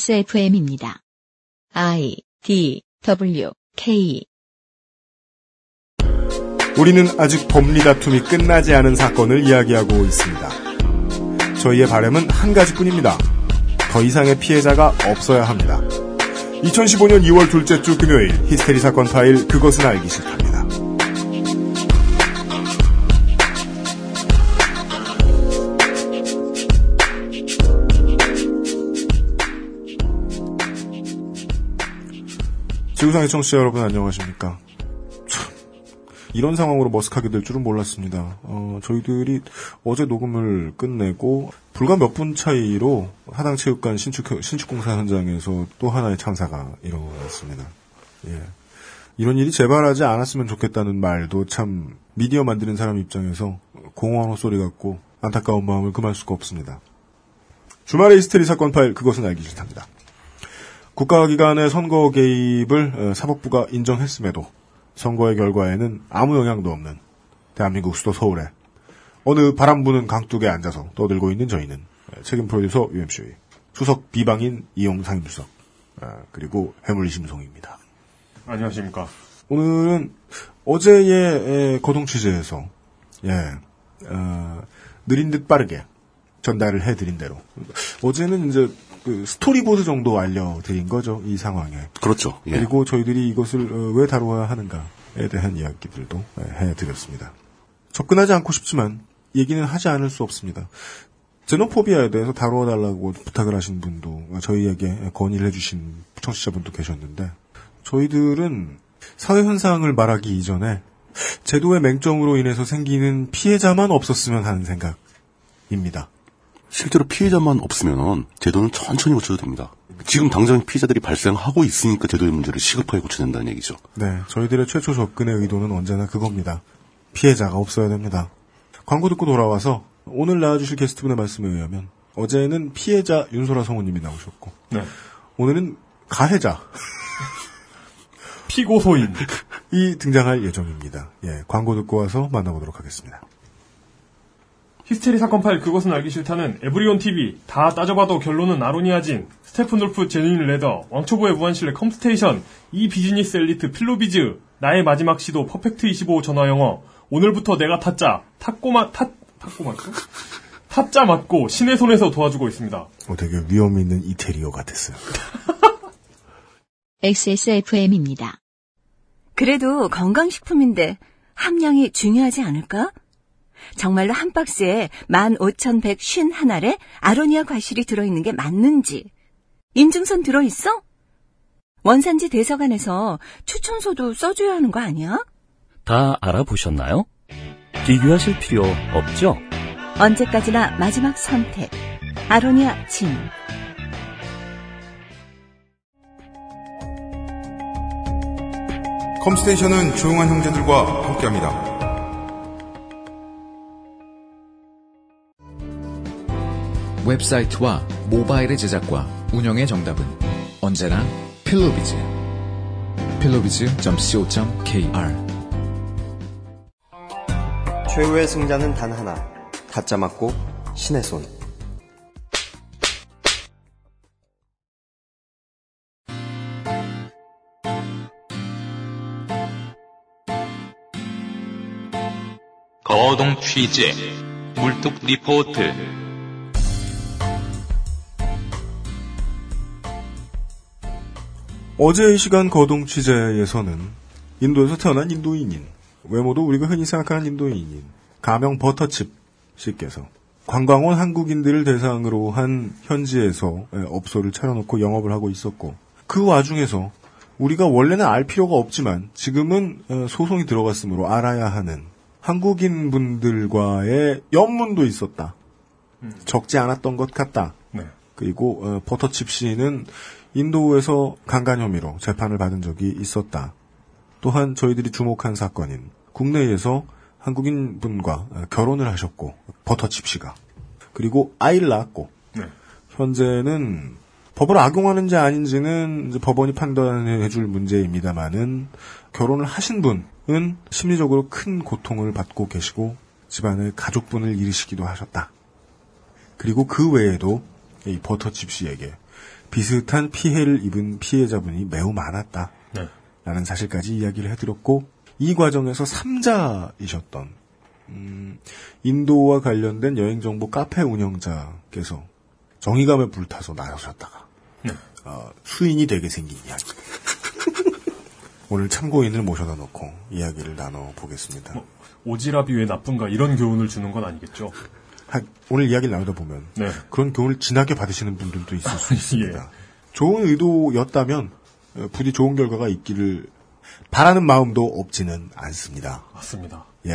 XSFM입니다. I D W K 우리는 아직 법리 다툼이 끝나지 않은 사건을 이야기하고 있습니다. 저희의 바람은 한 가지뿐입니다. 더 이상의 피해자가 없어야 합니다. 2015년 2월 둘째 주 금요일 히스테리 사건 파일 그것은 알기 싫답니다. 지구상의 청취자 여러분 안녕하십니까? 참, 이런 상황으로 머쓱하게 될 줄은 몰랐습니다. 어, 저희들이 어제 녹음을 끝내고 불과 몇 분 차이로 하당 체육관 신축 신축공사 현장에서 또 하나의 참사가 일어났습니다. 예. 이런 일이 재발하지 않았으면 좋겠다는 말도 참 미디어 만드는 사람 입장에서 공허한 소리 같고 안타까운 마음을 금할 수가 없습니다. 주말의 히스테리 사건 파일 그것은 알기 싫답니다. 국가기관의 선거 개입을 어, 사법부가 인정했음에도 선거의 결과에는 아무 영향도 없는 대한민국 수도 서울에 어느 바람 부는 강둑에 앉아서 떠들고 있는 저희는 어, 책임 프로듀서 UMC 수석 비방인 이용상 임수석 어, 그리고 해물 심송입니다. 안녕하십니까. 오늘은 어제의 에, 거동 취재에서 예, 어, 느린 듯 빠르게 전달을 해드린 대로 어제는 이제 그 스토리보드 정도 알려드린 거죠 이 상황에 그렇죠. 예. 그리고 저희들이 이것을 어, 왜 다루어야 하는가에 대한 이야기들도 예, 해드렸습니다. 접근하지 않고 싶지만 얘기는 하지 않을 수 없습니다. 제노포비아에 대해서 다루어달라고 부탁을 하신 분도 아, 저희에게 건의를 해주신 청취자분도 계셨는데 저희들은 사회 현상을 말하기 이전에 제도의 맹점으로 인해서 생기는 피해자만 없었으면 하는 생각입니다. 실제로 피해자만 없으면 제도는 천천히 고쳐도 됩니다. 지금 당장 피해자들이 발생하고 있으니까 제도의 문제를 시급하게 고쳐야 된다는 얘기죠. 네, 저희들의 최초 접근의 의도는 언제나 그겁니다. 피해자가 없어야 됩니다. 광고 듣고 돌아와서 오늘 나와주실 게스트분의 말씀에 의하면 어제는 피해자 윤소라 성우님이 나오셨고 네. 오늘은 가해자 피고소인. 이 등장할 예정입니다. 예, 광고 듣고 와서 만나보도록 하겠습니다. 히스테리 사건 파일 그것은 알기 싫다는 에브리온 TV 다 따져봐도 결론은 아로니아진 스테픈 돌프 제누인 레더 왕초보의 무한실내 컴스테이션 이 비즈니스 엘리트 필로비즈 나의 마지막 시도 퍼펙트 25 전화 영어 오늘부터 내가 타짜 탁고마 타 탁고 맞고 타짜 맞고 신의 손에서 도와주고 있습니다. 어, 되게 위험 있는 이태리어 같았어요. XSFM입니다. 그래도 건강식품인데 함량이 중요하지 않을까? 정말로 한 박스에 15,151알에 아로니아 과실이 들어있는 게 맞는지. 인증선 들어있어? 원산지 대서관에서 추천서도 써줘야 하는 거 아니야? 다 알아보셨나요? 비교하실 필요 없죠? 언제까지나 마지막 선택. 아로니아 진. 컴스테이션은 조용한 형제들과 함께합니다. 웹사이트와 모바일의 제작과 운영의 정답은 언제나 필로비즈. 필로비즈.co.kr 최후의 승자는 단 하나. 타짜 맞고 신의 손. 거동 취재 물뚝 리포트 어제 이 시간 거동 취재에서는 인도에서 태어난 인도인인, 외모도 우리가 흔히 생각하는 인도인인, 가명 버터칩 씨께서 관광온 한국인들을 대상으로 한 현지에서 에, 업소를 차려놓고 영업을 하고 있었고, 그 와중에서 우리가 원래는 알 필요가 없지만 지금은 어, 소송이 들어갔으므로 알아야 하는 한국인 분들과의 연문도 있었다. 적지 않았던 것 같다. 네. 그리고 어, 버터칩 씨는 인도에서 강간 혐의로 재판을 받은 적이 있었다. 또한 저희들이 주목한 사건인 국내에서 한국인 분과 어, 결혼을 하셨고 버터칩 씨가 그리고 아이를 낳았고 네. 현재는 법을 악용하는지 아닌지는 이제 법원이 판단해줄 문제입니다만은 결혼을 하신 분은 심리적으로 큰 고통을 받고 계시고 집안의 가족분을 잃으시기도 하셨다. 그리고 그 외에도 이 버터칩 씨에게 비슷한 피해를 입은 피해자분이 매우 많았다. 네. 라는 사실까지 이야기를 해드렸고 이 과정에서 3자이셨던 음, 인도와 관련된 여행정보 카페 운영자께서 정의감에 불타서 나서셨다가 네. 어, 수인이 되게 생긴 이야기 오늘 참고인을 모셔다 놓고 이야기를 나눠보겠습니다. 뭐. 오지랖이 왜 나쁜가 이런 교훈을 주는 건 아니겠죠. 하- 오늘 이야기를 나누다 보면 네. 아, 예, 그런 교훈을 진하게 받으시는 분들도 있을 수 있습니다. 예. 좋은 의도였다면 어, 부디 좋은 결과가 있기를 바라는 마음도 없지는 않습니다. 맞습니다. 예.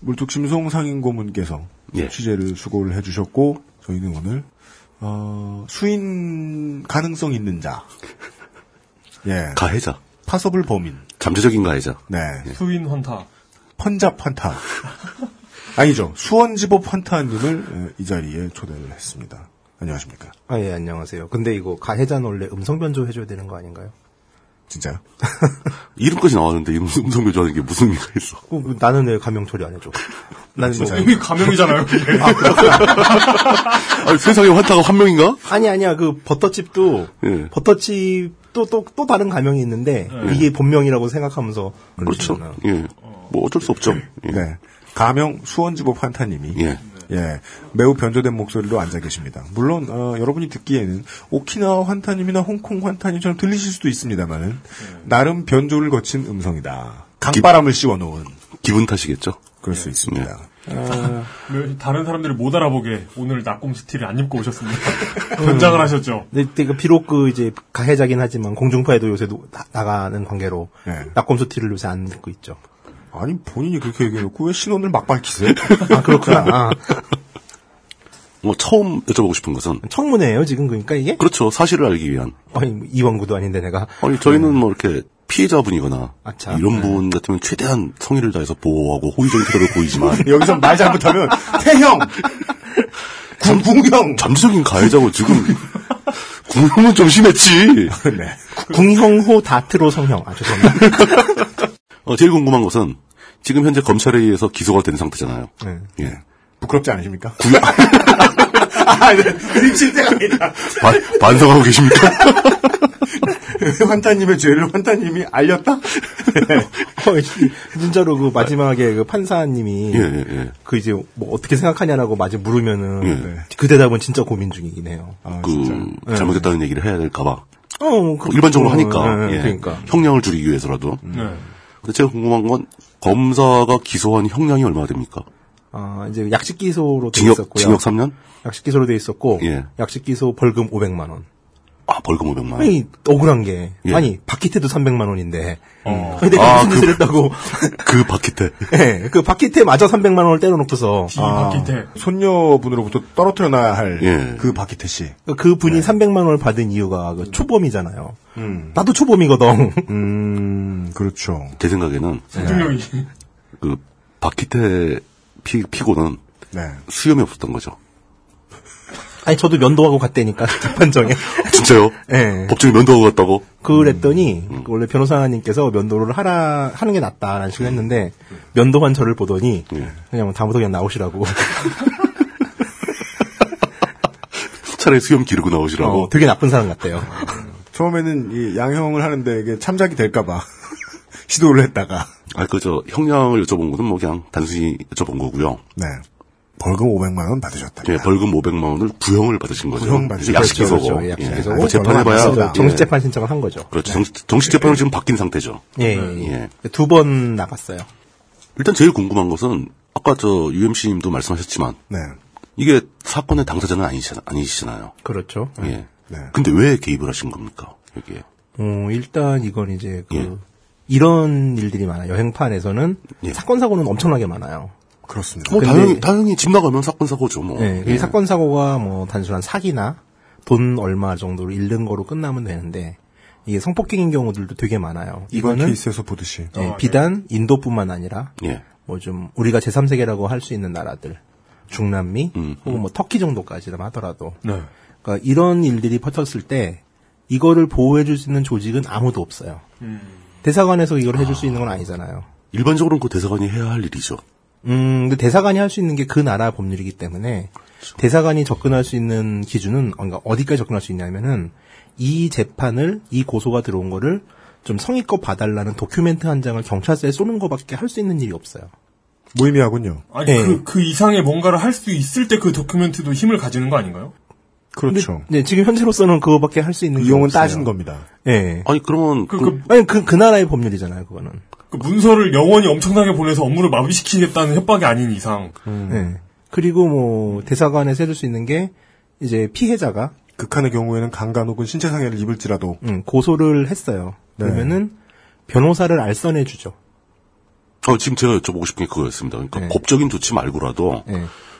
물뚝심송 상인고문께서 취재를 수고를 해주셨고 저희는 오늘 어, 수인 가능성 있는 자, 예, 가해자. 파서블 범인, 잠재적인 가해자. 네, 수인 헌타. 펀잡 환타 아니죠 수원지법 환타님을 예, 이 자리에 초대를 했습니다. 안녕하십니까? 아, 예, 안녕하세요. 근데 이거 가해자는 원래 음성변조 해줘야 되는 거 아닌가요? 진짜요? 이름까지 나왔는데 음성 음성 교조하는 게 무슨 의미가 있어? 어, 뭐, 나는 왜 감형 처리 안 해줘? 나는 뭐- 이미 감형이잖아요, 그게. 아니, 세상에 환타가 한 명인가? 아니, 아니야. 그, 버터칩도, 버터칩도 또, 또 다른 가명이 있는데, 예. 이게 본명이라고 생각하면서. 그렇죠. 예. 뭐 어쩔 수 없죠. 네. 가명 수원지법 환타님이 예. 매우 변조된 목소리로 앉아 계십니다. 물론 어, 여러분이 듣기에는 오키나와 환타님이나 홍콩 환타님처럼 들리실 수도 있습니다만은 나름 변조를 거친 음성이다. 강바람을 씌워놓은 기분 탓이겠죠. 그럴 수 있습니다. 왜 네, 다른 사람들이 못 알아보게 오늘 낙곰 스티를 안 입고 오셨습니다. 변장을 하셨죠. 근데 이거 비록 그, 이제, 가해자긴 하지만, 공중파에도 요새 노- 나, 나가는 관계로, 예. 낙곰수 티를 요새 안 입고 있죠. 아니, 본인이 그렇게 얘기해놓고 왜 신원을 막 밝히세요? 네. 아, 그렇구나. 예. 아, 뭐 처음 여쭤보고 싶은 것은 아, 청문회예요 지금 그러니까 이게? 그렇죠. 사실을 알기 위한. 아니, 뭐 이원구도 아닌데 내가. 아니 저희는 뭐 이렇게 피해자분이거나 참. 이런 분 같으면 최대한 성의를 다해서 보호하고 호의적인 태도를 보이지만 여기서 말 잘못하면 태형, 군궁형 잠재적인 가해자고 지금 궁형은 좀 심했지. 궁형호 다트로 성형. 아, 죄송합니다. 어, 제일 궁금한 것은 지금 현재 검찰에 의해서 기소가 된 상태잖아요. 네. 예. 부끄럽지 않으십니까? 아, 네. 그림 실세갑니다. 반- 반성하고 계십니까? 환타님의 죄를 환타님이 알렸다? 어, 진짜로 그 마지막에 그 판사님이 예, 그 이제 뭐 어떻게 생각하냐라고 마저 물으면은 예. 그 대답은 진짜 고민 중이긴 해요. 아, 그 잘못했다는 얘기를 해야 될까봐 네. 어, 뭐 뭐 일반적으로 하니까 네, 예. 그러니까. 음. 형량을 줄이기 위해서라도. 네. 근데 제가 궁금한 건 검사가 기소한 형량이 얼마 됩니까? 아, 이제 약식 기소로 돼 징역- 있었고요. 징역 3년? 약식 기소로 돼 있었고 예. 약식 기소 벌금 500만 원. 아 벌금 500만 원. 아니 억울한 게 예. 아니 바퀴테도 300만 원인데. 어. 근데 아, 무슨 그- 짓을 했다고? 그 바퀴테. 예, 그 바퀴테 마저 300만 원을 때려놓고서 손녀분으로부터 떨어뜨려놔야 할 그 바퀴테 씨. 그 분이 네. 300만 원을 받은 이유가 음. 그 초범이잖아요. 나도 초범이거든. 음, 그렇죠. 제 생각에는 네. 생중력이. 그 바퀴테 피, 피고는 네. 수염이 없었던 거죠. 아니 저도 면도하고 갔다니까 재판정에. 진짜요? 예. 법정에 면도하고 갔다고? 그랬더니 음. 그 원래 변호사님께서 면도를 하라 하는 게 낫다라는 음. 식으로 했는데 면도한 저를 보더니 예. 그냥 뭐 다음부터 그냥 나오시라고 차라리 수염 기르고 나오시라고. 어, 되게 나쁜 사람 같대요. 처음에는 이 양형을 하는데 이게 참작이 될까봐 시도를 했다가. 아, 그저 형량을 여쭤본 거는 뭐 그냥 단순히 여쭤본 거고요. 네. 벌금 500만 원 받으셨다. 예, 벌금 500만 원을 구형을 받으신 거죠. 구형 받으신 약식 거죠. 기소고. 그렇죠. 약식 예. 기소고. 뭐 재판해봐야 그래서 정식 재판 신청을 한 거죠. 그렇죠. 정식, 정식 재판은 지금 바뀐 상태죠. 예, 두 번 나갔어요. 일단 제일 궁금한 것은 아까 저 UMC님도 말씀하셨지만 네. 이게 사건의 당사자는 아니시잖아, 아니시잖아요. 그렇죠. 네. 예. 근데 왜 개입을 하신 겁니까? 여기에. 어, 일단 이건 이제 그 예. 이런 일들이 많아요. 여행판에서는 사건 사고는 엄청나게 많아요. 그렇습니다. 뭐 당연히 당연히 집 나가면 사건 사고죠. 어, 뭐. 네, 이 예. 사건 사고가 뭐 단순한 사기나 돈 얼마 정도로 잃는 거로 끝나면 되는데 이게 성폭행인 경우들도 되게 많아요. 이번 이거는 케이스에서 보듯이. 예, 비단 인도뿐만 아니라 예. 뭐 좀 우리가 제3세계라고 할 수 있는 나라들 중남미 혹은 뭐 터키 정도까지라면 하더라도 네. 그러니까 이런 일들이 퍼졌을 때 이거를 보호해줄 수 있는 조직은 아무도 없어요. 대사관에서 이걸 해줄 수 있는 건 음. 아니잖아요. 일반적으로는 그 대사관이 해야 할 일이죠. 음, 근데 대사관이 할 수 있는 게 그 나라 법률이기 때문에 대사관이 접근할 수 있는 기준은 그러니까 어디까지 접근할 수 있냐면은 이 재판을 이 고소가 들어온 거를 좀 성의껏 봐달라는 도큐멘트 한 장을 경찰서에 쏘는 거밖에 할 수 있는 일이 없어요. 무의미하군요. 아니 네. 그, 그 이상의 뭔가를 할 수 있을 때 그 도큐멘트도 힘을 가지는 거 아닌가요? 그렇죠. 네, 지금 현재로서는 그거밖에 할 수 있는 이용은 게 없어요. 따진 겁니다. 예. 아니 그러면 그- 그- 아니 그 그 나라의 법률이잖아요, 그거는. 그 문서를 영원히 엄청나게 보내서 업무를 마비시키겠다는 협박이 아닌 이상 음. 예. 그리고 뭐 대사관에서 해줄 수 있는 게 이제 피해자가 극한의 경우에는 강간 혹은 신체 상해를 입을지라도 음, 고소를 했어요. 네. 그러면은 변호사를 알선해 주죠. 그- 어, 지금 제가 여쭤보고 싶은 게 그거였습니다. 네. 그러니까 법적인 조치 말고라도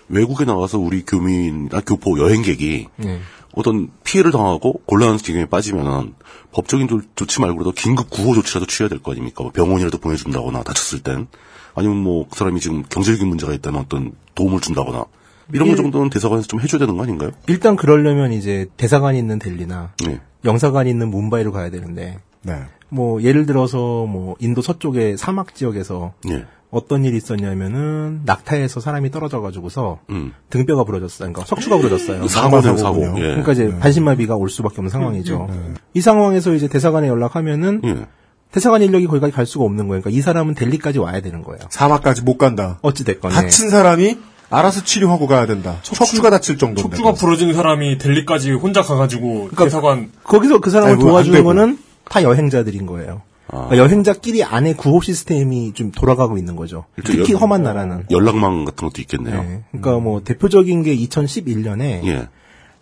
외국에 나와서 우리 교민이나 교포 여행객이 네. 어떤 피해를 당하고 곤란한 지경에 빠지면은 법적인 조- 조치 말고라도 긴급 구호 조치라도 취해야 될 거 아닙니까? 뭐 병원이라도 보내준다거나 다쳤을 땐 아니면 뭐 그 사람이 지금 경제적인 문제가 있다면 어떤 도움을 준다거나 이런 예. 거 정도는 대사관에서 좀 해줘야 되는 거 아닌가요? 일단 그러려면 이제 대사관이 있는 델리나 네. 영사관이 있는 뭄바이로 가야 되는데 네. 뭐 예를 들어서 뭐 인도 서쪽의 사막 지역에서 예. 어떤 일이 있었냐면은 낙타에서 사람이 떨어져 가지고서 음. 등뼈가 부러졌어요. 그러니까 척추가 부러졌어요. 사고네요, 사고. 사고군요. 예. 그러니까 이제 반신마비가 올 수밖에 없는 상황이죠. 이 상황에서 이제 대사관에 연락하면은 예. 대사관 인력이 거기까지 갈 수가 없는 거예요. 그러니까 이 사람은 델리까지 와야 되는 거예요. 사막까지 못 간다. 어찌 됐건 다친 사람이 알아서 치료하고 가야 된다. 예. 척추, 가 다칠 네, 정도. 척추가 부러진 사람이 델리까지 혼자 가가지고 그러니까 대사관 거기서 그 사람을 뭐 아이고, 도와주는 안 되고. 거는 다 여행자들인 거예요. 아. 그러니까 여행자끼리 안에 구호 시스템이 좀 돌아가고 있는 거죠. 일단 특히 연- 험한 나라는. 연락망 같은 것도 있겠네요. 그러니까 뭐 대표적인 게 2011년에 예.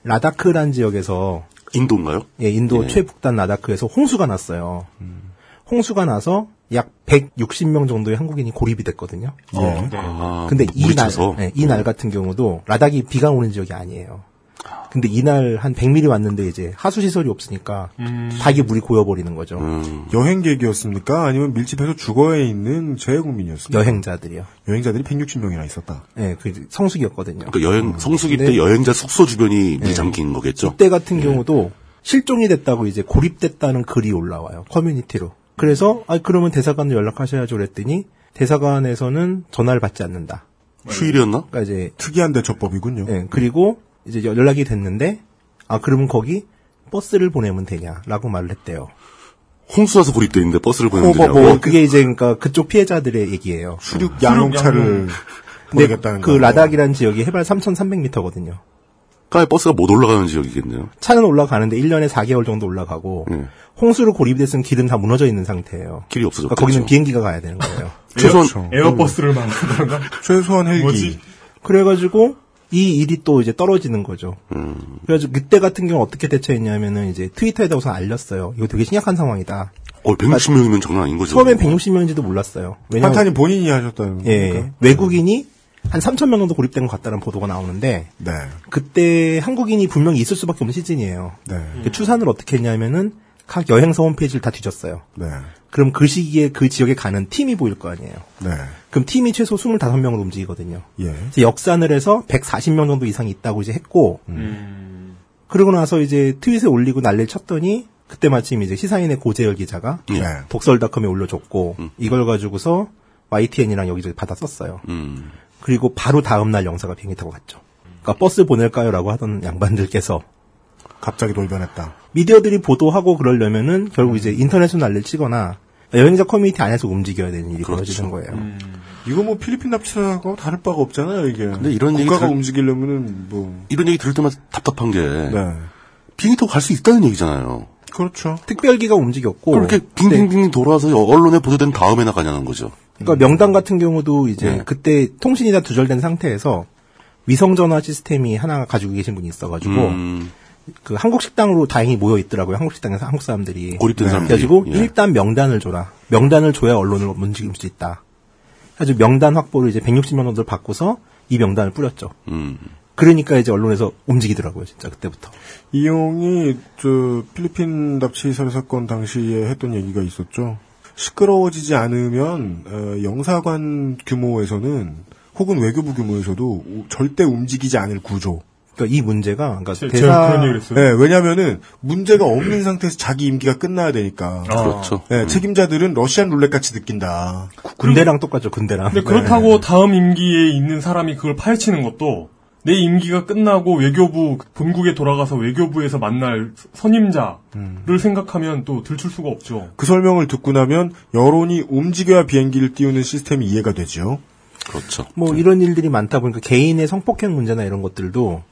라다크란 지역에서 인도인가요? 예, 인도 예. 최북단 라다크에서 홍수가 났어요. 홍수가 나서 약 160명 정도의 한국인이 고립이 됐거든요. 예. 아, 근데 물이 이날 네. 예, 차서? 이날 같은 경우도 라닥이 비가 오는 지역이 아니에요. 근데 이날 한 100mm 왔는데 이제 하수 시설이 없으니까 닭이 물이 고여버리는 거죠. 음. 여행객이었습니까? 아니면 밀집해서 주거에 있는 재외국민이었습니까? 여행자들이요. 여행자들이 160명이나 있었다. 예, 그 성숙이었거든요. 그러니까 여행 성수기 때 음. 근데- 네. 여행자 숙소 주변이 물이 잠긴 거겠죠. 이때 같은 경우도 실종이 됐다고 이제 고립됐다는 글이 올라와요 커뮤니티로. 그래서 아 그러면 대사관을 연락하셔야죠 그랬더니 대사관에서는 전화를 받지 않는다. 휴일이었나? 그러니까 이제 특이한 대처법이군요. 예, 그리고 이제 여- 연락이 됐는데 아 그러면 거기 버스를 보내면 되냐라고 말을 했대요. 홍수 와서 고립돼 있는데 버스를 보내면 뭐, 되냐고. 뭐, 뭐, 그게 이제 그러니까 그쪽 피해자들의 얘기예요. 수륙 양용차를 네, 근데 보내겠다는 그 거예요. 라닥이라는 지역이 해발 3,300m거든요. 까에 버스가 못 올라가는 지역이겠네요. 차는 올라가는데 1년에 4개월 정도 올라가고 예. 홍수로 고립됐으면 길은 다 무너져 있는 상태예요. 길이 그렇죠. 없어졌죠. 그러니까 거기는 비행기가 가야 되는 거예요. 그렇죠. 그- 최소한- 그렇죠. 에어버스를 만든다던가 그러니까 최소한 헬기. 뭐지? 그래가지고 이 일이 또 이제 떨어지는 거죠. 음. 그래가지고 그때 같은 경우 어떻게 대처했냐면은 이제 트위터에다 우선 알렸어요. 이거 되게 심각한 상황이다. 어, 160명이면 장난 아닌 거죠. 처음엔 160명인지도 몰랐어요. 왜냐면 판타님 그러니까. 본인이 하셨다는 예, 겁니까? 외국인이 한 3천 명 정도 고립된 것 같다는 보도가 나오는데 네. 그때 한국인이 분명히 있을 수밖에 없는 시즌이에요. 네. 그 추산을 어떻게 했냐면은 각 여행사 홈페이지를 다 뒤졌어요. 네. 그럼 그 시기에 그 지역에 가는 팀이 보일 거 아니에요. 네. 그럼 팀이 최소 25명으로 움직이거든요. 예. 그래서 역산을 해서 140명 정도 이상이 있다고 이제 했고 음. 그러고 나서 이제 트윗에 올리고 난리를 쳤더니 그때 마침 이제 시사인의 고재열 기자가 예. 독설닷컴에 올려줬고 이걸 가지고서 YTN이랑 여기저기 받아 썼어요. 음. 그리고 바로 다음 날 영사가 비행기 타고 갔죠. 그러니까 버스 보낼까요라고 하던 양반들께서 갑자기 돌변했다. 미디어들이 보도하고 그러려면은 결국 이제 인터넷으로 난리를 치거나 여행자 커뮤니티 안에서 움직여야 되는 일이 벌어지는 그렇죠. 거예요. 이거 뭐 필리핀 납치하고 다를 바가 없잖아요, 이게. 근데 이런 얘기 국가가 들- 움직이려면은 뭐 이런 얘기 들을 때마다 답답한 게 네. 비행기 타고 갈 수 있다는 얘기잖아요. 어. 그렇죠. 특별기가 움직였고 그렇게 네. 빙빙빙 돌아서 언론에 보도된 다음에 나가냐는 거죠. 그러니까 명당 같은 경우도 이제 예. 그때 통신이 다 두절된 상태에서 위성 전화 시스템이 하나 가지고 계신 분이 있어가지고 음. 그 한국 식당으로 다행히 모여 있더라고요. 한국 식당에서 한국 사람들이 네. 고립된 사람들이. 그래가지고 예. 일단 명단을 줘라. 명단을 줘야 언론을 움직일 수 있다. 그래서 명단 확보를 이제 160명 정도를 바꿔서 이 명단을 뿌렸죠. 음. 그러니까 이제 언론에서 움직이더라고요, 진짜 그때부터. 이용이 저 필리핀 납치 살해 사건 당시에 했던 얘기가 있었죠. 시끄러워지지 않으면 어, 영사관 규모에서는 혹은 외교부 규모에서도 우- 절대 움직이지 않을 구조. 그러니까 이 문제가 그러니까 제, 제가 대사- 네, 그런 얘기를 했어요. 왜냐하면은 문제가 없는 상태에서 자기 임기가 끝나야 되니까. 아. 그렇죠. 네, 책임자들은 러시안 룰렛 같이 느낀다. 군대랑 똑같죠, 군대랑. 근데 그렇다고 다음 임기에 있는 사람이 그걸 파헤치는 것도 내 임기가 끝나고 외교부 본국에 돌아가서 외교부에서 만날 선임자를 음. 생각하면 또 들출 수가 없죠. 그 설명을 듣고 나면 여론이 움직여야 비행기를 띄우는 시스템이 이해가 되죠. 그렇죠. 뭐 이런 일들이 많다 보니까 개인의 성폭행 문제나 이런 것들도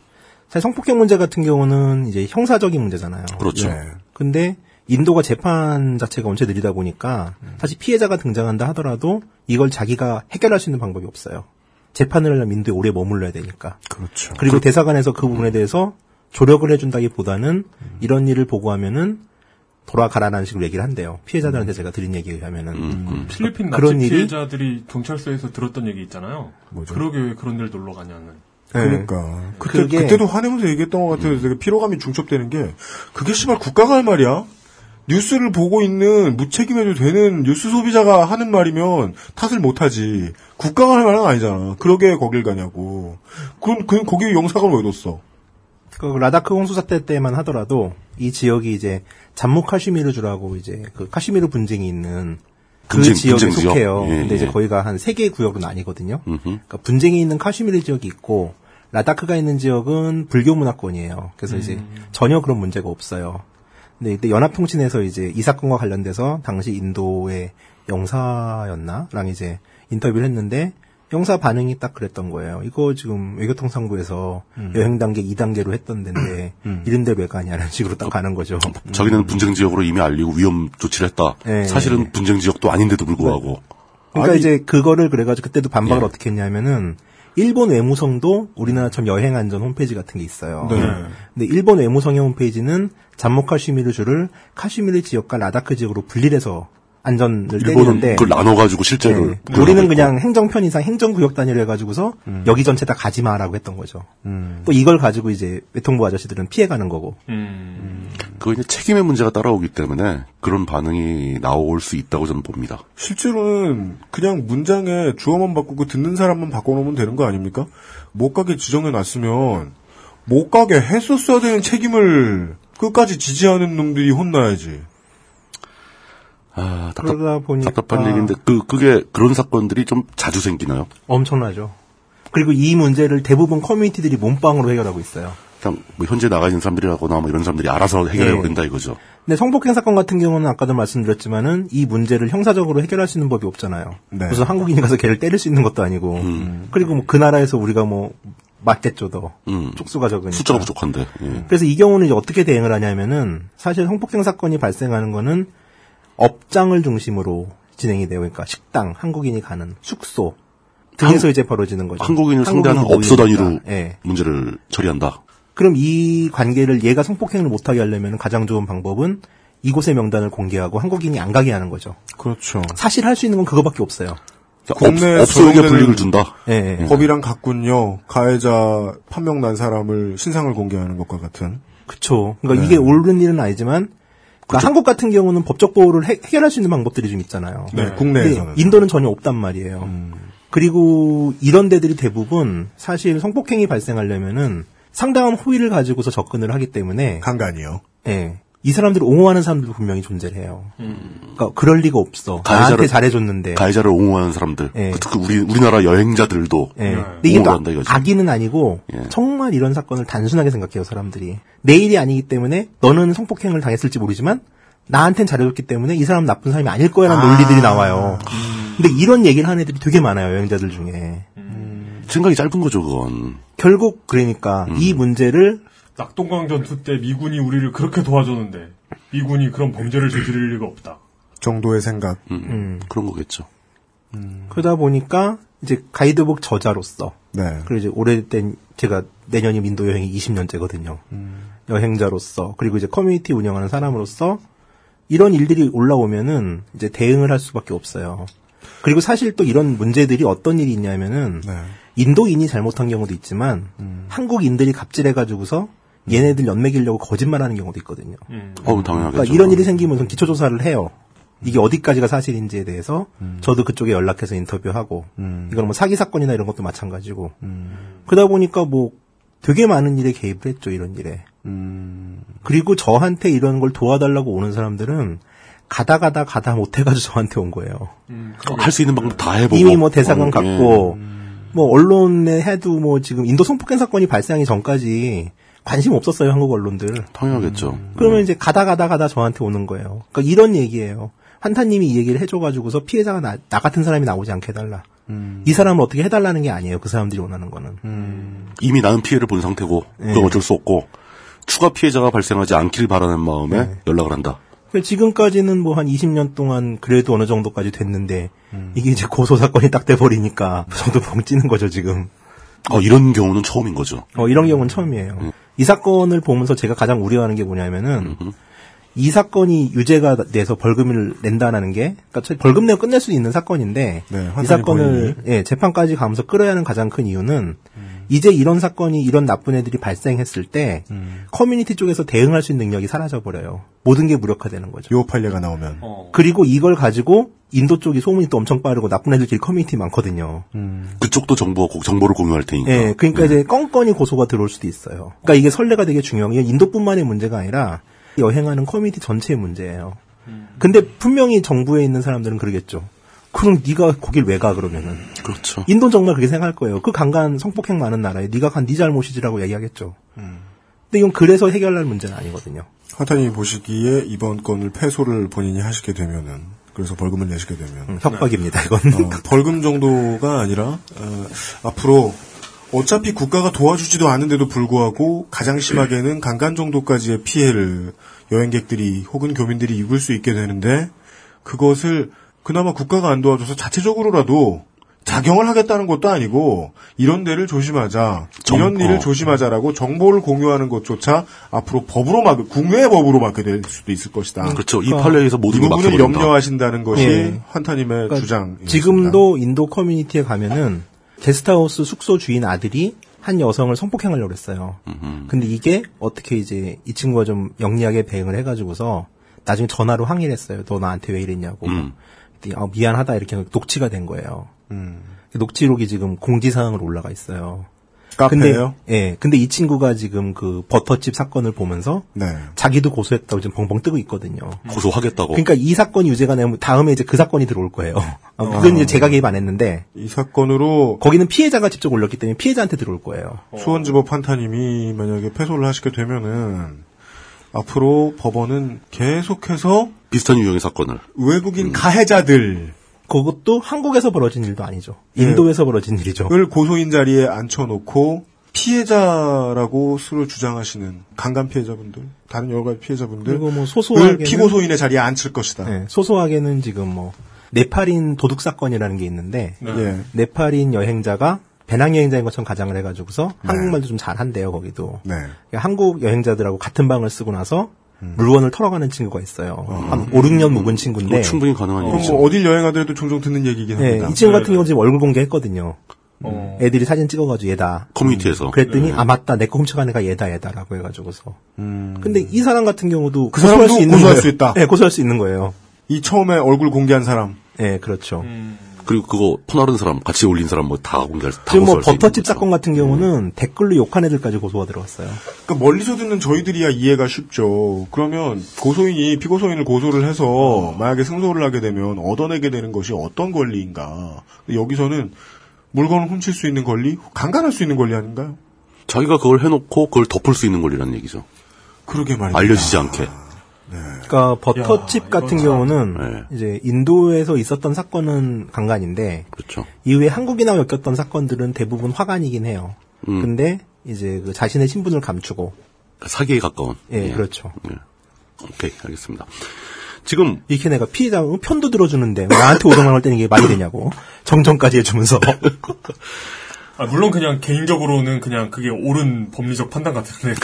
사실 성폭행 문제 같은 경우는 이제 형사적인 문제잖아요. 예. 그렇죠. 근데 인도가 재판 자체가 엄청 느리다 보니까 사실 피해자가 등장한다 하더라도 이걸 자기가 해결할 수 있는 방법이 없어요. 재판을 하려면 인도에 오래 머물러야 되니까. 그렇죠. 그리고 대사관에서 그 부분에 대해서 조력을 해준다기보다는 이런 일을 보고하면은 돌아가라는 식으로 얘기를 한대요. 피해자들한테 제가 드린 얘기에 의하면은 필리핀 납치 그런 일이 피해자들이 경찰서에서 들었던 얘기 있잖아요. 그러게 왜 그런 데를 놀러 가냐는. 그러니까 음. 그때 그게- 그때도 화내면서 얘기했던 것 같아요. 되게 피로감이 중첩되는 게 그게 씨발 국가가 할 말이야. 뉴스를 보고 있는 무책임해도 되는 뉴스 소비자가 하는 말이면 탓을 못하지. 국가가 할 말은 아니잖아. 그러게 거길 가냐고. 그럼 그 거기 영사관 왜 뒀어? 그 라다크 홍수사 태 때만 하더라도 이 지역이 이제 잠무 카슈미르주라고 이제 그 카슈미르 분쟁이 있는 그 분쟁, 지역에 분쟁 지역? 속해요. 예, 근데 이제 예. 거기가 한 세 개의 구역은 아니거든요. 음흠. 그러니까 분쟁이 있는 카슈미르 지역이 있고 라다크가 있는 지역은 불교 문화권이에요. 그래서 이제 전혀 그런 문제가 없어요. 근데 이때 연합통신에서 이제 이 사건과 관련돼서 당시 인도의 영사였나랑 이제 인터뷰를 했는데 영사 반응이 딱 그랬던 거예요. 이거 지금 외교통상부에서 음. 여행 단계 2단계로 했던 데인데 이런 데 왜 가냐는 식으로 딱 가는 거죠. 음. 자기는 분쟁 지역으로 이미 알리고 위험 조치를 했다. 예, 사실은 분쟁 지역도 아닌데도 불구하고 그러니까 이제 그거를 그래가지고 그때도 반박을 예. 어떻게 했냐면은 일본 외무성도 우리나라처럼 여행 안전 홈페이지 같은 게 있어요. 예. 네. 근데 일본 외무성의 홈페이지는 잠모 카슈미르주를 카슈미르 지역과 라다크 지역으로 분리해서 안전을 일본은 때리는데 그걸 나눠가지고 실제로 네. 그걸 우리는 하고 있고. 그냥 행정편 이상 행정구역 단위로 해가지고서 여기 전체 다 가지 마라고 했던 거죠. 음. 또 이걸 가지고 이제 외통부 아저씨들은 피해가는 거고. 그거 이제 책임의 문제가 따라오기 때문에 그런 반응이 나올 수 있다고 저는 봅니다. 실제로는 그냥 문장에 주어만 바꾸고 듣는 사람만 바꿔놓으면 되는 거 아닙니까? 못 가게 지정해 놨으면 못 가게 했었어야 되는 책임을 끝까지 지지하는 놈들이 혼나야지. 아, 답답, 그러다 보니까 답답한 얘기인데 그 그게 그런 사건들이 좀 자주 생기나요? 엄청나죠. 그리고 이 문제를 대부분 커뮤니티들이 몸빵으로 해결하고 있어요. 그냥 뭐 현재 나가 있는 사람들이라거나 뭐 이런 사람들이 알아서 해결해 예. 버린다 이거죠. 근데 성폭행 사건 같은 경우는 아까도 말씀드렸지만은 이 문제를 형사적으로 해결할 수 있는 법이 없잖아요. 네. 무슨 한국인이 가서 걔를 때릴 수 있는 것도 아니고. 그리고 뭐 그 나라에서 우리가 뭐 맞겠죠, 더. 음. 족수가 적으니까. 숫자가 부족한데. 예. 그래서 이 경우는 이제 어떻게 대응을 하냐면은 사실 성폭행 사건이 발생하는 거는 업장을 중심으로 진행이 돼요. 그러니까 식당, 한국인이 가는 숙소 등에서 한- 이제 벌어지는 거죠. 한국인을 상대하는 한국인이 업소 모이니까. 단위로 예. 문제를 처리한다. 그럼 이 관계를 얘가 성폭행을 못하게 하려면 가장 좋은 방법은 이곳의 명단을 공개하고 한국인이 안 가게 하는 거죠. 그렇죠. 사실 할 수 있는 건 그거밖에 없어요. 국내에 업소에게 적용되는 불이익을 준다. 예, 예. 법이랑 같군요. 가해자 판명 난 사람을 신상을 공개하는 것과 같은. 그쵸. 그러니까 네. 이게 옳은 일은 아니지만 그러니까 한국 같은 경우는 법적 보호를 해, 결할수 있는 방법들이 좀 있잖아요. 네, 국내에서는. 음. 근데 인도는 전혀 없단 말이에요. 그리고 이런 데들이 대부분 사실 성폭행이 발생하려면은 상당한 호의를 가지고서 접근을 하기 때문에 간간이요. 예. 이 사람들을 옹호하는 사람들도 분명히 존재해요. 그러니까 그럴 리가 없어. 나한테 가해자를 잘해줬는데. 예. 가해자를 옹호하는 사람들. 예. 그 특히 우리 우리나라 여행자들도 예. 근데 이게 네. 옹호를 또 한다 예. 이거죠. 악의는 아니고 정말 이런 사건을 단순하게 생각해요 사람들이 내 일이 아니기 때문에 너는 성폭행을 당했을지 모르지만 나한텐 잘해줬기 때문에 이 사람 나쁜 사람이 아닐 거야라는 논리들이 나와요. 음. 근데 이런 얘기를 하는 애들이 되게 많아요 여행자들 중에. 생각이 짧은 거죠 그건. 결국 그러니까 음. 이 문제를 낙동강 전투 때 미군이 우리를 그렇게 도와줬는데 미군이 그런 범죄를 저지를 리가 없다. 정도의 생각. 음. 음. 그런 거겠죠. 어, 그러다 보니까 이제 가이드북 저자로서 네. 그리고 이제 오래된 제가 내년이 민도 여행이 20년째거든요. 여행자로서 그리고 이제 커뮤니티 운영하는 사람으로서 이런 일들이 올라오면은 이제 대응을 할 수밖에 없어요. 그리고 사실 또 이런 문제들이 어떤 일이 있냐면은 인도인이 잘못한 경우도 있지만 한국인들이 갑질해가지고서 얘네들 연맥이려고 거짓말하는 경우도 있거든요. 어, 당연하겠죠. 그러니까 이런 일이 생기면 우선 기초 조사를 해요. 이게 어디까지가 사실인지에 대해서 저도 그쪽에 연락해서 인터뷰하고 이건 뭐 사기 사건이나 이런 것도 마찬가지고 그러다 보니까 뭐 되게 많은 일에 개입을 했죠 이런 일에 그리고 저한테 이런 걸 도와달라고 오는 사람들은 가다 가다 가다 못해가지고 저한테 온 거예요 할 음. 수 있는 방법 다 해보고 이미 뭐 대사관 어, 예. 갔고 뭐 언론에 해도 뭐 지금 인도 성폭행 사건이 발생하기 전까지 관심 없었어요 한국 언론들. 당연하겠죠. 음. 음. 그러면 이제 가다 가다 가다 저한테 오는 거예요. 그러니까 이런 얘기예요. 한타님이 이 얘기를 해줘가지고서 피해자가 나, 나 같은 사람이 나오지 않게 해달라. 이 사람을 어떻게 해달라는 게 아니에요. 그 사람들이 원하는 거는. 이미 나는 피해를 본 상태고 예. 그건 어쩔 수 없고 추가 피해자가 발생하지 않길 바라는 마음에 예. 연락을 한다. 그러니까 지금까지는 뭐 한 20년 동안 그래도 어느 정도까지 됐는데 이게 이제 고소 사건이 딱 돼버리니까 저도 벙찌는 거죠 지금. 어, 이런 경우는 처음인 거죠. 어, 이런 경우는 처음이에요. 이 사건을 보면서 제가 가장 우려하는 게 뭐냐면은, 이 사건이 유죄가 내서 벌금을 낸다는 게, 그러니까 저- 벌금 내고 끝낼 수 있는 사건인데, 이 네, 환산이 사건을, 예, 재판까지 가면서 끌어야 하는 가장 큰 이유는, 음. 이제 이런 사건이, 이런 나쁜 애들이 발생했을 때, 음. 커뮤니티 쪽에서 대응할 수 있는 능력이 사라져버려요. 모든 게 무력화되는 거죠. 요 판례가 나오면. 그리고 이걸 가지고, 인도 쪽이 소문이 또 엄청 빠르고 나쁜 애들끼리 커뮤니티 많거든요. 그쪽도 정보 정보를 공유할 테니까. 음. 예, 그러니까 네. 이제 껌껌이 고소가 들어올 수도 있어요. 그러니까 이게 선례가 되게 중요한 게 인도뿐만의 문제가 아니라 여행하는 커뮤니티 전체의 문제예요. 근데 분명히 정부에 있는 사람들은 그러겠죠. 그럼 네가 거길 왜 가 그러면은. 그렇죠. 인도 는 정말 그렇게 생각할 거예요. 그 강간 성폭행 많은 나라에 네가 간 네 잘못이지라고 얘기하겠죠. 근데 이건 그래서 해결할 문제는 아니거든요. 한타님이 보시기에 이번 건을 패소를 본인이 하시게 되면은 그래서 벌금을 내시게 되면 음, 협박입니다 이건 어. 어. 벌금 정도가 아니라 어, 앞으로 어차피 국가가 도와주지도 않은데도 불구하고 가장 심하게는 강간 정도까지의 피해를 여행객들이 혹은 교민들이 입을 수 있게 되는데 그것을 그나마 국가가 안 도와줘서 자체적으로라도 작용을 하겠다는 것도 아니고 이런 데를 조심하자 정- 이런 일을 어. 조심하자라고 정보를 공유하는 것조차 앞으로 법으로 막 국내 법으로 막게 될 수도 있을 것이다. 그러니까 그렇죠. 이 판례에서 모든 이 걸 부분을 막혀버린다. 네. 염려하신다는 것이 예. 환타님의 그러니까 주장. 지금도 인도 커뮤니티에 가면은 게스트하우스 숙소 주인 아들이 한 여성을 성폭행하려고 했어요. 근데 이게 어떻게 이제 이 친구가 좀 영리하게 배응을 해가지고서 나중에 전화로 항의를 했어요. 너 나한테 왜 이랬냐고. 그랬더니 아, 미안하다 이렇게 해서 녹취가 된 거예요. 음. 그 녹취록이 지금 공지사항으로 올라가 있어요. 카페예요? 근데, 예. 근데 이 친구가 지금 그 버터집 사건을 보면서 네. 자기도 고소했다고 지금 벙벙 뜨고 있거든요. 고소하겠다고. 그러니까 이 사건이 유죄가 나면 다음에 이제 그 사건이 들어올 거예요. 아, 그건 이제 제가 개입 안 했는데 이 사건으로 거기는 피해자가 직접 올렸기 때문에 피해자한테 들어올 거예요. 수원지법 판타님이 만약에 패소를 하시게 되면은 앞으로 법원은 계속해서 비슷한 유형의 사건을. 음. 외국인 가해자들을 그것도 한국에서 벌어진 일도 아니죠. 인도에서 벌어진 일이죠. 고소인 자리에 앉혀놓고 피해자라고 스스로 주장하시는 강간 피해자분들, 다른 여러 가지 피해자분들, 그리고 뭐 을 소소하게는 피고소인의 자리에 앉힐 것이다. 예, 소소하게는 지금 뭐 네팔인 도둑 사건이라는 게 있는데 예. 네팔인 여행자가 배낭 여행자인 것처럼 가장을 해가지고서 한국말도 좀 잘한대요 거기도. 네. 한국 여행자들하고 같은 방을 쓰고 나서 물건을 털어가는 친구가 있어요. 한 5, 6년 묵은 친구인데. 뭐 충분히 가능한 그럼 일이죠. 뭐 어딜 여행하더라도 종종 듣는 얘기긴 예, 합니다. 이 친구 같은 경우는 지금 얼굴 공개했거든요. 어. 애들이 사진 찍어가지고 얘다. 커뮤니티에서. 그랬더니 아 맞다 내 거 훔쳐간 애가 얘다 얘다라고 해가지고서. 네. 음. 근데 이 사람 같은 경우도 그 사람도 고소할 거예요. 수 있다. 예, 고소할 수 있는 거예요. 이 처음에 얼굴 공개한 사람, 예, 그렇죠. 음. 그리고 그거 퍼나른 사람, 같이 올린 사람 뭐 다 공개할 수- 다 지금 뭐 고소할 수 있는 버터집 거죠. 사건 같은 경우는 음. 댓글로 욕한 애들까지 고소가 들어왔어요. 그러니까 멀리서 듣는 저희들이야 이해가 쉽죠. 그러면 고소인이 피고소인을 고소를 해서 음. 만약에 승소를 하게 되면 얻어내게 되는 것이 어떤 권리인가? 근데 여기서는 물건을 훔칠 수 있는 권리, 강간할 수 있는 권리 아닌가요? 자기가 그걸 해놓고 그걸 덮을 수 있는 권리라는 얘기죠. 그러게 아. 말입니다. 알려지지 않게. 그러니까 버터집 같은 경우는 네. 이제 인도에서 있었던 사건은 강간인데 그렇죠. 이후에 한국인하고 엮였던 사건들은 대부분 화간이긴 해요. 음. 근데 이제 그 자신의 신분을 감추고 그러니까 사기에 가까운. 예, 그렇죠. 예. 오케이, 알겠습니다. 지금 이렇게 내가 피해자 편도 들어주는데 왜 나한테 500만 원 때는 이게 말이 되냐고 정정까지 해주면서 아, 물론 그냥 개인적으로는 그냥 그게 옳은 법리적 판단 같은데.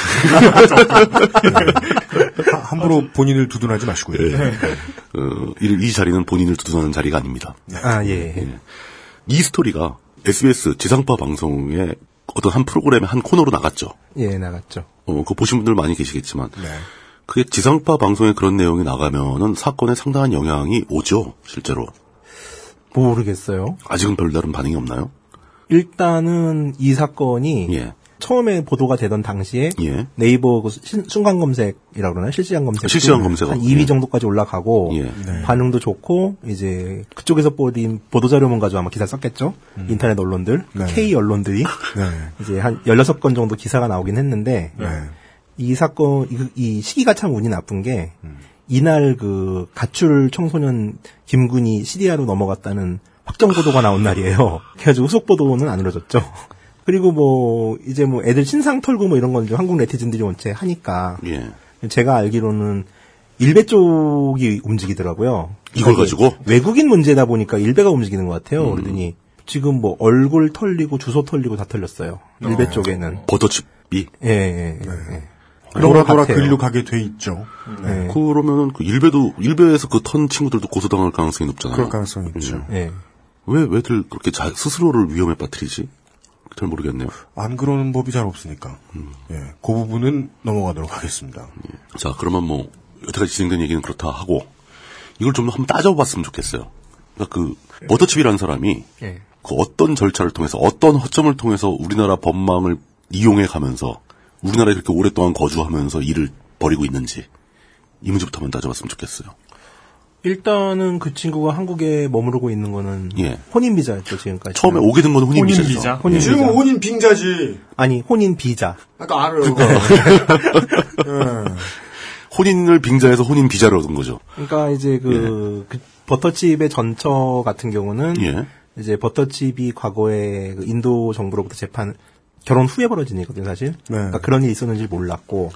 하- 함부로 본인을 두둔하지 마시고요. 예. 예. 네. 네. 어, 이, 이 자리는 본인을 두둔하는 자리가 아닙니다. 아 예. 이 스토리가 SBS 지상파 방송의 어떤 한 프로그램의 한 코너로 나갔죠. 예, 나갔죠. 어, 그거 보신 분들 많이 계시겠지만. 네. 그게 지상파 방송에 그런 내용이 나가면은 사건에 상당한 영향이 오죠, 실제로. 모르겠어요. 아직은 별다른 반응이 없나요? 일단은 이 사건이 예. 처음에 보도가 되던 당시에 예. 네이버 그 신- 순간 검색이라고 그러나요? 실시간 검색. 실시간 검색. 한 2위 예. 정도까지 올라가고 네. 반응도 좋고 이제 그쪽에서 뽑은 보도자료문 가지고 아마 기사 썼겠죠? 인터넷 언론들, 네. K 언론들이 이제 한 16건 정도 기사가 나오긴 했는데 이 사건 이, 이 시기가 참 운이 나쁜 게 이날 그 가출 청소년 김군이 시리아로 넘어갔다는 확정 보도가 나온 날이에요. 그래가지고 후속 보도는 안 이루어졌죠. 그리고 뭐 이제 뭐 애들 신상 털고 뭐 이런 건 이제 한국 네티즌들이 원체 하니까 예. 예. 제가 알기로는 일베 쪽이 움직이더라고요. 이걸 가지고? 음. 외국인 문제다 보니까 일베가 움직이는 것 같아요. 그러더니 지금 뭐 얼굴 털리고 주소 털리고 다 털렸어요. 일베 어. 쪽에는 버터칩이 예, 예, 예. 그런 돌아 것 돌아 같아요. 음. 그리로 가게 돼 있죠. 네. 그러면은 그 일베도 일베에서 그 턴 친구들도 고소당할 가능성이 높잖아요. 예. 그럴 가능성이 있죠. 네. 예. 왜 왜들 그렇게 자, 스스로를 위험에 빠뜨리지? 잘 모르겠네요. 안 그러는 법이 잘 없으니까. 음. 예, 그 부분은 넘어가도록 하겠습니다. 자, 그러면 뭐, 여태까지 진행된 얘기는 그렇다 하고, 이걸 좀 한번 따져봤으면 좋겠어요. 그러니까 그, 버터칩이라는 사람이, 예. 그 어떤 절차를 통해서, 어떤 허점을 통해서 우리나라 법망을 이용해 가면서, 우리나라에 그렇게 오랫동안 거주하면서 일을 벌이고 있는지, 이 문제부터 한번 따져봤으면 좋겠어요. 일단은 그 친구가 한국에 머무르고 있는 거는 예. 혼인 비자였죠 지금까지. 처음에 오게 예. 된 거는 혼인 비자죠. 혼인 비자. 지금 혼인 빙자지. 어. 아니 혼인 비자. 아까 알아요. 혼인을 빙자해서 혼인 비자를 얻은 거죠. 그러니까 이제 예. 그, 그 버터칩의 전처 같은 경우는 예. 이제 버터칩이 과거에 그 인도 정부로부터 재판 결혼 후에 벌어진 일이거든요 사실. 네. 그러니까 그런 일이 있었는지 몰랐고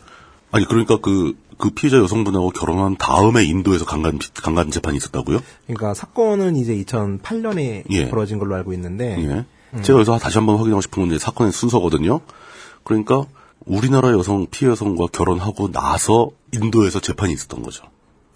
아니, 그러니까 그, 그 피해자 여성분하고 결혼한 다음에 인도에서 강간, 강간 재판이 있었다고요? 그러니까 사건은 이제 2008년에 예. 벌어진 걸로 알고 있는데 예. 제가 여기서 다시 한번 확인하고 싶은 건 이제 사건의 순서거든요. 그러니까 우리나라 여성 피해 여성과 결혼하고 나서 인도에서 재판이 있었던 거죠.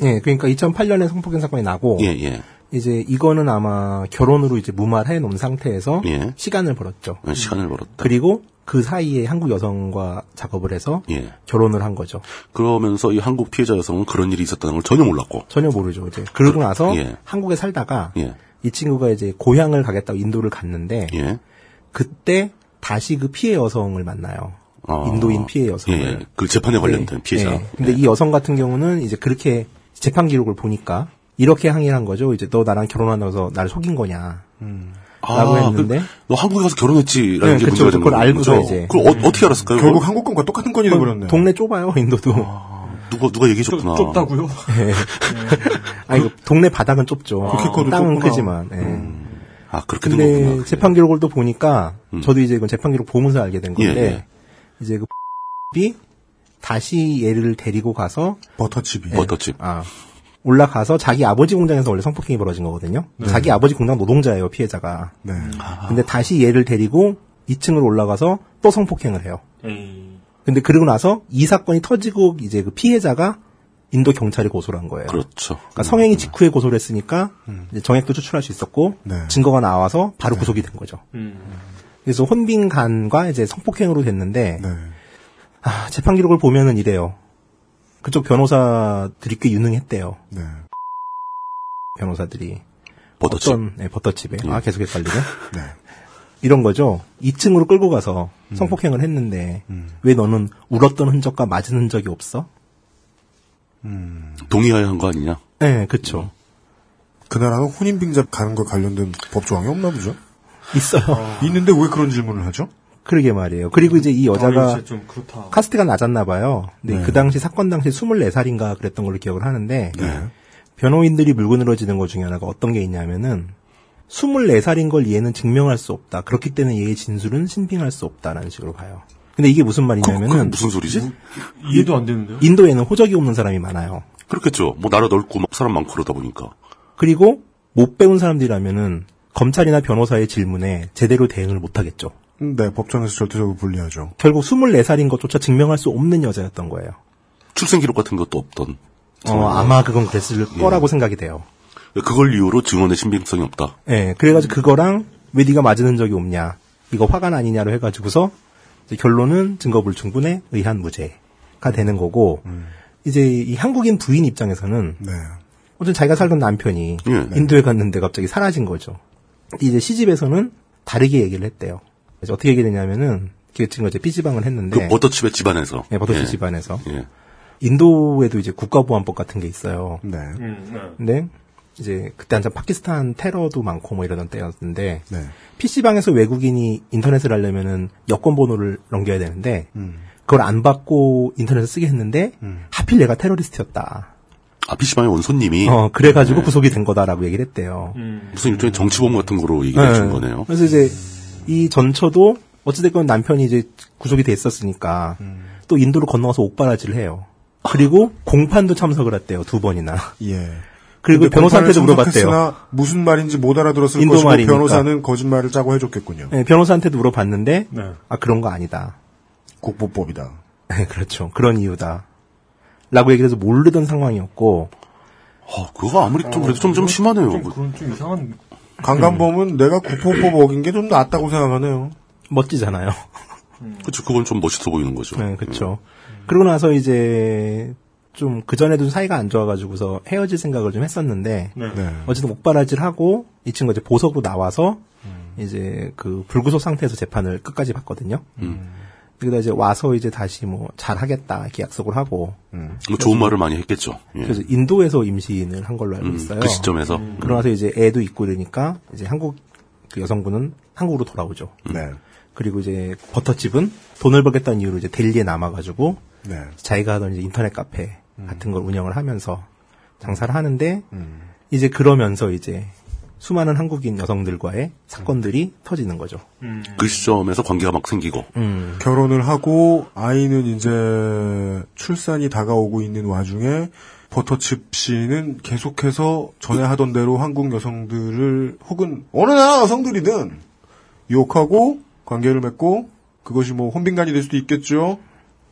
예, 그러니까 2008년에 성폭행 사건이 나고 예, 예. 이제 이거는 아마 결혼으로 이제 무마해 놓은 상태에서 예. 시간을 벌었죠. 어, 시간을 벌었다. 그리고 그 사이에 한국 여성과 작업을 해서 예. 결혼을 한 거죠. 그러면서 이 한국 피해자 여성은 그런 일이 있었다는 걸 전혀 몰랐고. 전혀 모르죠. 이제 그러고 나서 예. 한국에 살다가 예. 이 친구가 이제 고향을 가겠다고 인도를 갔는데 예. 그때 다시 그 피해 여성을 만나요. 아. 인도인 피해 여성을. 예. 그 재판에 관련된 예. 피해자. 예. 근데 이 여성 같은 경우는 이제 그렇게 재판 기록을 보니까 이렇게 항의를 한 거죠. 이제 너 나랑 결혼하면서 나를 속인 거냐. 라고 아, 했는데 그, 너 한국에 가서 결혼했지라는 네, 게 그쵸, 문제가 그쵸. 된 그걸 거죠. 알고서 이제. 네. 그걸 어, 떻게 알았을까요? 결국 그걸? 한국 건과 똑같은 건이 되버렸네요. 동네 좁아요 인도도. 누가 누가 얘기해 줬구나. 좁다고요? 예. 아니 그 동네 바닥은 좁죠. 그렇게 커도 땅은 좁구나. 크지만. 예. 아, 그렇게 된 근데 거구나. 재판 기록을 또 보니까 음. 저도 이제 이건 재판 기록 보면서 알게 된 건데 예, 예. 이제 그 이 다시 얘를 데리고 가서 버터칩이. 버터칩. 아, 올라가서 자기 아버지 공장에서 원래 성폭행이 벌어진 거거든요. 네. 자기 아버지 공장 노동자예요 피해자가. 네. 근데 다시 얘를 데리고 2층으로 올라가서 또 성폭행을 해요. 에이. 근데 그러고 나서 이 사건이 터지고 이제 그 피해자가 인도 경찰에 고소를 한 거예요. 그렇죠. 그러니까 성행위 직후에 고소를 했으니까 이제 정액도 추출할 수 있었고 음. 네. 증거가 나와서 바로 구속이 된 거죠. 음. 그래서 혼빈간과 이제 성폭행으로 됐는데 네. 아, 재판 기록을 보면은 이래요. 그쪽 변호사들이 꽤 유능했대요. 네. 변호사들이 버터칩. 어떤 네, 버터칩에 아 계속 헷갈리네. 예. 네. 음. 이런 거죠. 2층으로 끌고 가서 성폭행을 했는데 왜 너는 울었던 흔적과 맞은 흔적이 없어? 음. 동의하여 한 거 아니냐? 네, 음. 그쵸. 그 나라는 혼인 빙자 가는 거 관련된 법 조항이 없나 보죠. 있어요. 있는데 왜 그런 질문을 하죠? 그러게 말이에요. 그리고 이제 이 아, 어, 여자가 그렇죠. 이거 진짜 좀 그렇다. 카스트가 낮았나 봐요. 근데 네. 그 당시 사건 당시 24살인가 그랬던 걸로 기억을 하는데 네. 변호인들이 물고 늘어지는 것 중에 하나가 어떤 게 있냐면은 24살인 걸 얘는 증명할 수 없다. 그렇기 때문에 얘의 진술은 신빙할 수 없다라는 식으로 봐요. 근데 이게 무슨 그, 그 말이냐면은 음. 무슨 소리지? 이해도 안 되는데요? 인도에는 호적이 없는 사람이 많아요. 그렇겠죠. 뭐 나라 넓고 막 사람 많고 그러다 보니까. 그리고 못 배운 사람들이라면은 검찰이나 변호사의 질문에 제대로 대응을 못 하겠죠. 음, 네, 법정에서 절대적으로 불리하죠. 결국 24살인 것조차 증명할 수 없는 여자였던 거예요. 출생 기록 같은 것도 없던. 어, 아마 그건 그랬을 예. 거라고 생각이 돼요. 그걸 이유로 증언의 신빙성이 없다. 예, 음. 그래가지고 그거랑 왜 네가 맞은 흔적이 없냐, 이거 화가 아니냐로 해가지고서 이제 결론은 증거 불충분에 의한 무죄가 되는 거고 음. 이제 이 한국인 부인 입장에서는 네. 어쨌든 자기가 살던 남편이 예. 인도에 갔는데 갑자기 사라진 거죠. 이제 시집에서는 다르게 얘기를 했대요. 그래서 어떻게 얘기했냐면은 그 친구가 이제 피지방을 했는데 그 버터칩의 집안에서. 네, 버터칩 예. 집안에서. 예. 인도에도 이제 국가보안법 같은 게 있어요. 네. 음, 근데 이제 그때 한참 파키스탄 테러도 많고 뭐 이러던 때였는데 네. PC방에서 외국인이 인터넷을 하려면은 여권 번호를 넘겨야 되는데 음. 그걸 안 받고 인터넷을 쓰게 했는데 하필 얘가 테러리스트였다. 아, PC방의 원손님이. 어, 그래가지고 네. 예. 구속이 된 거다라고 얘기를 했대요. 무슨 일종의 정치범 같은 거로 얘기를 해준 네. 거네요. 그래서 이제 이 전처도 어찌됐건 남편이 이제 구속이 돼 있었으니까 음. 또 인도로 건너가서 옥바라지를 해요. 그리고 공판도 참석을 했대요 두 번이나. 예. 그리고 근데 변호사한테도 공판을 물어봤대요. 참석했으나 무슨 말인지 못 알아들었을 인도 것이고 말이니까. 변호사는 거짓말을 짜고 해줬겠군요. 네, 변호사한테도 물어봤는데 네. 아 그런 거 아니다. 국보법이다. 네, 그렇죠. 그런 이유다. 라고 얘기를 해서 모르던 상황이었고. 어, 그거 아무리 좀 그래도 좀, 좀 심하네요. 그건 좀 이상한. 강간범은 내가 국보법 어긴 게 좀 낫다고 생각하네요. 멋지잖아요. 그렇죠. 그건 좀 멋있어 보이는 거죠. 음, 네, 그렇죠. 그러고 나서 이제 좀 그전에도 사이가 안 좋아가지고서 헤어질 생각을 좀 했었는데 네. 어쨌든 목바라지를 하고 이 친구가 이제 보석으로 나와서 이제 그 불구속 상태에서 재판을 끝까지 봤거든요. 음. 그러다 이제 와서 이제 다시 뭐 잘하겠다 이렇게 약속을 하고 뭐 좋은 말을 많이 했겠죠. 예. 그래서 인도에서 임신을 한 걸로 알고 음, 있어요. 그 시점에서. 음. 그러고 나서 이제 애도 있고 이러니까 이제 한국 그 여성분은 한국으로 돌아오죠. 네. 그리고 이제 버터집은 돈을 벌겠다는 이유로 이제 델리에 남아가지고 네. 자기가 하던 이제 인터넷 카페 음. 같은 걸 운영을 하면서 장사를 하는데 이제 그러면서 이제 수많은 한국인 여성들과의 사건들이 터지는 거죠. 그 시점에서 관계가 막 생기고. 음. 결혼을 하고 아이는 이제 출산이 다가오고 있는 와중에 버터칩 씨는 계속해서 전에 하던 대로 한국 여성들을 혹은 어느 나라 여성들이든 유혹하고 관계를 맺고 그것이 뭐 혼빈간이 될 수도 있겠죠.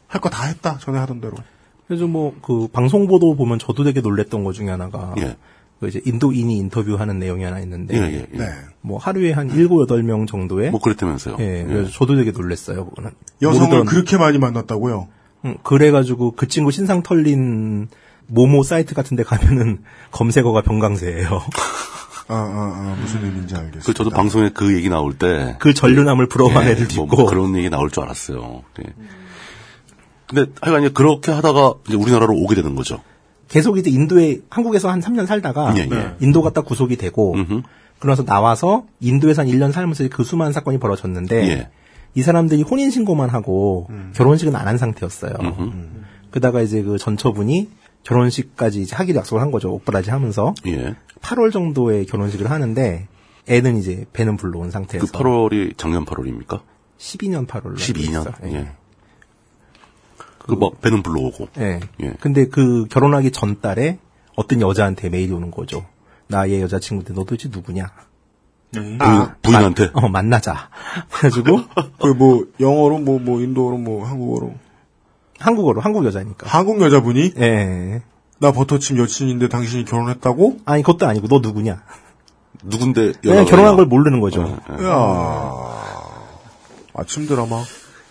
할 거 다 했다 전에 하던 대로. 그래서 뭐 그 방송 보도 보면 저도 되게 놀랬던 것 중에 하나가 예. 그 이제 인도인이 인터뷰하는 내용이 하나 있는데 예, 예, 네. 예. 뭐 하루에 한 일곱 여덟 명 정도의 뭐 그랬다면서요. 예, 그래서 저도 되게 놀랬어요. 그거는 여성을 모르던- 그렇게 많이 만났다고요. 음, 그래가지고 그 친구 신상 털린 모모 사이트 같은데 가면은 검색어가 병강세예요. 아, 아, 아, 무슨 의미인지 알겠어요. 그 저도 방송에 그 얘기 나올 때. 그 전륜함을 부러워한 예, 애들도 뭐, 있고. 뭐 그런 얘기 나올 줄 알았어요. 예. 근데 하여간 이제 그렇게 하다가 이제 우리나라로 오게 되는 거죠. 계속 이제 인도에 한국에서 한 3년 살다가 예, 예. 인도가 딱 구속이 되고 그러면서 나와서 인도에서 한 1년 살면서 그 수많은 사건이 벌어졌는데 예. 이 사람들이 혼인 신고만 하고 결혼식은 안 한 상태였어요. 음흠. 그다가 이제 그 전처분이 결혼식까지 이제 하기로 약속을 한 거죠. 옥바라지 하면서 예. 8월 정도에 결혼식을 하는데 애는 이제 배는 불러온 그 상태에서 네, 8월이 작년 8월입니까? 12년 8월로 12년. 예. 그막 배는 불러오고. 예. 예. 근데 그 결혼하기 전 달에 어떤 여자한테 메일이 오는 거죠. 나의 여자친구인데 너 도대체 누구냐? 부인, 부인한테. 어, 만나자. 그래가지고 그 뭐 영어로 뭐 뭐 인도어로 뭐 한국어로 한국어로 한국 여자니까. 한국 여자분이 예. 나 버터칩 여친인데 당신이 결혼했다고? 아니 그것도 아니고 너 누구냐? 누군데 그냥 연락을 네, 결혼한 해요? 걸 모르는 어. 거죠. 야 아침 드라마.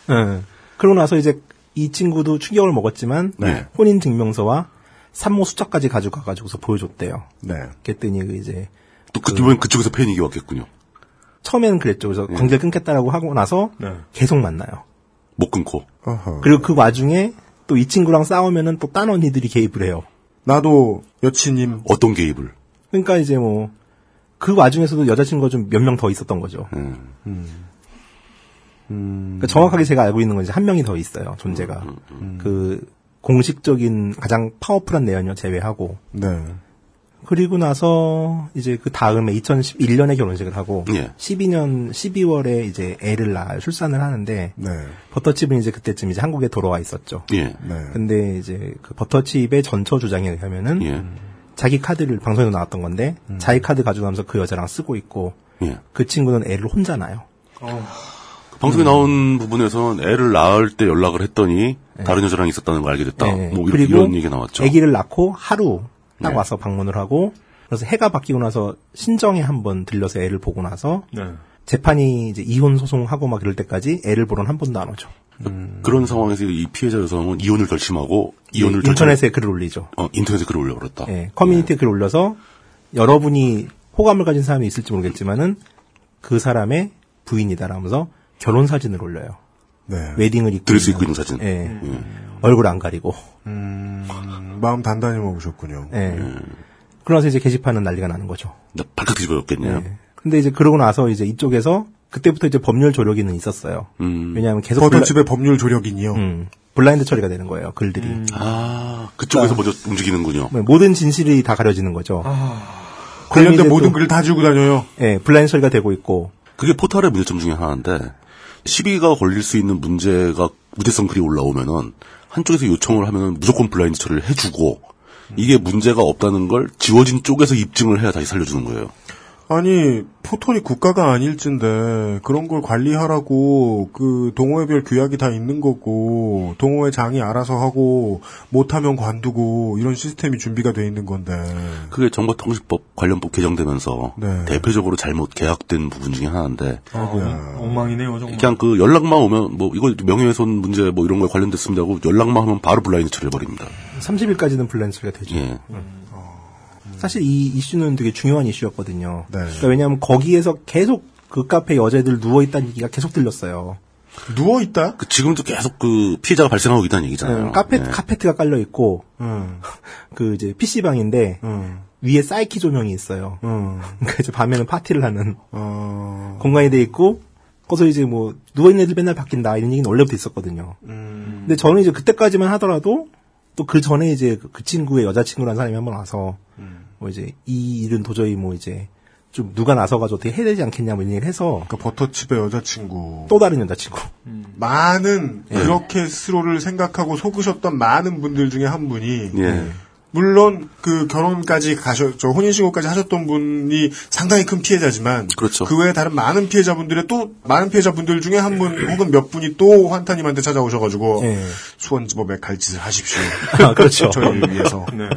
예. 그러고 나서 이제 이 친구도 충격을 먹었지만 네. 혼인 증명서와 산모 수첩까지 가지고 가가지고서 보여줬대요. 네. 그랬더니 그 이제 예. 또 그쪽엔 그쪽에서 팬이기 왔겠군요. 처음에는 그랬죠. 그래서 관계 끊겠다라고 하고 나서 계속 만나요. 못 끊고. 어허. 그리고 그 와중에 또 이 친구랑 싸우면은 또 딴 언니들이 개입을 해요. 나도 여친님 어떤 개입을. 그러니까 이제 뭐, 그 와중에서도 여자친구가 좀 몇 명 더 있었던 거죠. 음. 그러니까 정확하게 제가 알고 있는 건 이제 한 명이 더 있어요, 존재가. 그, 공식적인 가장 파워풀한 내연녀 제외하고. 네. 그리고 나서 이제 그 다음에 2011년에 결혼식을 하고 예. 12년 12월에 이제 애를 낳아 출산을 하는데 네. 버터칩은 이제 그때쯤 이제 한국에 돌아와 있었죠. 예. 네. 근데 이제 그 버터칩의 전처 주장에 의하면은 예. 자기 카드를 방송에도 나왔던 건데 자기 카드 가져가면서 그 여자랑 쓰고 있고 예. 그 친구는 애를 혼자 낳아요. 그 음. 방송에 나온 부분에서는 애를 낳을 때 연락을 했더니 네. 다른 여자랑 있었다는 걸 알게 됐다. 예. 뭐 이런, 이런 얘기 나왔죠. 아기를 낳고 하루 딱 네. 와서 방문을 하고 그래서 해가 바뀌고 나서 신정에 한번 들려서 애를 보고 나서 네. 재판이 이제 이혼 소송하고 막 이럴 때까지 애를 보러 한 번도 안 오죠. 그러니까 그런 상황에서 이 피해자 여성은 이혼을 결심하고 이혼을 예, 네, 인터넷에 글을 올리죠. 결심- 어, 인터넷에 글을 올려 그랬다. 예, 커뮤니티에 글을 올려서 여러분이 호감을 가진 사람이 있을지 모르겠지만은 그 사람의 부인이다라면서 결혼 사진을 올려요. 네. 웨딩을 입고 드레스 입고 있는 사진. 음. 예. 얼굴 안 가리고. 마음 단단히 먹으셨군요. 예. 그러면서 이제 게시판은 난리가 나는 거죠. 나 발칵 뒤집어졌겠네요. 근데 이제 그러고 나서 이제 이쪽에서 그때부터 이제 법률 조력이는 있었어요. 음. 왜냐하면 계속 음, 버들집의 법률 조력인이요. 블라인드 처리가 되는 거예요. 글들이. 아, 그쪽에서 먼저 움직이는군요. 뭐 모든 진실이 다 가려지는 거죠. 관련된 모든 글 글을 다 지우고 다녀요. 예, 블라인드 처리가 되고 있고. 그게 포털의 문제점 중에 하나인데 시비가 걸릴 수 있는 문제가 무대성 글이 올라오면은 한쪽에서 요청을 하면은 무조건 블라인드 처리를 해주고 이게 문제가 없다는 걸 지워진 쪽에서 입증을 해야 다시 살려주는 거예요. 아니 포털이 국가가 아닐진데 그런 걸 관리하라고 그 동호회별 규약이 다 있는 거고 동호회 장이 알아서 하고 못하면 관두고 이런 시스템이 준비가 돼 있는 건데 그게 정보통신법 관련법 개정되면서 네. 아. 대표적으로 잘못 계약된 부분 중에 하나인데 엉망이네요, 정말. 그냥 그 연락만 오면 뭐 이거 명예훼손 문제 뭐 이런 거에 관련됐습니다 하고 연락만 하면 바로 블라인드 처리해 버립니다. 30일까지는 블라인드 처리가 되죠. 예. 사실 이 이슈는 되게 중요한 이슈였거든요. 그러니까 왜냐하면 거기에서 계속 그 카페 여자애들 누워 있다는 얘기가 계속 들렸어요. 누워 있다? 그 지금도 계속 그 피해자가 발생하고 있다는 얘기잖아요. 네, 음, 카페 예. 네. 카페트가 깔려 있고 그 이제 PC 방인데 음. 위에 사이키 조명이 있어요. 그러니까 이제 밤에는 파티를 하는 어. 공간이 돼 있고 거기서 이제 뭐 누워 있는 애들 맨날 바뀐다 이런 얘기는 원래부터 있었거든요. 음. 근데 저는 이제 그때까지만 하더라도 또 그 전에 이제 그- 그 친구의 여자친구라는 사람이 한번 와서 음. 뭐 이제 이 일은 도저히 뭐 이제 좀 누가 나서가지고 어떻게 해야 되지 않겠냐 뭐 이런 얘기를 해서 그 버터칩의 여자친구 또 다른 여자친구 많은 예. 그렇게 스스로를 생각하고 속으셨던 많은 분들 중에 한 분이 예. 물론 그 결혼까지 가셨, 저 혼인신고까지 하셨던 분이 상당히 큰 피해자지만 그렇죠. 그 외에 다른 많은 피해자분들의 또 많은 피해자분들 중에 한 예. 분 혹은 몇 분이 또 환타님한테 찾아오셔가지고 수원지법에 갈짓을 하십시오. 예. 아, 그렇죠. 저희를 위해서. 네.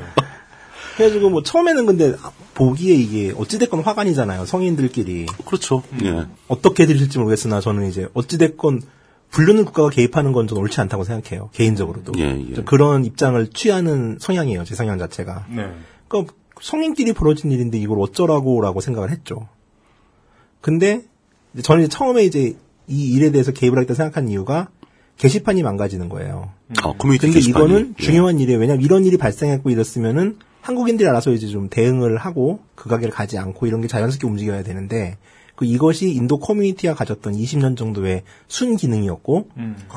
그래가지고 뭐 처음에는 근데 보기에 이게 어찌됐건 화관이잖아요 성인들끼리 그렇죠 예. 어떻게 들릴지 모르겠으나 저는 이제 어찌됐건 불륜은 국가가 개입하는 건 좀 옳지 않다고 생각해요 개인적으로도 예, 예. 좀 그런 입장을 취하는 성향이에요 제 성향 자체가 네. 그러니까 성인끼리 벌어진 일인데 이걸 어쩌라고라고 생각을 했죠 근데 이제 저는 이제 처음에 이제 이 일에 대해서 개입을 하겠다 생각한 이유가 게시판이 망가지는 거예요 아, 커뮤니티 근데 게시판이. 이거는 예. 중요한 일이에요. 왜냐면 이런 일이 발생했고 이랬으면은 한국인들이 알아서 이제 좀 대응을 하고 그 가게를 가지 않고 이런 게 자연스럽게 움직여야 되는데 그 이것이 인도 커뮤니티가 가졌던 20년 정도의 순 기능이었고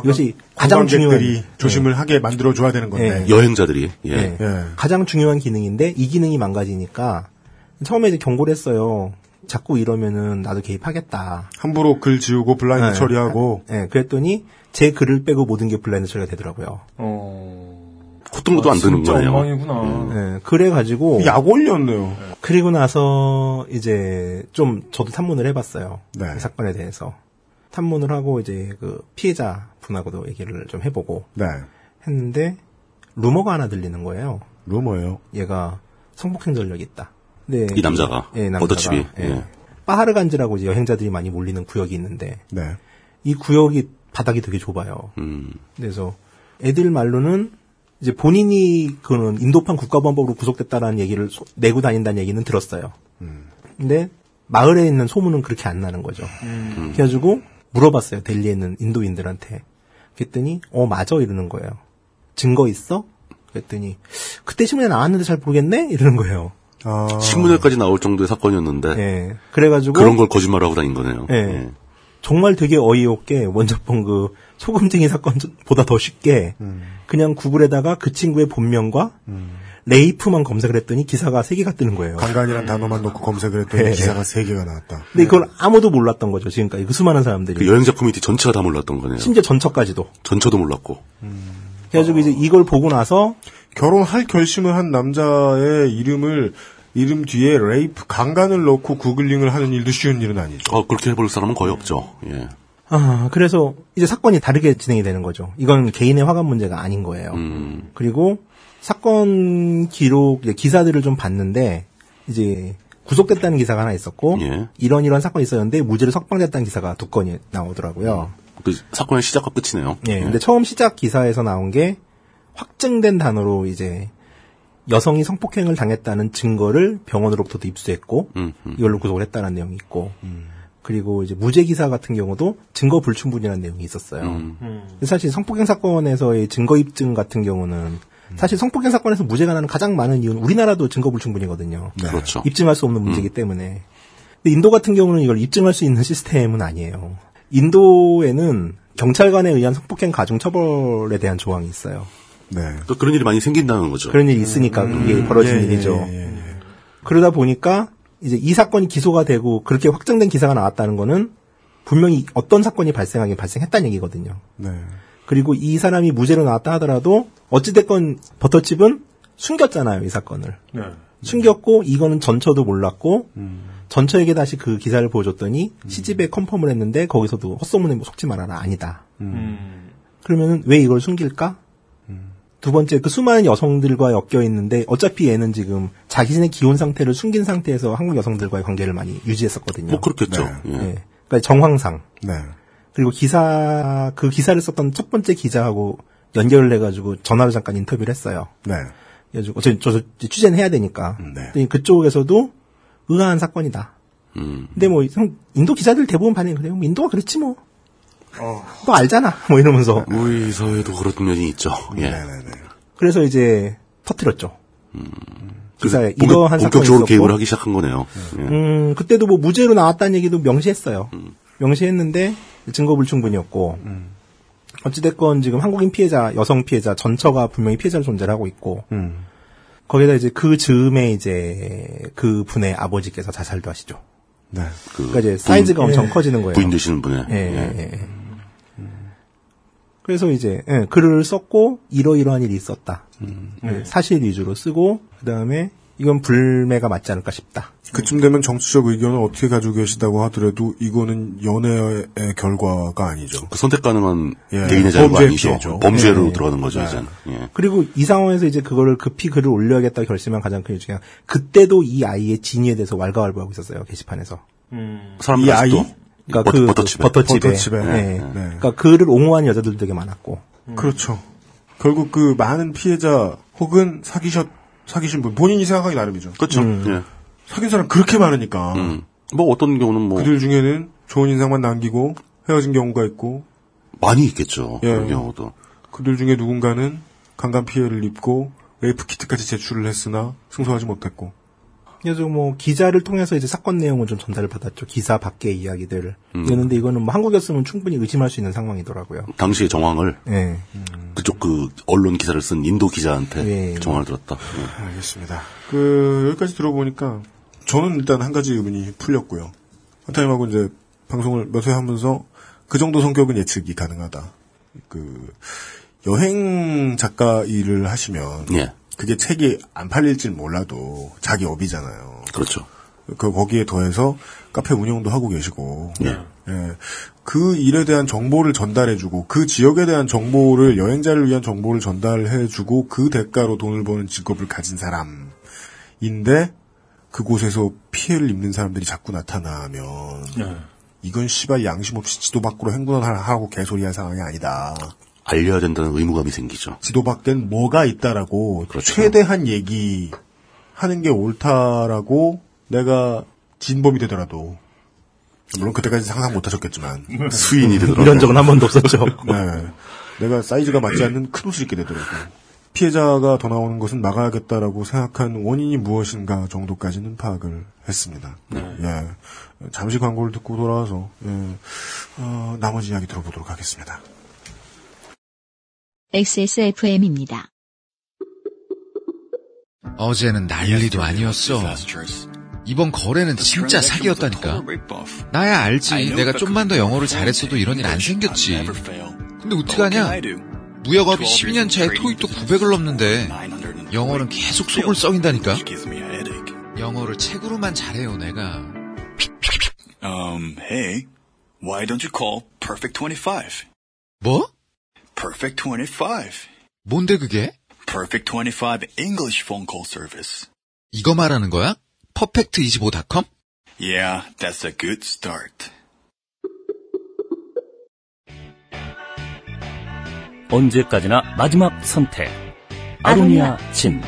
이것이 가장 중요한 음. 관광객들이 조심을 하게 만들어 줘야 되는 건데. 예. 여행자들이 예. 예. 가장 중요한 기능인데 이 기능이 망가지니까 처음에 이제 경고를 했어요. 자꾸 이러면은 나도 개입하겠다. 함부로 글 지우고 블라인드 예. 처리하고 예, 그랬더니 제 글을 빼고 모든 게 블라인드 처리가 되더라고요. 호통도 안 드는 어. 아, 진짜 거예요. 엉망이구나. 예, 그래가지고 약올렸네요. 그리고 나서 이제 좀 저도 탐문을 해봤어요. 네. 이 사건에 대해서 탐문을 하고 이제 그 피해자 분하고도 얘기를 좀 해보고 네. 했는데 루머가 하나 들리는 거예요. 루머예요. 얘가 성폭행 전력이 있다. 네. 이 남자가 예, 남자가. 버터칩이 예. 예. 파하르간지라고 이제 여행자들이 많이 몰리는 구역이 있는데 네. 이 구역이 바닥이 되게 좁아요. 음. 그래서 애들 말로는 이제 본인이 그는 인도판 국가범법으로 구속됐다라는 얘기를 소- 내고 다닌다는 얘기는 들었어요. 근데 마을에 있는 소문은 그렇게 안 나는 거죠. 그래가지고 물어봤어요. 델리에 있는 인도인들한테. 그랬더니 어 맞아 이러는 거예요. 증거 있어? 그랬더니 그때 신문에 나왔는데 잘 모르겠네 이러는 거예요. 아. 아. 신문에까지 나올 정도의 사건이었는데 예. 그래가지고 그런 걸 거짓말하고 다닌 거네요. 예. 정말 되게 어이없게 먼저 본 그 소금쟁이 사건보다 더 쉽게 그냥 구글에다가 그 친구의 본명과 레이프만 검색을 했더니 기사가 세 개가 뜨는 거예요. 강간이란 네. 단어만 넣고 검색을 했더니 예. 기사가 세개가 나왔다. 근데 이걸 아무도 몰랐던 거죠. 지금까지 그 수많은 그 사람들이 여행자 커뮤니티 전체가 다 몰랐던 거네요. 심지어 전처까지도. 전처도 몰랐고 그래가지고 이제 이걸 보고 나서 결혼할 결심을 한 남자의 이름을 이름 뒤에 레이프 강간을 넣고 구글링을 하는 일도 쉬운 일은 아니죠. 아, 그렇게 해볼 사람은 거의 없죠. 예. 아 그래서 이제 사건이 다르게 진행이 되는 거죠. 이건 개인의 화관 문제가 아닌 거예요. 음. 그리고 사건 기록 이제 기사들을 좀 봤는데 이제 구속됐다는 기사가 하나 있었고 예. 이런 이런 사건이 있었는데 무죄로 석방됐다는 기사가 두 건이 나오더라고요. 그 사건의 시작과 끝이네요. 예. 근데 처음 시작 기사에서 나온 게 확증된 단어로 이제 여성이 성폭행을 당했다는 증거를 병원으로부터도 입수했고 음, 음. 이걸로 구속을 했다는 내용이 있고 그리고 이제 무죄 기사 같은 경우도 증거 불충분이라는 내용이 있었어요. 음. 사실 성폭행 사건에서의 증거 입증 같은 경우는 사실 성폭행 사건에서 무죄가 나는 가장 많은 이유는 우리나라도 증거 불충분이거든요. 네. 그렇죠. 입증할 수 없는 문제이기 때문에. 근데 인도 같은 경우는 이걸 입증할 수 있는 시스템은 아니에요. 인도에는 경찰관에 의한 성폭행 가중 처벌에 대한 조항이 있어요. 네. 또 그런 일이 많이 생긴다는 거죠. 그런 일이 있으니까 그게 벌어진 예, 예, 일이죠. 예, 네, 그러다 보니까 이제 이 사건이 기소가 되고 그렇게 확정된 기사가 나왔다는 거는 분명히 어떤 사건이 발생하긴 발생했다는 얘기거든요. 네. 그리고 이 사람이 무죄로 나왔다 하더라도 어찌됐건 버터칩은 숨겼잖아요, 이 사건을. 네. 숨겼고 이거는 전처도 몰랐고 전처에게 다시 그 기사를 보여줬더니 시집에 컨펌을 했는데 거기서도 헛소문에 뭐 속지 말아라 아니다. 음. 그러면 왜 이걸 숨길까? 두 번째 그 수많은 여성들과 엮여 있는데 어차피 얘는 지금 자신의 기혼 상태를 숨긴 상태에서 한국 여성들과의 관계를 많이 유지했었거든요. 뭐 그렇겠죠. 예. 예. 그러니까 정황상 네. 그리고 기사 그 기사를 썼던 첫 번째 기자하고 연결을 해가지고 전화로 잠깐 인터뷰를 했어요. 네. 그래가지고 어차피 저 취재는 해야 되니까. 근데 그쪽에서도 의아한 사건이다. 음. 근데 뭐 형, 인도 기자들 대부분 반응이 그래요. 뭐 인도가 그렇지 뭐. 너 알잖아. 뭐 이러면서. 우리 사회도 그런 면이 있죠. 네. 예. 네. 그래서 이제 터트렸죠. 그래서 기사에 이거 한 사건이 본격적으로 있었고. 개입을 하기 시작한 거네요. 예. 음, 그때도 뭐 무죄로 나왔다는 얘기도 명시했어요. 명시했는데 증거 불충분이었고 어찌됐건 지금 한국인 피해자, 여성 피해자 전처가 분명히 피해자로 존재를 하고 있고 거기다 이제 그 즈음에 이제 그 분의 아버지께서 자살도 하시죠. 네. 그러니까 이제 사이즈가 엄청 커지는 거예요. 부인 되시는 분의. 예, 예, 예. 그래서 이제 예, 글을 썼고 이러이러한 일이 있었다. 예, 사실 위주로 쓰고 그다음에 이건 불매가 맞지 않을까 싶다. 그쯤 되면 정치적 의견을 어떻게 가지고 계시다고 하더라도 이거는 연애의 결과가 아니죠. 그 선택 가능한 예. 개인의 자유가 범죄 아니죠. 피해죠. 범죄로 예. 들어가는 거죠, 네. 이제는. 예. 그리고 이 상황에서 이제 그거를 급히 글을 올려야겠다 결심한 가장 큰 이유 중에 하나. 그때도 이 아이의 진위에 대해서 왈가왈부하고 있었어요 게시판에서. 사람들 아직도 버터- 그러니까 그 버터칩에. 버터칩에. 버터칩에. 예. 네. 네. 그러니까 그를 옹호한 여자들도 되게 많았고. 그렇죠. 결국 그 많은 피해자 혹은 사귀셨 사귀신 분 본인이 생각하기 나름이죠. 그렇죠. 음. 예. 사귄 사람 그렇게 많으니까 뭐 어떤 경우는 뭐 그들 중에는 좋은 인상만 남기고 헤어진 경우가 있고 많이 있겠죠. 예. 그런 경우도. 그들 중에 누군가는 강간 피해를 입고 레이프 키트까지 제출을 했으나 승소하지 못했고 그래서 뭐 기자를 통해서 이제 사건 내용은 좀 전달을 받았죠. 기사 밖의 이야기들. 음. 그런데 이거는 뭐 한국이었으면 충분히 의심할 수 있는 상황이더라고요. 당시의 정황을 예. 그쪽 그 언론 기사를 쓴 인도 기자한테 예. 정황을 들었다. 알겠습니다. 그 여기까지 들어보니까 저는 일단 한 가지 의문이 풀렸고요. 한타임하고 이제 방송을 몇 회 하면서 그 정도 성격은 예측이 가능하다. 그 여행 작가 일을 하시면 예. 예. 그게 책이 안 팔릴진 몰라도 자기 업이잖아요. 그렇죠. 그 거기에 더해서 카페 운영도 하고 계시고 예. 예. 그 일에 대한 정보를 전달해주고 그 지역에 대한 정보를 여행자를 위한 정보를 전달해주고 그 대가로 돈을 버는 직업을 가진 사람인데 그곳에서 피해를 입는 사람들이 자꾸 나타나면 네. 이건 씨발 양심 없이 지도 밖으로 행군하라고 개소리할 상황이 아니다. 알려야 된다는 의무감이 생기죠. 지도 밖엔 뭐가 있다라고 최대한 얘기 하는 게 옳다라고 내가 진범이 되더라도 물론 그때까지 상상 못하셨겠지만 수인이 되더라고요. 음. 이런 적은 한 번도 없었죠. 네. 내가 사이즈가 맞지 않는 큰 옷을 입게 되더라고. 피해자가 더 나오는 것은 막아야겠다라고 생각한 원인이 무엇인가 정도까지는 파악을 했습니다. 예. 잠시 광고를 듣고 돌아와서 예. 어, 나머지 이야기 들어보도록 하겠습니다. XSFM입니다. 어제는 난리도 아니었어. 이번 거래는 진짜 사기였다니까. 나야 알지. 내가 좀만 더 영어를 잘했어도 이런 일 안 생겼지. 근데 어떡하냐? 무역업이 12년 차에 토익도 900을 넘는데 영어는 계속 속을 썩인다니까. 영어를 책으로만 잘해요, 내가. Um, hey, why don't you call Perfect 25? 뭐? Perfect 25. 뭔데 그게? Perfect 25 English phone call service. 이거 말하는 거야? 퍼펙트25.com? Yeah, that's a good start. 언제까지나 마지막 선택. 아로니아 진.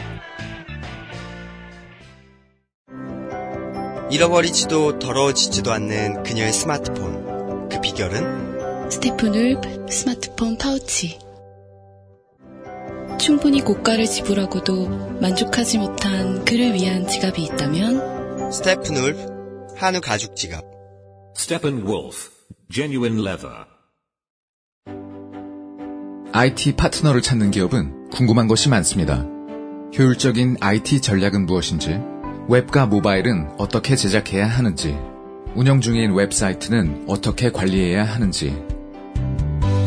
잃어버리지도 더러워지지도 않는 그녀의 스마트폰. 그 비결은 스테픈 울프 스마트폰 파우치. 충분히 고가를 지불하고도 만족하지 못한 그를 위한 지갑이 있다면 스테픈 울프 한우 가죽 지갑. Stephen Wolf, genuine leather. IT 파트너를 찾는 기업은 궁금한 것이 많습니다. 효율적인 IT 전략은 무엇인지, 웹과 모바일은 어떻게 제작해야 하는지, 운영 중인 웹사이트는 어떻게 관리해야 하는지.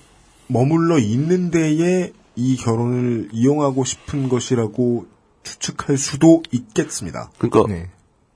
머물러 있는 데에 이 결혼을 이용하고 싶은 것이라고 추측할 수도 있겠습니다. 그러니까 네.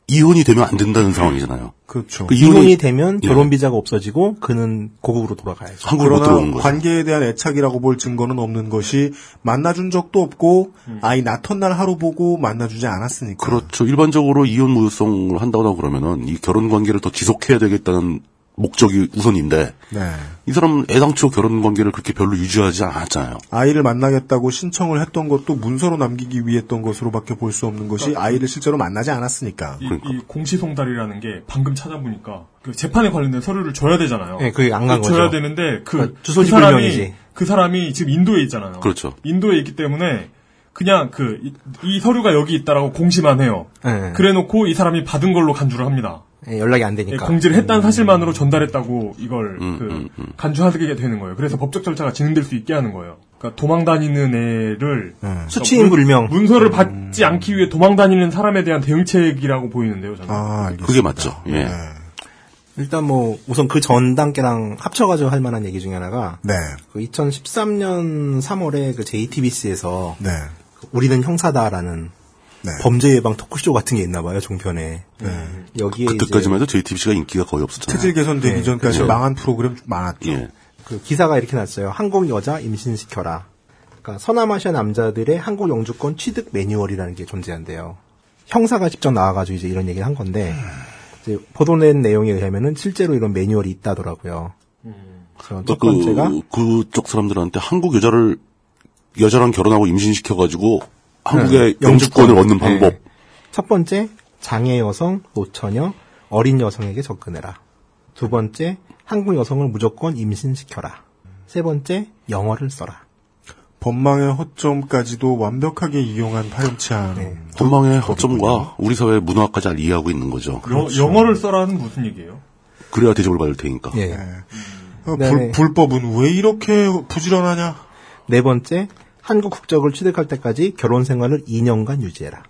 이혼이 되면 안 된다는 상황이잖아요. 그렇죠. 그 이혼이, 이혼이- 되면 예. 결혼 비자가 없어지고 그는 고국으로 돌아가야죠. 그러나 관계에 대한 애착이라고 볼 증거는 없는 것이 만나준 적도 없고 음. 아이 낳던 날 하루 보고 만나주지 않았으니까. 그렇죠. 일반적으로 이혼 무효성을 한다거나 그러면은 이 결혼 관계를 더 지속해야 되겠다는 목적이 우선인데 네. 이 사람은 애당초 결혼 관계를 그렇게 별로 유지하지 않았잖아요. 아이를 만나겠다고 신청을 했던 것도 문서로 남기기 위해 했던 것으로밖에 볼 수 없는 그렇죠. 것이 아이를 실제로 만나지 않았으니까. 이, 이 그러니까. 공시송달이라는 게 방금 찾아보니까 그 재판에 관련된 서류를 줘야 되잖아요. 예, 그게 안간 거죠. 줘야 되는데 그, 그러니까 주소지 그 사람이 불명이지. 그 사람이 지금 인도에 있잖아요. 그렇죠. 인도에 있기 때문에 그냥 그 이 서류가 여기 있다라고 공시만 해요. 네. 예. 그래놓고 이 사람이 받은 걸로 간주를 합니다. 예, 연락이 안 예, 되니까. 공지를 했다는 사실만으로 전달했다고 이걸 그러니까. 음, 그 음, 음. 간주하게 되는 거예요. 그래서 법적 절차가 진행될 수 있게 하는 거예요. 그러니까 도망 다니는 네. 애를 그러니까 수치인 문- 불명. 음. 문서를 받지 않기 위해 도망 다니는 사람에 대한 대응책이라고 보이는데요. 저는. 아, 그게 맞죠. 예. 일단 뭐 우선 그 전 단계랑 합쳐가지고 할 만한 얘기 중에 하나가 네. 그 2013년 3월에 그 JTBC에서 네. 우리는 형사다라는 범죄 예방 토크쇼 같은 게 있나 봐요 종편에 예, 여기에 그때까지만 해도 JTBC가 인기가 거의 없었잖아요. 체질 개선되기 전까지 망한 네, 프로그램 많았죠. 예. 그 기사가 이렇게 났어요. 한국 여자 임신시켜라. 그러니까 서남아시아 남자들의 한국 영주권 취득 매뉴얼이라는 게 존재한대요. 형사가 직접 나와가지고 이제 이런 얘기를 한 건데 이제 보도된 내용에 의하면은 실제로 이런 매뉴얼이 있다더라고요. 그래서 첫 번째가 그, 그쪽 사람들한테 한국 여자를 여자랑 결혼하고 임신시켜가지고 한국의 네, 영주권을 영주권. 얻는 방법. 네. 첫 번째 장애 여성, 노처녀, 어린 여성에게 접근해라. 두 번째, 한국 여성을 무조건 임신시켜라. 세 번째, 영어를 써라. 법망의 허점까지도 완벽하게 이용한 파렴치한 건망의 허점과 우리 사회 문화까지 잘 이해하고 있는 거죠. 그렇죠. 여- 영어를 써라는 무슨 얘기예요? 그래야 대접을 받을 테니까. 예. 어, 불- 불법은 왜 이렇게 부지런하냐? 네 번째, 한국 국적을 취득할 때까지 결혼 생활을 2년간 유지해라.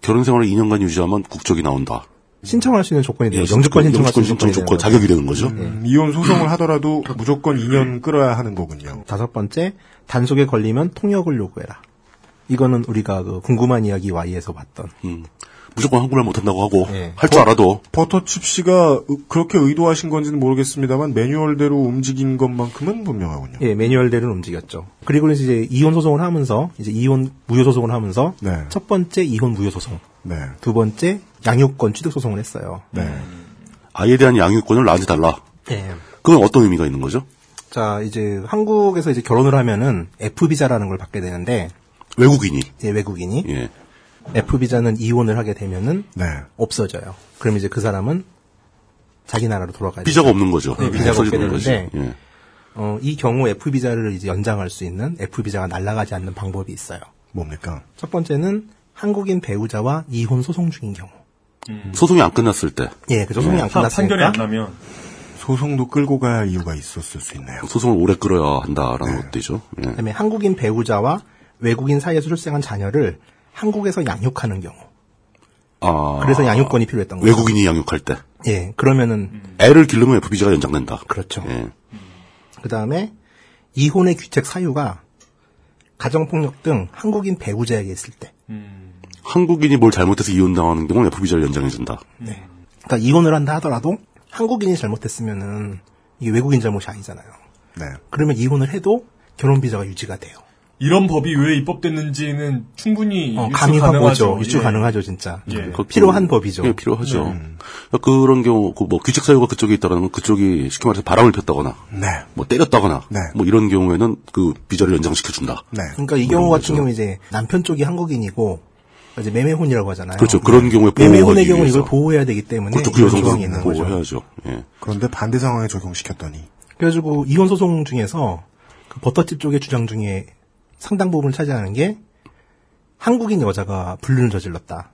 결혼 생활을 2년간 유지하면 국적이 나온다. 신청할 수 있는 조건이 예. 돼요. 예, 영주권 신청할 수 영주권 있는 신청 조건 조건이 되는 자격이 되는 거죠. 음, 이혼 소송을 하더라도 무조건 2년 끌어야 하는 거군요. 다섯 번째, 단속에 걸리면 통역을 요구해라. 이거는 우리가 그 궁금한 이야기 Y에서 봤던. 무조건 한국말 못한다고 하고 예. 할 줄 알아도 버터칩 씨가 으- 그렇게 의도하신 건지는 모르겠습니다만 매뉴얼대로 움직인 것만큼은 분명하군요. 예, 매뉴얼대로는 움직였죠. 그리고 이제 이혼 소송을 하면서 이제 이혼 무효 소송을 하면서 네. 첫 번째 이혼 무효 소송, 네. 두 번째 양육권 취득 소송을 했어요. 네. 아이에 대한 양육권을 나한테 달라. 예. 그건 어떤 의미가 있는 거죠? 자, 이제 한국에서 이제 결혼을 하면은 F 비자라는 걸 받게 되는데 외국인이. 예, 외국인이 예. F 비자는 이혼을 하게 되면은 네. 없어져요. 그럼 이제 그 사람은 자기 나라로 돌아가요. 비자가 없는 거죠. 네, 비자가 없게 없어지는 거지. 되는데 예. 어, 이 경우 F 비자를 이제 연장할 수 있는 F 비자가 날아가지 않는 방법이 있어요. 뭡니까? 첫 번째는 한국인 배우자와 이혼 소송 중인 경우. 예. 소송이 안 끝났을 때. 예, 그죠. 소송이 네, 안 판- 끝났으니까. 판결이 안 나면 소송도 끌고 가야 할 이유가 있었을 수 있네요. 소송을 오래 끌어야 한다라는 것들이죠. 예. 그다음에 한국인 배우자와 외국인 사이에서 출생한 자녀를 한국에서 양육하는 경우. 아, 그래서 양육권이 필요했던 거죠. 외국인이 음. 양육할 때. 예, 그러면은 애를 기르면 F 비자가 연장된다. 그렇죠. 예. 그다음에 이혼의 규책 사유가 가정폭력 등 한국인 배우자에게 있을 때. 한국인이 뭘 잘못해서 이혼당하는 경우는 F 비자를 연장해준다. 그러니까 이혼을 한다 하더라도 한국인이 잘못했으면은 이게 외국인 잘못이 아니잖아요. 네. 그러면 이혼을 해도 결혼 비자가 유지가 돼요. 이런 법이 왜 입법됐는지는 충분히 어, 유추 감이 확 가능하죠. 오죠. 유추 예. 가능하죠, 진짜. 예. 그러니까 그것도- 필요한 법이죠. 예, 필요하죠. 그러니까 그런 경우, 그뭐 규칙 사유가 그쪽에 있다라는 건 그쪽이 쉽게 말해서 바람을 폈다거나, 네. 뭐 때렸다거나, 네. 뭐 이런 경우에는 그 비자를 연장시켜준다. 네. 그러니까 이 경우 그렇죠. 같은 경우 이제 남편 쪽이 한국인이고 이제 매매혼이라고 하잖아요. 그렇죠. 그런 경우에 보호하기 매매혼의 경우 는 위해서. 네. 이걸 보호해야 되기 때문에 그렇죠. 그 이런 여성도 조항이 있는 거죠. 보호해야죠. 예. 그런데 반대 상황에 적용시켰더니 그래가지고 이혼 소송 중에서 그 버터집 쪽의 주장 중에 상당 부분을 차지하는 게 한국인 여자가 불륜을 저질렀다.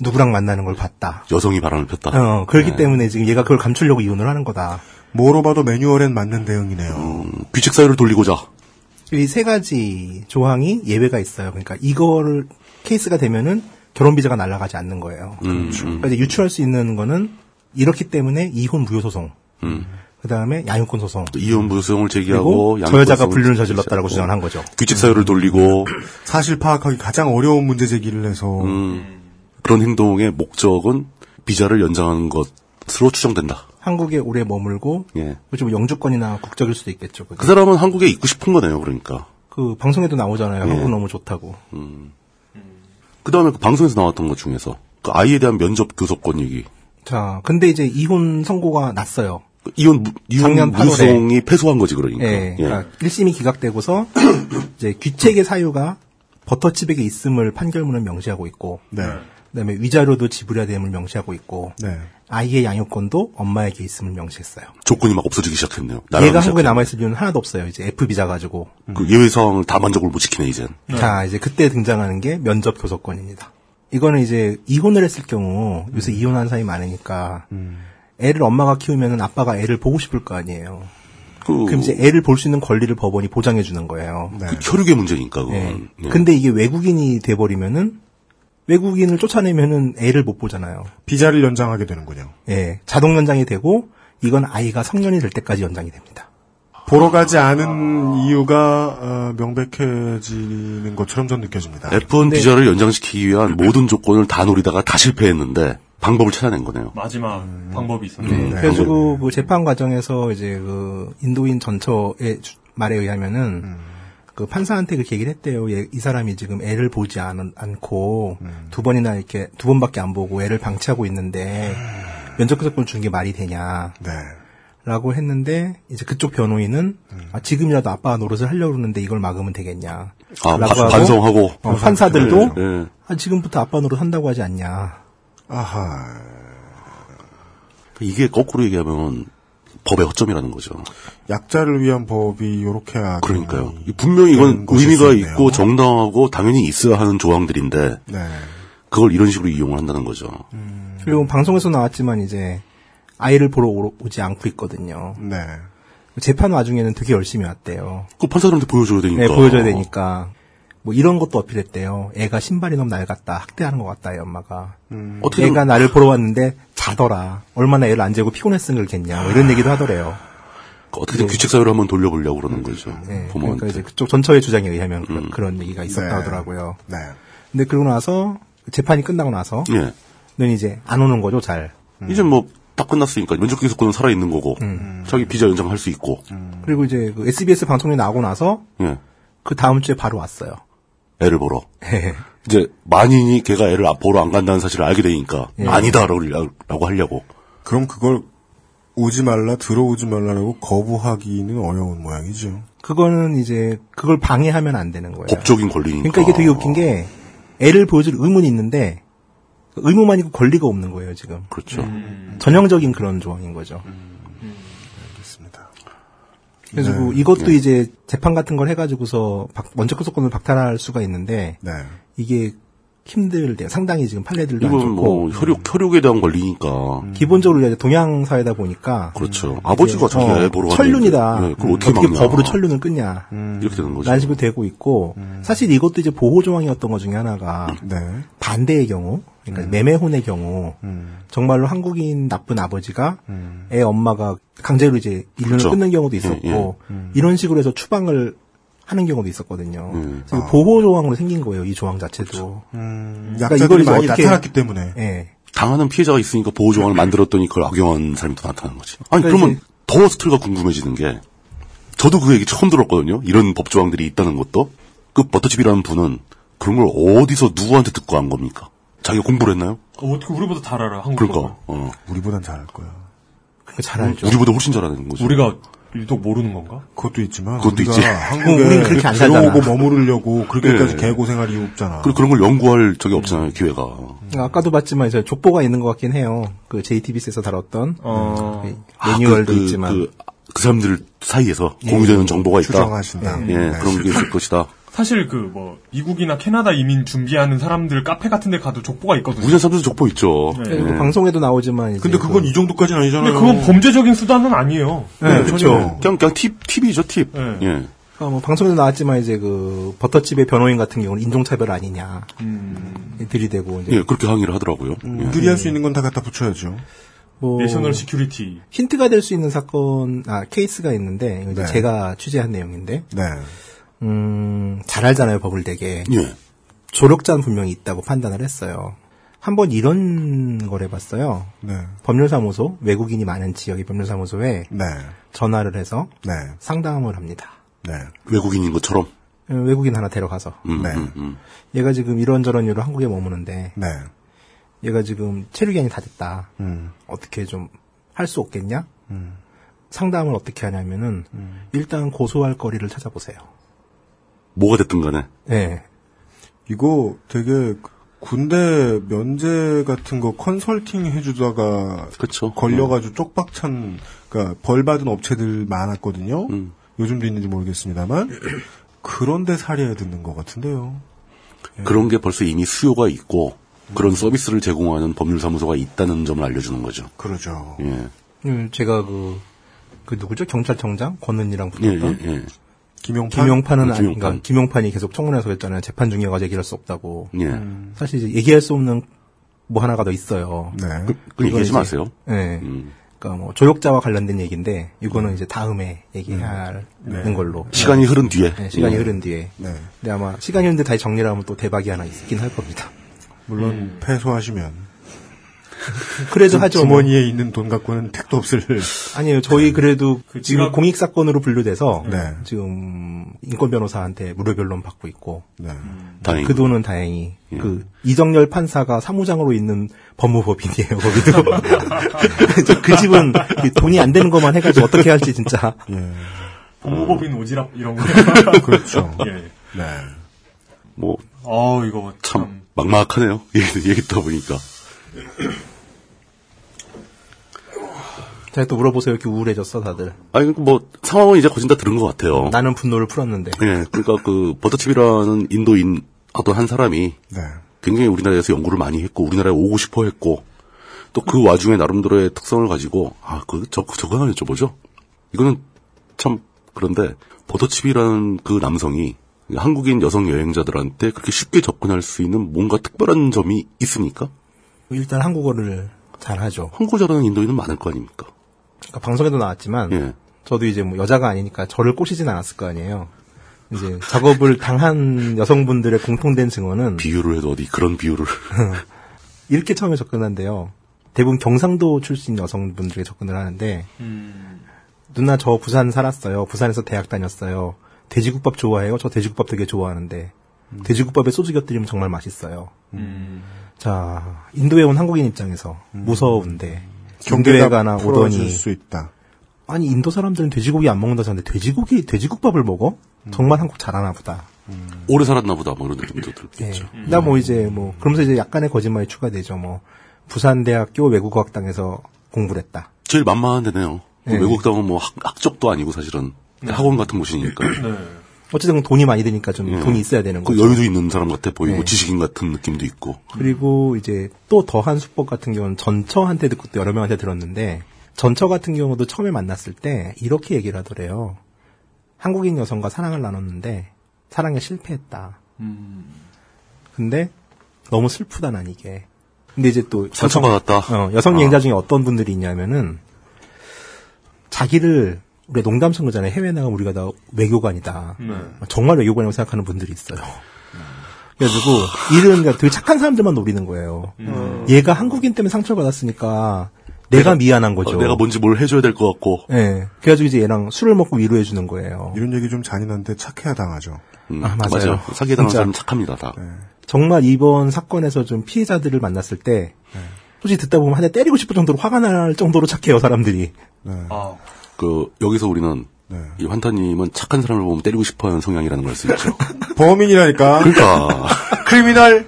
누구랑 만나는 걸 봤다. 여성이 바람을 폈다. 어, 그렇기 예. 때문에 지금 얘가 그걸 감추려고 이혼을 하는 거다. 뭐로 봐도 매뉴얼엔 맞는 대응이네요. 음, 규칙 사유를 돌리고자. 이 세 가지 조항이 예외가 있어요. 그러니까 이거를 케이스가 되면은 결혼 비자가 날아가지 않는 거예요. 음, 음, 그러니까 이제 유추할 수 있는 거는 이렇기 때문에 이혼 무효 소송, 음. 그 다음에 양육권 소송, 이혼 무효성을 제기하고 그리고 저 양육 여자가 소송을 불륜을 저질렀다라고 주장을 한 거죠. 규칙 사유를 돌리고 사실 파악하기 가장 어려운 문제 제기를 해서 그런 행동의 목적은 비자를 연장하는 것으로 추정된다. 한국에 오래 머물고 예. 좀 영주권이나 국적일 수도 있겠죠. 그죠? 그 사람은 한국에 있고 싶은 거네요, 그러니까. 그 방송에도 나오잖아요. 예. 한국 너무 좋다고. 그 다음에 그 방송에서 나왔던 것 중에서 그 아이에 대한 면접 교섭권 얘기. 자, 근데 이제 이혼 선고가 났어요. 그 이혼 무- 이혼 작년 팔월에. 무효성이 패소한 거지 그러니까. 예. 예. 그러니까 1심이 기각되고서 이제 규칙의 사유가 버터칩에게 있음을 판결문은 명시하고 있고 네. 그다음에 위자료도 지불해야 됨을 명시하고 있고 네. 아이의 양육권도 엄마에게 있음을 명시했어요. 조건이 막 없어지기 시작했네요. 얘가 날아가기 한국에 시작했네. 남아있을 이유는 하나도 없어요. 이제 F 비자 가지고. 그 예외 사항을 다 만족을 못 지키네 이젠. 자, 이제 그때 등장하는 게 면접 교섭권입니다. 이거는 이제 이혼을 했을 경우 요새 이혼하는 사람이 많으니까 애를 엄마가 키우면은 아빠가 애를 보고 싶을 거 아니에요. 그, 그럼 이제 애를 볼 수 있는 권리를 법원이 보장해 주는 거예요. 네. 그 혈육의 문제니까 그건. 예. 음, 네. 예. 근데 이게 외국인이 돼버리면은 외국인을 쫓아내면은 애를 못 보잖아요. 비자를 연장하게 되는군요. 예. 자동 연장이 되고 이건 아이가 성년이 될 때까지 연장이 됩니다. 보러 가지 않은 이유가 어, 명백해지는 것처럼 전 느껴집니다. F1 비자를 연장시키기 위한 모든 조건을 다 노리다가 다 실패했는데 방법을 찾아낸 거네요. 음, 마지막 방법이 있었네요. 그래가지고 그 재판 과정에서 이제 그 인도인 전처의 주- 말에 의하면은 음. 그 판사한테 그렇게 얘기를 했대요. 얘- 이 사람이 지금 애를 보지 않, 않고 음. 두 번이나 이렇게 두 번밖에 안 보고 애를 방치하고 음. 있는데 면접교섭권 주는 게 말이 되냐. 네. 라고 했는데 이제 그쪽 변호인은 음. 아, 지금이라도 아빠 노릇을 하려고 그러는데 이걸 막으면 되겠냐. 아, 라고 바- 하고 반성하고. 어, 판사들도 예, 예. 아, 지금부터 아빠 노릇 한다고 하지 않냐. 아하. 이게 거꾸로 그 얘기하면 법의 허점이라는 거죠. 약자를 위한 법이 요렇게 아 그러니까요. 분명히 이건 의미가 있고 정당하고 당연히 있어야 하는 조항들인데 네. 그걸 이런 식으로 이용을 한다는 거죠. 음. 음. 그리고 방송에서 나왔지만 이제 아이를 보러 오- 오지 않고 있거든요. 네. 재판 와중에는 되게 열심히 왔대요. 그 판사들한테 보여줘야 되니까. 네, 보여줘야 되니까. 뭐 이런 것도 어필했대요. 애가 신발이 너무 낡았다. 학대하는 것 같다, 이 엄마가. 어떻게 애가 나를 보러 왔는데 자더라. 얼마나 애를 안 재고 피곤했은 걸 겠냐. 뭐 아. 이런 얘기도 하더래요. 어떻게든 규칙 사회로 한번 돌려보려고 그러는 거죠. 네, 부모한테. 음. 그러니까 이제 그쪽 전처의 주장에 의하면 그런, 그런 얘기가 있었다 네. 하더라고요. 네. 근데 그러고 나서 재판이 끝나고 나서 예. 는 이제 안 오는 거죠, 잘. 이제 뭐 다 끝났으니까 면접 기소권은 살아 있는 거고 음. 자기 비자 연장할 수 있고. 그리고 이제 그 SBS 방송에 나오고 나서 예. 그 다음 주에 바로 왔어요. 애를 보러. 이제 만인이 걔가 애를 안- 보러 안 간다는 사실을 알게 되니까 예. 아니다라고 라고 하려고. 그럼 그걸 오지 말라 들어오지 말라라고 거부하기는 어려운 모양이죠. 그거는 이제 그걸 방해하면 안 되는 거예요. 법적인 권리니까. 그러니까 이게 되게 웃긴 게 애를 보여줄 의무는 있는데 의무만 있고 권리가 없는 거예요 지금. 그렇죠. 음. 전형적인 그런 조항인 거죠. 그래서 네. 뭐 이것도 네. 이제 재판 같은 걸 해가지고서 박- 원적 구속권을 박탈할 수가 있는데 네. 이게 힘들대요. 상당히 지금 판례들도 안 이건 좋고 음. 뭐 혈육 혈육에 대한 권리니까. 기본적으로 이제 동양 사회다 보니까 그렇죠. 아버지가 자기 어, 애 보러 가는 철륜이다. 음, 얘기. 예, 그걸 어떻게, 어떻게 막냐. 음. 법으로 철륜을 음. 끊냐. 이렇게 되는 거죠. 난 식으로 되고 있고 음. 사실 이것도 이제 보호 조항이었던 것 중에 하나가 네. 반대의 경우, 그러니까 음. 매매혼의 경우 음, 정말로 한국인 나쁜 아버지가 애 엄마가 강제로 이제 음. 일륜을 그렇죠. 끊는 경우도 예, 있었고 예. 이런 식으로 해서 추방을 하는 경우도 있었거든요. 음. 그렇죠. 그래서 보호 조항으로 생긴 거예요. 이 조항 자체도. 음, 그러니까 약자들이 이걸 이제 많이 어떻게- 나타났기 때문에. 예. 당하는 피해자가 있으니까 보호 조항을 만들었더니 그걸 악용한 사람이 또 나타나는 거지. 아니 그러니까 그러면더 스토리가 궁금해지는 게 저도 그 얘기 처음 들었거든요. 이런 법 조항들이 있다는 것도 그 버터칩이라는 분은 그런 걸 어디서 누구한테 듣고 한 겁니까? 자기가 공부를 했나요? 어, 어떻게 우리보다 잘 알아 한국 그러니까 어. 우리보단 잘할 거야. 그거 잘 알죠. 우리보다 훨씬 잘하는 거죠. 음. 우리가 유독 모르는 건가? 그것도 있지만 그것도 우리가 있지. 한국에 어, 우린 그렇게 안 들어오고 살잖아. 머무르려고 그렇게까지 예. 개고생할 이유 없잖아. 그리고 그런 걸 연구할 적이 없잖아요. 기회가. 어, 아까도 봤지만 이제 족보가 있는 것 같긴 해요. 그 JTBC에서 다뤘던 어. 음, 그 아, 매뉴얼도 그- 그- 있지만 그, 그 사람들 사이에서 공유되는 정보가 있다. 추정하신다. 예, 네. 그런 게 있을 것이다. 사실 그 뭐 미국이나 캐나다 이민 준비하는 사람들 카페 같은 데 가도 족보가 있거든요. 우리나라 사람들도 족보 있죠. 예. 네. 그 방송에도 나오지만 이제 근데 그건 그- 이 정도까지는 아니잖아요. 근데 그건 범죄적인 수단은 아니에요. 네, 그렇죠. 예, 그냥 그냥 팁 팁이죠 팁. 네. 예. 아, 뭐 방송에도 나왔지만 이제 그 버터칩의 변호인 같은 경우는 인종차별 아니냐 들이대고 이제 예, 그렇게 항의를 하더라고요. 예. 들이 할 수 있는 건 다 갖다 붙여야죠. 뭐 내셔널 시큐리티. 힌트가 될 수 있는 사건 아 케이스가 있는데 이거 이제 네. 제가 취재한 내용인데 네. 음잘 알잖아요 법을 되게 예. 조력자는 분명히 있다고 판단을 했어요. 한번 이런 걸 해봤어요. 네. 법률사무소 외국인이 많은 지역의 법률사무소에 네. 전화를 해서 네. 상담을 합니다. 네. 외국인인 것처럼. 외국인 하나 데려가서 음, 네. 음, 음. 얘가 지금 이런저런 이유로 한국에 머무는데 네. 얘가 지금 체류기한이 다 됐다. 음. 어떻게 좀 할 수 없겠냐? 음. 상담을 어떻게 하냐면은 일단 고소할 거리를 찾아보세요. 뭐가 됐든 간에. 네. 이거 되게 군대 면제 같은 거 컨설팅 해주다가 그렇죠. 걸려가지고 쪽박찬 그러니까 벌 받은 업체들 많았거든요. 음. 요즘도 있는지 모르겠습니다만 그런데 사례 듣는 것 같은데요. 그런 게 벌써 이미 수요가 있고 그런 서비스를 제공하는 법률사무소가 있다는 점을 알려주는 거죠. 그러죠. 예. 음, 제가 그, 그 누구죠? 경찰청장? 권은이랑 예, 붙었던? 예, 예. 김용판. 김용판은 어, 아니, 김용판. 김용판. 김용판이 계속 청문회에서 그랬잖아요. 재판 중이어가지고 얘기할 수 없다고. 예. 사실 이제 얘기할 수 없는 뭐 하나가 더 있어요. 네. 그 얘기하지 이제- 마세요. 네. 음. 그러니까 뭐 조력자와 관련된 얘기인데 이거는 이제 다음에 얘기하는 음. 걸로 시간이 흐른 뒤에. 네, 시간이 예. 흐른 뒤에. 네. 근데 아마 시간이 흐른데 다시 정리를 하면 또 대박이 하나 있긴 할 겁니다. 물론 패소하시면 그래도 하죠. 뭐. 주머니에 있는 돈 갖고는 택도 없을. 아니요, 저희 그래도 그 지금 지각- 공익 사건으로 분류돼서 네. 지금 인권 변호사한테 무료 변론 받고 있고 네. 예. 다행히. 그 돈은 다행히 그 이정열 판사가 사무장으로 있는 법무법인이에요. 거기도 저그 집은 이 돈이 안 되는 것만 해가지고 어떻게 할지 진짜 예. 법무법인 오지랖 이런 거. 그렇죠. 예. 네. 뭐, 아 이거 참, 참. 음. 막막하네요. 얘기, 얘기 듣다 보니까. 제가 또 물어보세요. 이렇게 우울해졌어, 다들. 아니, 그러니까 뭐, 상황은 이제 거진 다 들은 것 같아요. 나는 분노를 풀었는데. 예, 그러니까 그, 버터칩이라는 인도인 어떤 한 사람이 네. 굉장히 우리나라에서 연구를 많이 했고, 우리나라에 오고 싶어 했고, 또 그 와중에 나름대로의 특성을 가지고, 아, 그, 저, 저거 하나 여쭤보죠? 이거는 참, 그런데, 버터칩이라는 그 남성이 한국인 여성 여행자들한테 그렇게 쉽게 접근할 수 있는 뭔가 특별한 점이 있습니까? 뭐 일단 한국어를 잘하죠. 한국어 잘하는 인도인은 많을 거 아닙니까? 그러니까 방송에도 나왔지만 예. 저도 이제 뭐 여자가 아니니까 저를 꼬시진 않았을 거 아니에요. 이제 작업을 당한 여성분들의 공통된 증언은 비유를 해도 어디 그런 비유를. 이렇게 처음에 접근한대요. 대부분 경상도 출신 여성분들에게 접근을 하는데 누나 저 부산 살았어요. 부산에서 대학 다녔어요. 돼지국밥 좋아해요. 저 돼지국밥 되게 좋아하는데 돼지국밥에 소주 곁들이면 정말 맛있어요. 자 인도에 온 한국인 입장에서 무서운데 인도에 가나 오더니 풀어줄 수 있다. 아니 인도 사람들은 돼지고기 안 먹는다 하는데 돼지고기 돼지국밥을 먹어? 정말 한국 잘하나 보다. 오래 살았나 보다, 뭐 이런 예. 느낌도 들겠죠. 나 뭐 이제 뭐 그러면서 이제 약간의 거짓말이 추가되죠. 뭐 부산대학교 외국어학당에서 공부를 했다. 제일 만만한 데네요. 그 예. 네. 외국 당은 뭐 학, 학적도 아니고 사실은 학원 같은 곳이니까. 네. 어쨌든 돈이 많이 드니까 좀 돈이 있어야 되는 그 음. 거죠. 여유도 있는 사람 같아 보이고 네. 지식인 같은 느낌도 있고. 그리고 이제 또 더한 수법 같은 경우는 전처한테 듣고 또 여러 명한테 들었는데 전처 같은 경우도 처음에 만났을 때 이렇게 얘기를 하더래요. 한국인 여성과 사랑을 나눴는데 사랑에 실패했다. 근데 너무 슬프다 난 이게. 근데 이제 또 상처받았다. 어, 여성 여행자 중에 어떤 분들이 있냐면은 자기를 우리가 농담성 거잖아요. 해외 나가면 우리가 다 외교관이다. 아, 네. 정말 외교관이라고 생각하는 분들이 있어요. 그래가지고 일은 그러니까 되게 착한 사람들만 노리는 거예요. 얘가 한국인 때문에 상처받았으니까 내가, 미안한 거죠. 어, 내가 뭔지 뭘 해줘야 될 것 같고. 예. 그래가지고 이제 얘랑 술을 먹고 위로해 주는 거예요. 이런 얘기 좀 잔인한데 착해야 당하죠. 음, 아, 맞아요. 사기에 당한 진짜. 사람 네. 착합니다, 다. 정말 이번 사건에서 좀 피해자들을 만났을 때 솔직히 듣다 보면 한 대 때리고 싶을 정도로 화가 날 정도로 착해요 사람들이. 그, 여기서 우리는 네. 이 환타님은 착한 사람을 보면 때리고 싶어 하는 성향이라는 걸 수 있죠. 범인이라니까. 그러니까. 크리미널.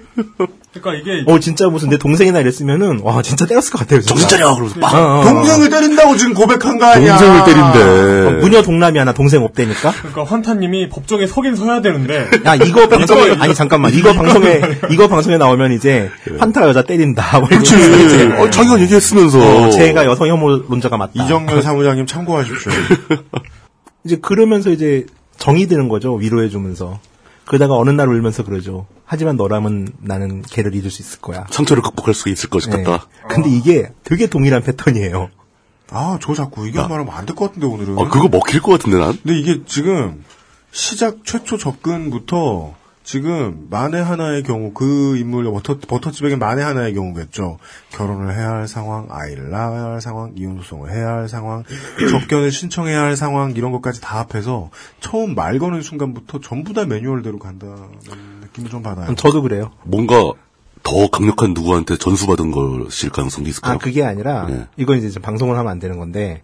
그러니까 이게 어 진짜 무슨 내 동생이나 이랬으면은 와 진짜 때렸을 것 같아요. 정신 차려! 아. 그러면서 막 동생을 때린다고 지금 고백한 거 아니야. 아, 어, 무녀 동남이 하나 동생 없대니까. 그러니까 환타님이 법정에 서긴 서야 되는데 야 이거 방송에 아니 잠깐만 이거 방송에 이거 방송에 나오면 이제 환타 여자 때린다. 뭐 그렇지. 어, 자기가 얘기했으면서. 제가 여성 혐오론자가 맞다. 이정렬 사무장님 참고하십시오. 이제 그러면서 이제 정이 드는 거죠. 위로해주면서. 그러다가 어느 날 울면서 그러죠. 하지만 너라면 나는 걔를 잊을 수 있을 거야. 상처를 극복할 수 있을 것 네. 같다. 근데 이게 되게 동일한 패턴이에요. 아, 저 자꾸 이게 말하면 안 될 것 같은데, 오늘은. 아, 그거 먹힐 것 같은데, 난? 근데 이게 지금 시작 최초 접근부터 지금 만에 하나의 경우 그 인물 버터 버터집에게 만에 하나의 경우겠죠. 결혼을 해야 할 상황, 아이를 낳아야 할 상황, 이혼 소송을 해야 할 상황, 접견을 신청해야 할 상황 이런 것까지 다 합해서 처음 말 거는 순간부터 전부 다 매뉴얼대로 간다는 느낌을 좀 받아요. 저도 그래요. 뭔가 더 강력한 누구한테 전수받은 것일 가능성도 있을 아, 까요 그게 아니라, 네. 이건 이제 좀 방송을 하면 안 되는 건데,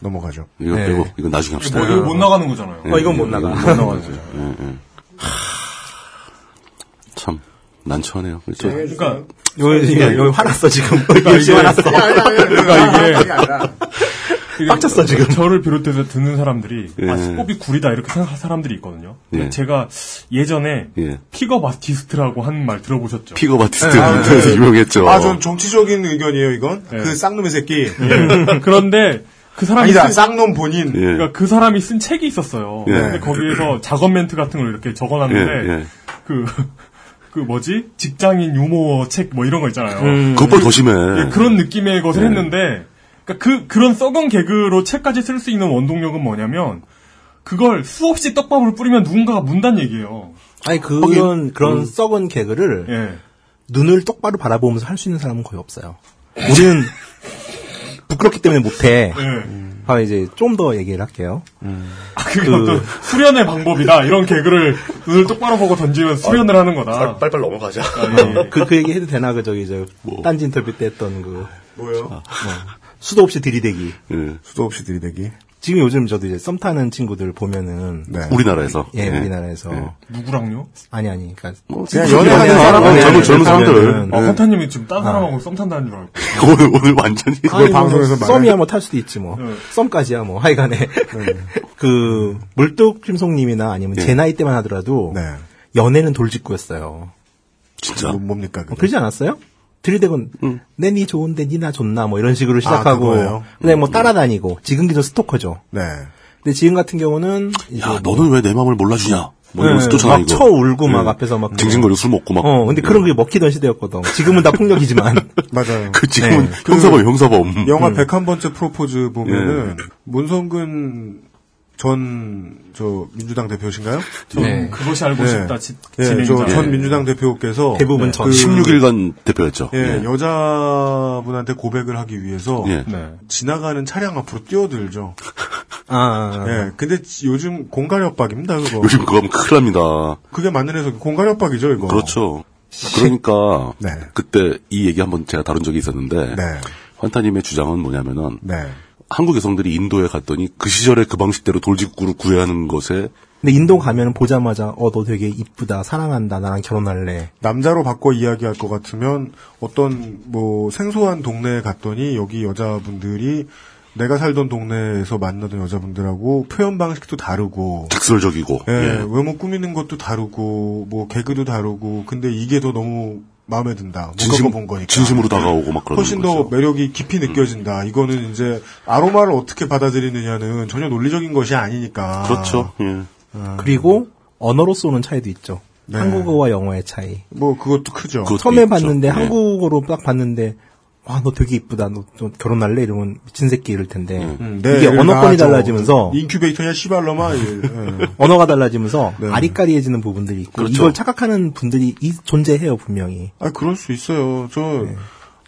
넘어가죠. 이거 네. 빼고, 이거 나중에 합시다. 예. 뭐 이거 못 나가는 거잖아요. 네. 어, 이건 못 나가. 못 나가죠. 예, 예. 참, 난처하네요. 그렇죠? 그러니까 요, 지금, 요, 화났어, 지금. 열심히 화났어. 그러니까 이게 빡쳤어, 지금. 저를 비롯해서 듣는 사람들이 예. 아 스pop이 구리다 이렇게 생각하는 사람들이 있거든요. 근데 예. 제가 예전에 예. 픽업 아티스트라고 한 말 들어보셨죠? 픽업 아티스트 아, 네. 인터넷에서 유명했죠. 아, 전 정치적인 의견이에요, 이건. 그 쌍놈의 새끼. 예. 그런데 그 사람이 아니다, 쓴- 쌍놈 본인. 예. 그러니까 그 사람이 쓴 책이 있었어요. 예. 근데 거기에서 작업 멘트 같은 걸 이렇게 적어놨는데 예, 예. 그. 그 뭐지 직장인 유머 책 뭐 이런 거 있잖아요. 음. 그것보다 더 심해. 예, 그런 느낌의 것을 네. 했는데, 그러니까 그, 그런 썩은 개그로 책까지 쓸 수 있는 원동력은 뭐냐면, 그걸 수없이 떡밥을 뿌리면 누군가가 문단 얘기예요. 아니, 그런, 그런 음. 썩은 개그를, 예. 눈을 똑바로 바라보면서 할 수 있는 사람은 거의 없어요. 우리는, 부끄럽기 때문에 못해. 예. 아, 이제 좀 더 얘기를 할게요. 아, 그게 어떤 수련의 방법이다. 이런 개그를 눈을 똑바로 보고 던지면 수련을 하는 거다. 빨빨 넘어가자. 그, 그 얘기 해도 되나, 그, 저기, 저, 딴지 인터뷰 때 했던 그, 뭐요? 수도 없이 들이대기. 예. 수도 없이 들이대기. 지금 요즘 저도 이제 썸 타는 친구들 보면은 우리나라에서? 예, 네. 우리나라에서 네. 누구랑요? 아니 아니 그러니까 그냥 뭐 연애하는 사람하고 젊은- 젊은 사람들. 아, 네. 허타님이 지금 딴 사람하고 썸 탄다는 줄 알고. 오늘, 오늘 완전히 아니, 뭐 썸이야 뭐 탈 수도 있지 뭐 네. 썸까지야 뭐 하여간에 그 물뚝 김송님이나 아니면 네. 제 나이 때만 하더라도 네. 연애는 돌직구였어요. 진짜 뭐, 뭡니까? 그러지 않았어요? 들이대곤 음. 내니 좋은데 니나 좋나 뭐 이런 아, 식으로 시작하고 그거예요? 근데 음. 뭐 따라다니고 지금 기준 스토커죠. 네. 근데 지금 같은 경우는 이제 야, 너는 왜 내 마음을 몰라주냐? 뭐 이런 네, 스토잖아, 막 이거. 쳐 울고 막 예. 앞에서 막그 징징거리고 술 먹고 막. 어 근데 그런 게 먹히던 시대였거든. 지금은 다 폭력이지만 맞아요. 그 지금은 형사범, 형사범. 네. 영화 음. 101번째 프로포즈 보면은 예. 문성근 전 저 민주당 대표신가요? 저는 네. 그것이 알고 싶다 지- 진행자. 네, 저전 예. 민주당 대표께서 대부분 그- 16일간 대표였죠. 예, 여자분한테 고백을 하기 위해서 예. 지나가는 차량 앞으로 뛰어들죠. 아, 네. 예, 근데 지- 요즘 공갈 협박입니다 그거. 요즘 그거 하면 큰일 납니다. 그게 맞는 해서 공갈 협박이죠 이거. 그렇죠. 그러니까 네. 그때 이 얘기 한번 제가 다룬 적이 있었는데 환타님의 주장은 뭐냐면은 네. 한국 여성들이 인도에 갔더니 그 시절의 그 방식대로 돌직구를 네. 구애하는 것에 근데 인도 가면 은 보자마자 어 너 되게 이쁘다 사랑한다 나랑 결혼할래 남자로 바꿔 이야기할 것 같으면 어떤 뭐 생소한 동네에 갔더니 여기 여자분들이 내가 살던 동네에서 만나던 여자분들하고 표현 방식도 다르고 직설적이고 예, 예. 외모 꾸미는 것도 다르고 뭐 개그도 다르고 근데 이게 더 너무 마음에 든다. 못 진심, 겪어본 거니까. 진심으로 다가오고 막 그러는 훨씬 거죠. 더 매력이 깊이 느껴진다. 이거는 이제 아로마를 어떻게 받아들이느냐는 전혀 논리적인 것이 아니니까. 그렇죠. 예. 그리고 언어로 쏘는 차이도 있죠. 네. 한국어와 영어의 차이. 뭐 그것도 크죠. 그것도 처음에 있죠. 봤는데 예. 한국어로 딱 봤는데 와 너 되게 이쁘다. 너좀 결혼할래 이러면 미친 새끼 이럴 텐데 음, 네, 이게 이를 언어권이 낳아줘. 달라지면서 인큐베이터냐 씨발로마 언어가 달라지면서 아리까리해지는 부분들이 있고 네. 그렇죠. 이걸 착각하는 분들이 이- 존재해요 분명히. 아 그럴 수 있어요. 저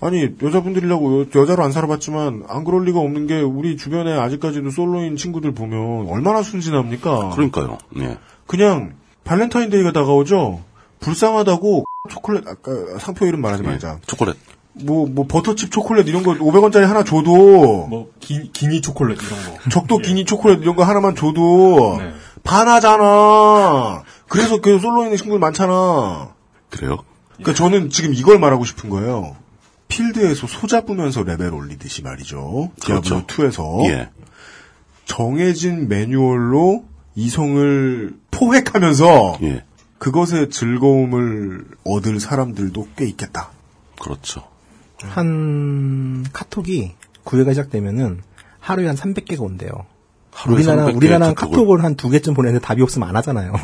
아니 여자분들이라고 여, 자로안 살아봤지만 안 그럴 리가 없는 게 우리 주변에 아직까지도 솔로인 친구들 보면 얼마나 순진합니까? 그러니까요. 예. 그냥 발렌타인데이가 다가오죠. 불쌍하다고 초콜릿 아까 상표 이름 말하지 말자. 예. 초콜릿. 뭐 뭐 버터칩 초콜릿 이런 거 500원짜리 하나 줘도 뭐 기, 기니 초콜릿 이런 거. 적도 기니 초콜릿 이런 거 하나만 줘도 반하잖아. 그래서 그 솔로 있는 친구들 많잖아. 그래요? 예. 그러니까 저는 지금 이걸 말하고 싶은 거예요. 필드에서 소 잡으면서 레벨 올리듯이 말이죠. 그렇죠. 디아블로 2에서 예. 정해진 매뉴얼로 이성을 포획하면서 예. 그것의 즐거움을 얻을 사람들도 꽤 있겠다. 그렇죠. 음. 한 카톡이 구회가 시작되면은 하루에 한 300개가 온대요. 음, 하루에 우리나라 300 개의 우리나라는 카톡을- 카톡을 한 두 개쯤 보내는데 답이 없으면 안 하잖아요.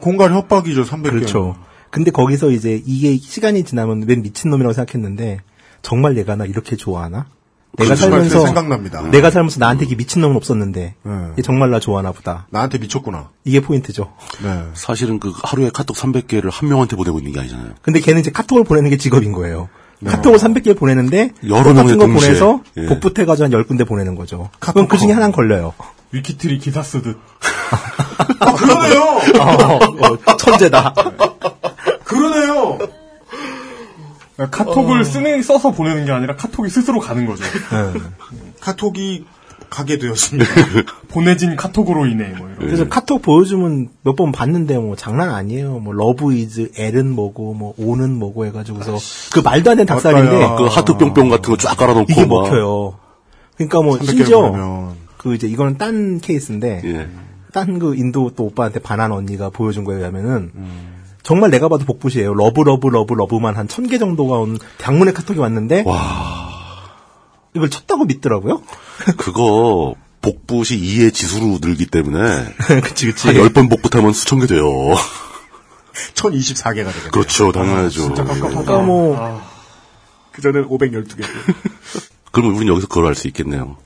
공간 협박이죠 300개. 그렇죠. 근데 거기서 이제 이게 시간이 지나면 웬 미친 놈이라고 생각했는데 정말 얘가 나 이렇게 좋아하나? 내가 그런 생각이 살면서 생각납니다. 내가 살면서 나한테 이게 미친 놈은 없었는데 네. 얘 정말 나 좋아하나 보다. 나한테 미쳤구나. 이게 포인트죠. 네. 사실은 그 하루에 카톡 300개를 한 명한테 보내고 있는 게 아니잖아요. 근데 걔는 이제 카톡을 보내는 게 직업인 거예요. 카톡을 300개 보내는데 여러 명의 똑같은 거 동시에. 보내서 예. 복붙해가지고 한 10군데 보내는 거죠. 그럼 그 중에 하나는 걸려요. 위키트리 기사 쓰듯. 아, 그러네요. 어, 어, 천재다. 그러네요. 그러니까 카톡을 쓰는 써서 보내는 게 아니라 카톡이 스스로 가는 거죠. 카톡이 가게 네, 되었습니다. 보내진 카톡으로 인해 뭐 이런. 그래서 카톡 보여주면 몇 번 봤는데 뭐 장난 아니에요. 뭐 러브 이즈 L은 뭐고 뭐 O는 뭐고 해가지고서 그 말도 안 되는 닭살인데 그 하트 뿅뿅 같은 거 쫙 깔아놓고 이게 막. 먹혀요. 그러니까 뭐 300 개를 심지어 보내면. 그 이제 이거는 딴 케이스인데 예. 딴 그 인도 또 오빠한테 반한 언니가 보여준 거에 의하면은 정말 내가 봐도 복붙이에요. 러브 러브 러브 러브만 한 천 개 정도가 온 장문의 카톡이 왔는데 이걸 쳤다고 믿더라고요. 그거 복붙이 2의 지수로 늘기 때문에 그치 그치. 한 10번 복붙하면 수천 개 돼요. 1024개가 되겠네요. 아, 그렇죠. 당연하죠. 아까 뭐 그전엔 512개. 그러면 우린 여기서 그걸 알 수 있겠네요.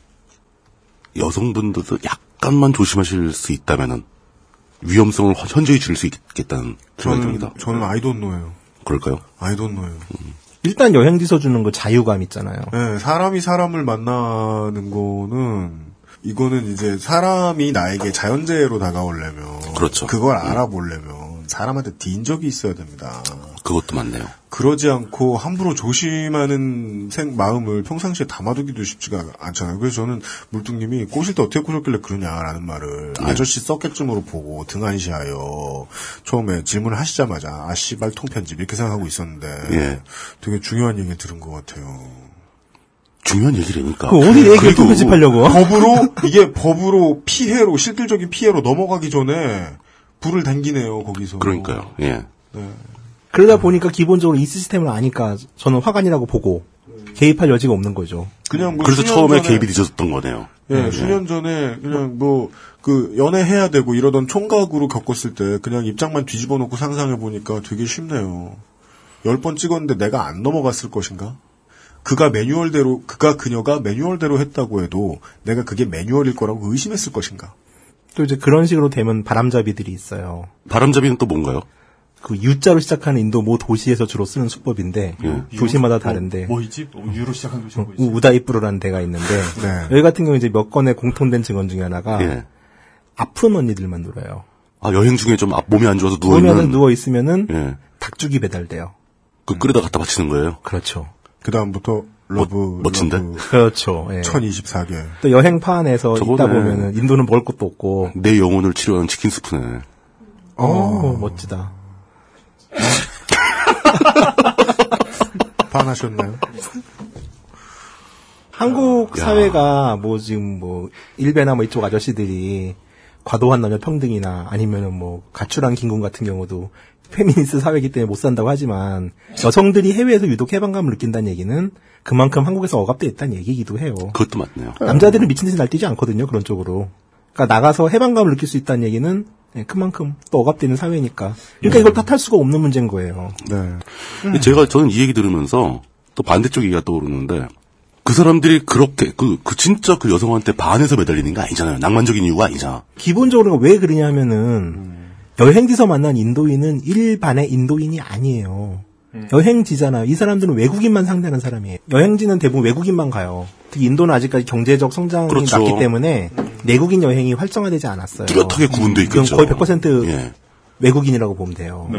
여성분들도 약간만 조심하실 수 있다면은 위험성을 헌- 현저히 줄일 수 있겠다는 생각이 듭니다. 저는, 저는 아이돈노예요. 그럴까요? 아이돈노예요. 일단 여행지서 주는 그 자유감 있잖아요. 네, 사람이 사람을 만나는 거는 이거는 이제 사람이 나에게 자연재해로 다가오려면 그렇죠. 그걸 알아보려면 사람한테 딘적이 있어야 됩니다. 그것도 맞네요. 그러지 않고 함부로 조심하는 생- 마음을 평상시에 담아두기도 쉽지가 않잖아요. 그래서 저는 물뚱님이 꼬실 때 어떻게 꼬셨길래 그러냐라는 말을 네. 아저씨 썼겠쯤으로 보고 등한시하여 처음에 질문을 하시자마자 아 씨발 통편집 이렇게 생각하고 있었는데 예. 되게 중요한 얘기 들은 것 같아요. 중요한 얘기를 니까 그 어디 얘기를 또 편집하려고? 법으로 이게 법으로 피해로 실질적인 피해로 넘어가기 전에 불을 당기네요 거기서. 그러니까요. 예. 그러다 보니까 기본적으로 이 시스템을 아니까 저는 화관이라고 보고 개입할 여지가 없는 거죠. 그냥 뭐 그래서 10년 처음에 전에- 개입이 늦었던 거네요. 예, 수년 전에 그냥 뭐 그 연애해야 되고 이러던 총각으로 겪었을 때 그냥 입장만 뒤집어 놓고 상상해 보니까 되게 쉽네요. 열 번 찍었는데 내가 안 넘어갔을 것인가? 그가 매뉴얼대로 그가 그녀가 매뉴얼대로 했다고 해도 내가 그게 매뉴얼일 거라고 의심했을 것인가? 또 이제 그런 식으로 되면 바람잡이들이 있어요. 바람잡이는 또 뭔가요? 그 U자로 시작하는 인도 모 도시에서 주로 쓰는 수법인데 예. 도시마다 다른데 뭐, 뭐지? 어, 유로 시작한 도시 음. 뭐지? 우- 우다이프로라는 데가 있는데 네. 여기 같은 경우 이제 몇 건의 공통된 증언 중에 아. 하나가 예. 아픈 언니들만 놀아요. 아 여행 중에 좀 앞- 몸이 안 좋아서 누워 보면은 있는 누워 있으면은 예. 닭죽이 배달돼요. 그 끓여다 갖다 바치는 거예요. 그렇죠. 그 다음부터 러브 멋진데? 그렇죠. 예. 1024개. 또 여행판에서 저거네. 있다 보면은 인도는 먹을 것도 없고 내 영혼을 치료하는 치킨 스프네. 어, 멋지다. 반하셨나요? 한국 야. 사회가 뭐 지금 뭐 일베나 뭐 이쪽 아저씨들이 과도한 남녀 평등이나 아니면은 뭐 가출한 김군 같은 경우도 페미니스트 사회이기 때문에 못 산다고 하지만 여성들이 해외에서 유독 해방감을 느낀다는 얘기는 그만큼 한국에서 억압돼 있다는 얘기이기도 해요. 그것도 맞네요. 남자들은 미친 듯이 날뛰지 않거든요. 그런 쪽으로. 그러니까 나가서 해방감을 느낄 수 있다는 얘기는 예, 그만큼 또 억압되는 사회니까. 그러니까 음. 이걸 탓할 수가 없는 문제인 거예요. 네. 근데 제가 저는 이 얘기 들으면서 또 반대쪽 얘기가 떠오르는데 그 사람들이 그렇게 그, 그 진짜 그 여성한테 반해서 매달리는 거 아니잖아요. 낭만적인 이유가 아니잖아. 기본적으로 왜 그러냐 하면은 음. 여행지에서 만난 인도인은 일반의 인도인이 아니에요. 음. 여행지잖아요. 이 사람들은 외국인만 상대하는 사람이에요. 여행지는 대부분 외국인만 가요. 특히 인도는 아직까지 경제적 성장이 그렇죠. 낮기 때문에 내국인 여행이 활성화되지 네. 않았어요. 뚜렷하게 음, 구분돼 그럼 있겠죠. 거의 100% 예. 외국인이라고 보면 돼요.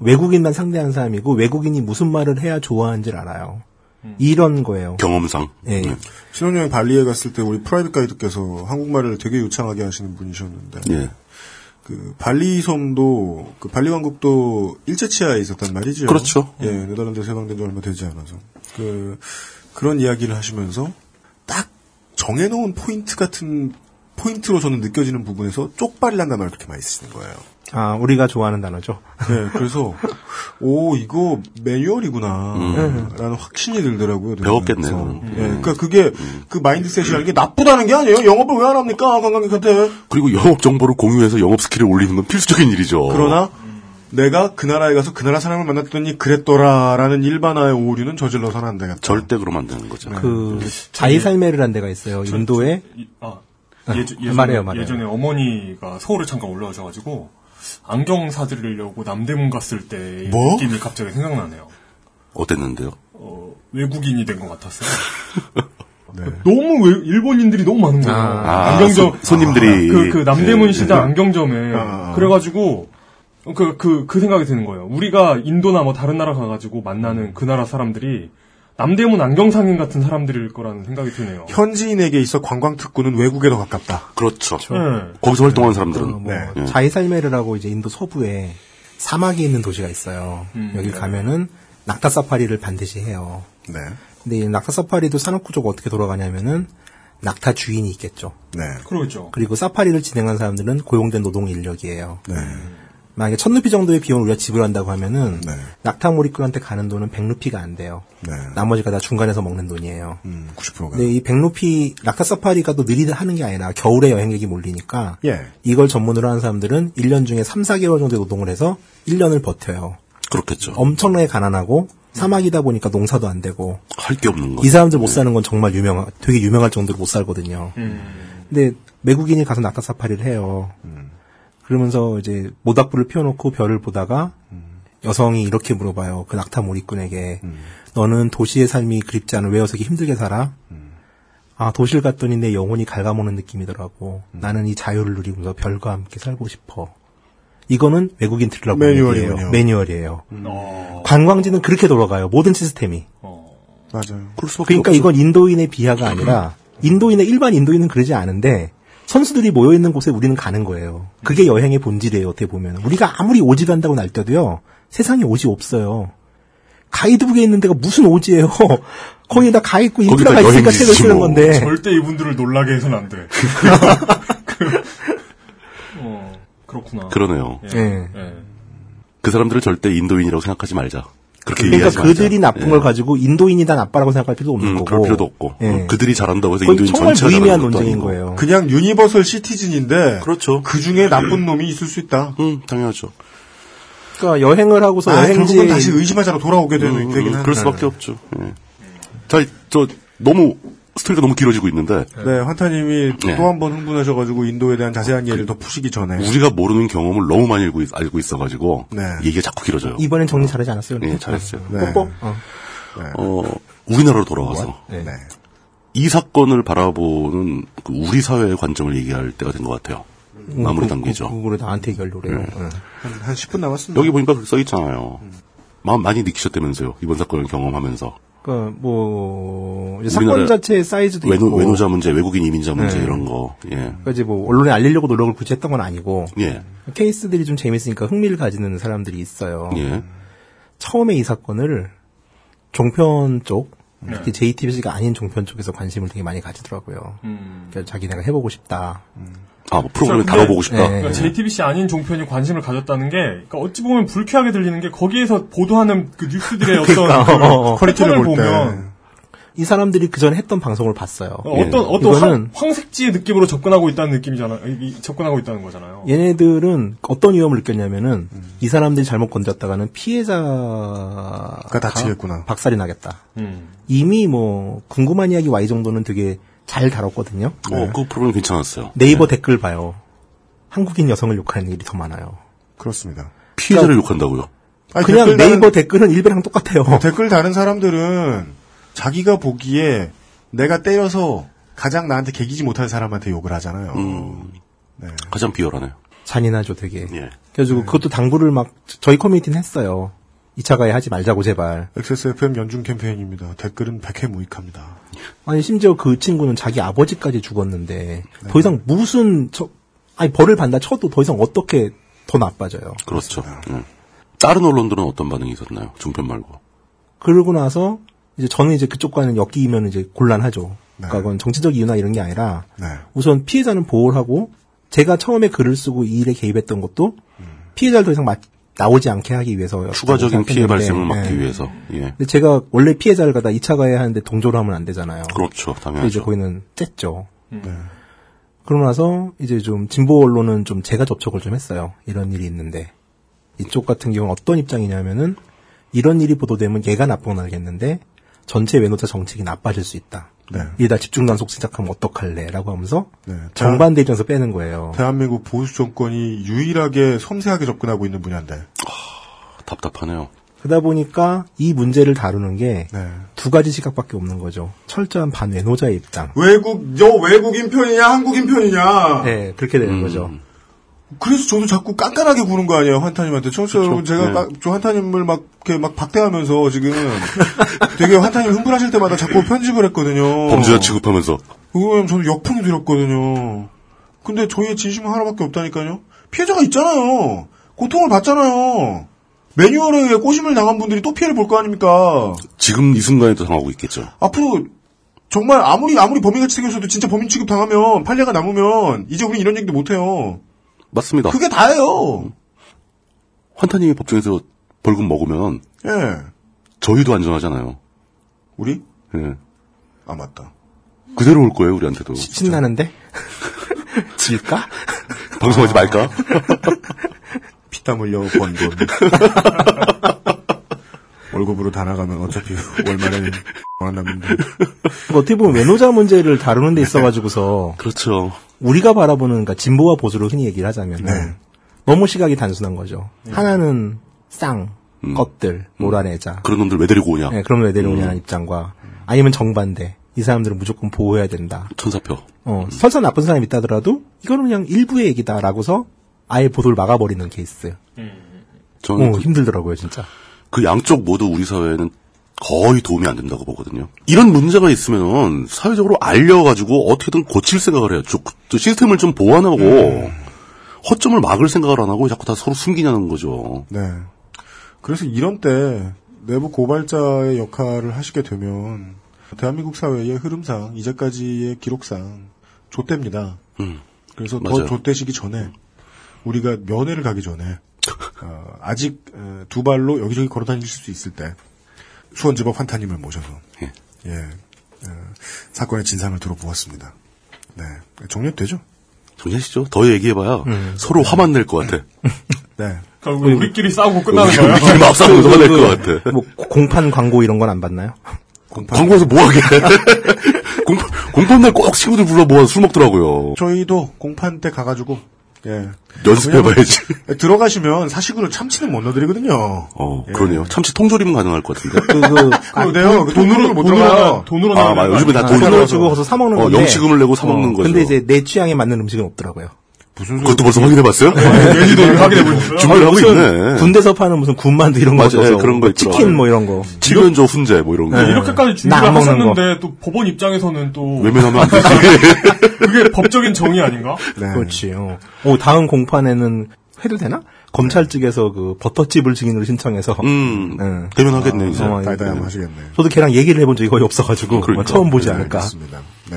외국인만 상대하는 사람이고 외국인이 무슨 말을 해야 좋아하는지를 알아요. 이런 거예요. 경험상. 예. 신혼여행 발리에 갔을 때 우리 프라이드 가이드께서 한국말을 되게 유창하게 하시는 분이셨는데 예. 그 발리 섬도 그 발리 왕국도 일제 치하에 있었단 말이죠. 그렇죠. 예, 네덜란드 해방된 지 얼마 되지 않아서 그 그런 이야기를 하시면서 딱 정해놓은 포인트 같은 포인트로 저는 느껴지는 부분에서 쪽발이란 단어를 그렇게 많이 쓰시는 거예요. 아, 우리가 좋아하는 단어죠. 네, 그래서 오 이거 매뉴얼이구나라는 확신이 들더라고요. 음. 배웠겠네요. 음. 들으면서. 예, 그러니까 그게 그 마인드셋이라는 게 나쁘다는 게 아니에요. 영업을 왜 안 합니까 관광객한테? 그리고 영업 정보를 공유해서 영업 스킬을 올리는 건 필수적인 일이죠. 그러나 내가 그 나라에 가서 그 나라 사람을 만났더니 그랬더라라는 일반화의 오류는 저질러서는 안 되겠다. 절대 그러면 안 되는 거죠. 그 자이살메르란 데가 있어요. 인도에 아, 어, 예전, 예전에, 말해요, 말해요. 예전에 어머니가 서울을 잠깐 올라오셔가지고 안경 사드리려고 남대문 갔을 때의 뭐? 느낌이 갑자기 생각나네요. 어땠는데요? 어, 외국인이 된 것 같았어요. 너무 외- 일본인들이 너무 많은 거예요. 아, 안경점 손- 손님들이. 아, 그, 그 남대문 예, 시장 예. 안경점에 그래가지고 그 그 그 생각이 드는 거예요. 우리가 인도나 뭐 다른 나라 가가지고 만나는 그 나라 사람들이 남대문 안경상인 같은 사람들일 거라는 생각이 드네요. 현지인에게 있어 관광 특구는 외국에 더 가깝다. 그렇죠. 예. 거기서 활동하는 사람들은. 뭐 예. 자이살메르라고 이제 인도 서부에 사막이 있는 도시가 있어요. 음, 여기 네. 가면은 낙타 사파리를 반드시 해요. 네. 근데 이 낙타 사파리도 산업 구조가 어떻게 돌아가냐면은 낙타 주인이 있겠죠. 네. 그러겠죠. 그리고 사파리를 진행한 사람들은 고용된 노동 인력이에요. 만약에 천 루피 정도의 비용을 우리가 지불한다고 하면은 낙타 몰입꾼한테 가는 돈은 백 루피가 안 돼요. 네. 나머지가 다 중간에서 먹는 돈이에요. 음, 90%가. 근데 이 백루피 낙타 사파리가 또 느리 하는 게 아니라 겨울에 여행객이 몰리니까 예. 이걸 전문으로 하는 사람들은 1년 중에 3, 4개월 정도 노동을 해서 1년을 버텨요. 그렇겠죠. 엄청나게 가난하고 사막이다 보니까 농사도 안 되고 할 게 없는 거죠. 이 사람들 못 사는 건 정말 유명 되게 유명할 정도로 못 살거든요. 근데 외국인이 가서 낙타 사파리를 해요. 그러면서 이제 모닥불을 피워놓고 별을 보다가 여성이 이렇게 물어봐요. 그 낙타 몰입꾼에게 너는 도시의 삶이 그립지 않은 외어서기 힘들게 살아? 아 도시를 갔더니 내 영혼이 갉아먹는 느낌이더라고. 나는 이 자유를 누리면서 별과 함께 살고 싶어. 이거는 외국인 들으라고 매뉴얼이군요. 얘기예요. 매뉴얼이에요. 음. 어. 관광지는 그렇게 돌아가요. 모든 시스템이. 맞아요. 그러니까 이건 인도인의 비하가 아니라 인도인의 일반 인도인은 그러지 않은데 선수들이 모여 있는 곳에 우리는 가는 거예요. 그게 여행의 본질이에요. 어떻게 보면 우리가 아무리 오지 간다고 날뛰도요 세상에 오지 없어요. 가이드북에 있는 데가 무슨 오지예요? 거기에다 가 있고 인프라가 있으니까 책을 쓰는 뭐. 건데. 절대 이분들을 놀라게 해서는 안 돼. 그- 어, 그렇구나. 그러네요. 예. 예. 예. 그 사람들을 절대 인도인이라고 생각하지 말자. 그렇게 이해하지 그러니까 그들이 말자. 나쁜 걸 가지고 인도인이다 나빠라고 생각할 필요도 없는 음, 거고. 그럴 필요도 없고. 예. 그들이 잘한다고 해서 그건 인도인 정말 전체가 무의미한 잘하는 것도 논쟁인 아니고. 거예요. 그냥 유니버설 시티즌인데 그렇죠. 그 중에 나쁜 놈이 있을 수 있다. 음, 당연하죠. 그러니까 여행을 하고서 아, 여행지 결국은 다시 의심하자로 돌아오게 되는 음, 되긴 음, 하는 그럴 수밖에 없죠. 예. 자, 저 너무 스토리가 너무 길어지고 있는데 네, 환타님이 네. 또 한 번 흥분하셔가지고 인도에 대한 자세한 예를 더 푸시기 전에 네. 우리가 모르는 경험을 너무 많이 알고, 있, 어가지고 네. 얘기가 자꾸 길어져요. 이번엔 정리 잘하지 않았어요? 예, 잘했어요. 네. 뽀뽀. 어. 어, 우리나라로 뭐? 돌아와서 네. 이 사건을 바라보는 그 우리 사회의 관점을 얘기할 때가 된 것 같아요. 마무리 단계죠. 네. 그, 그걸 나한테 결로래요. 네. 한, 한 10분 남았습니다. 여기 보니까 그렇게 써 있잖아요. 마음 많이 느끼셨다면서요. 이번 사건을 경험하면서. 그러니까 뭐 이제 우리나라 사건 자체의 사이즈도 외노, 있고 외노자 문제, 외국인 이민자 문제 네. 이런 거. 예. 그러니까 이제 뭐 언론에 알리려고 노력을 굳이 했던 건 아니고 예. 케이스들이 좀 재밌으니까 흥미를 가지는 사람들이 있어요. 예. 처음에 이 사건을 종편 쪽 네. 특히 JTBC가 아닌 종편 쪽에서 관심을 되게 많이 가지더라고요. 음. 그러니까 자기네가 해보고 싶다. 아, 뭐 프로그램을 근데 다뤄보고 싶다. 네. 그러니까 JTBC 아닌 종편이 관심을 가졌다는 게, 그러니까 어찌 보면 불쾌하게 들리는 게 거기에서 보도하는 그 뉴스들의 어떤 그러니까, 그 어, 어. 퀄리티를 퀄리티를 볼 보면 이 사람들이 그 전에 했던 방송을 봤어요. 어, 떤 어떤 황, 황색지의 느낌으로 접근하고 있다는 느낌이잖아, 이- 이- 접근하고 있다는 거잖아요. 예. 얘네들은 어떤 위험을 느꼈냐면은 이 사람들이 잘못 건졌다가는 피해자가 다치겠구나. 박살이 나겠다. 음. 이미 뭐 궁금한 이야기 Y 정도는 되게 잘 다뤘거든요. 네. 어, 그 프로그램 괜찮았어요. 네. 네이버 댓글 봐요. 한국인 여성을 욕하는 일이 더 많아요. 그렇습니다. 네. 피해자를 욕한다고요. 아니, 그냥 댓글 다는- 네. 네이버 댓글은 일베랑 똑같아요. 댓글 다는 사람들은 자기가 보기에 내가 때려서 가장 나한테 개기지 못할 사람한테 욕을 하잖아요. 음. 가장 비열하네요. 잔인하죠, 되게. 예. 네. 그래가지고 그것도 당부를 막 저희 커뮤니티는 했어요. 2차 가해 하지 말자고 제발. XSFM 연중 캠페인입니다. 댓글은 백회 무익합니다. 아니 심지어 그 친구는 자기 아버지까지 죽었는데 더 이상 무슨 저 아니 벌을 받나 쳐도 더 이상 어떻게 더 나빠져요. 그렇죠. 예. 다른 언론들은 어떤 반응이 있었나요? 중편 말고. 그러고 나서 이제 저는 이제 그쪽과는 엮이면 이제 네. 곤란하죠. 그러니까 그건 정치적 이유나 이런 게 아니라 네. 우선 피해자는 보호를 하고 제가 처음에 글을 쓰고 이 일에 개입했던 것도 피해자를 더 이상 마- 나오지 않게 하기 위해서 네, 네. 추가적인 피해 발생을 막기 위해서. 예. 근데 제가 원래 피해자를 갖다 2차 가해 하는데 동조를 하면 안 되잖아요. 그렇죠. 그래서 이제 당연하죠. 거기는 쨌죠. 네. 그러고 나서 이제 좀 진보 언론은 좀 제가 접촉을 좀 했어요. 이런 일이 있는데 이쪽 같은 경우는 어떤 입장이냐면은 이런 일이 보도되면 얘가 나쁜 건 알겠는데 전체 외노자 정책이 나빠질 수 있다. 네. 이다 집중 단속 시작하면 어떡할래라고 하면서 네. 정반대 입장에서 빼는 거예요. 대한민국 보수 정권이 유일하게 섬세하게 접근하고 있는 분야인데. 답답하네요. 그러다 보니까 이 문제를 다루는 게 두 네. 가지 시각밖에 없는 거죠. 철저한 반외노자의 입장. 외국 여 외국인 편이냐 한국인 편이냐. 네, 그렇게 되는 거죠. 그래서 저도 자꾸 깐깐하게 구는 거 아니에요 환타님한테 청취자 여러분 제가 네. 막, 저 환타님을 막 이렇게 막 박대하면서 지금 되게 환타님 흥분하실 때마다 자꾸 편집을 했거든요. 범죄자 취급하면서. 그거면 저는 역풍이 들었거든요. 근데 저희의 진심은 하나밖에 없다니까요. 피해자가 있잖아요. 고통을 받잖아요. 매뉴얼에 의해 꼬심을 당한 분들이 또 피해를 볼 거 아닙니까? 지금 이 순간에도 당하고 있겠죠. 앞으로 정말 아무리 아무리 범인같이 생겼어도 진짜 범인 취급 당하면 판례가 남으면 이제 우리 이런 얘기도 못해요. 맞습니다. 그게 다예요. 환타님이 법정에서 벌금 먹으면 예, 저희도 안전하잖아요. 우리 예. 아 맞다. 그대로 올 거예요, 우리한테도. 신나는데 질까? 방송하지 말까? 피땀 흘려 번 돈. 월급으로 다 나가면 어차피 월말에 안 남는데. 그러니까 어떻게 보면 외노자 문제를 다루는 데 있어가지고서 그렇죠. 우리가 바라보는 그러니까 진보와 보수를 흔히 얘기를 하자면 네. 너무 시각이 단순한 거죠. 하나는 쌍, 음. 것들, 몰아내자. 그런 놈들 왜 데리고 오냐. 네, 그럼 왜 내려오냐는 입장과 아니면 정반대. 이 사람들은 무조건 보호해야 된다. 천사표. 어, 설사 나쁜 사람이 있다더라도 이거는 그냥 일부의 얘기다라고서 아예 보도를 막아버리는 케이스. 저는 어, 그- 힘들더라고요, 진짜. 그 양쪽 모두 우리 사회에는 거의 도움이 안 된다고 보거든요. 이런 문제가 있으면 사회적으로 알려가지고 어떻게든 고칠 생각을 해요. 저- 저 시스템을 좀 보완하고 음. 허점을 막을 생각을 안 하고 자꾸 다 서로 숨기냐는 거죠. 네. 그래서 이런 때 내부 고발자의 역할을 하시게 되면 대한민국 사회의 흐름상 이제까지의 기록상 좆됩니다. 음. 그래서 더 맞아요. 좆되시기 전에 우리가 면회를 가기 전에 어, 아직 어, 두 발로 여기저기 걸어다닐 수 있을 때 수원지법 환타님을 모셔서 예. 어, 사건의 진상을 들어보았습니다. 네 정리되죠? 정리하시죠. 더 얘기해봐야 서로 화만 낼 것 같아. 네. 결국 우리끼리 싸우고 음. 끝나는 거야. 우리끼리 막 싸우고 화낼 것 같아. 뭐 고- 공판 광고 이런 건 안 봤나요? 음. 광고에서 뭐하게. 공판 날꼭 친구들 불러 모아서 술 먹더라고요. 저희도 공판 때 가가지고 예 연습해봐야지. 왜냐면 들어가시면 사식으로 참치는 못 넣어드리거든요. 어, 그러네요. 참치 통조림은 가능할 것 같은데. 그런데요. 돈으로 못 들어가요. 돈으로 아, 맞아. 요즘에 다 돈으로. 돈으로 주고 가서 사 먹는 어, 건데 영치금을 내고 사 먹는 어, 거죠. 근데 이제 내 취향에 맞는 음식은 없더라고요. 그것도 벌써 확인해봤어요? 네, 아니, 준비를 하고 무슨 뭐 있네. 군대에서 파는 무슨 군만두 이런 거 맞아요. 줘서 그런 거 있더라고요. 치킨 뭐 이런 거. 지면조 훈제 뭐 이런 거. 네. 이렇게까지 나안 준비를 먹는 하셨는데 또 법원 입장에서는 또 외면하면 안 되지. 네. 그게 법적인 정의 아닌가? 네. 그렇지. 어. 오, 다음 공판에는 해도 되나? 검찰 측에서 그 버터집을 증인으로 신청해서. 음. 네. 대면하겠네, 이제. 어, 다이다이 네. 하시겠네. 저도 걔랑 얘기를 해본 적이 거의 없어가지고 그러니까. 아마 처음 보지 네, 않을까. 알겠습니다. 네.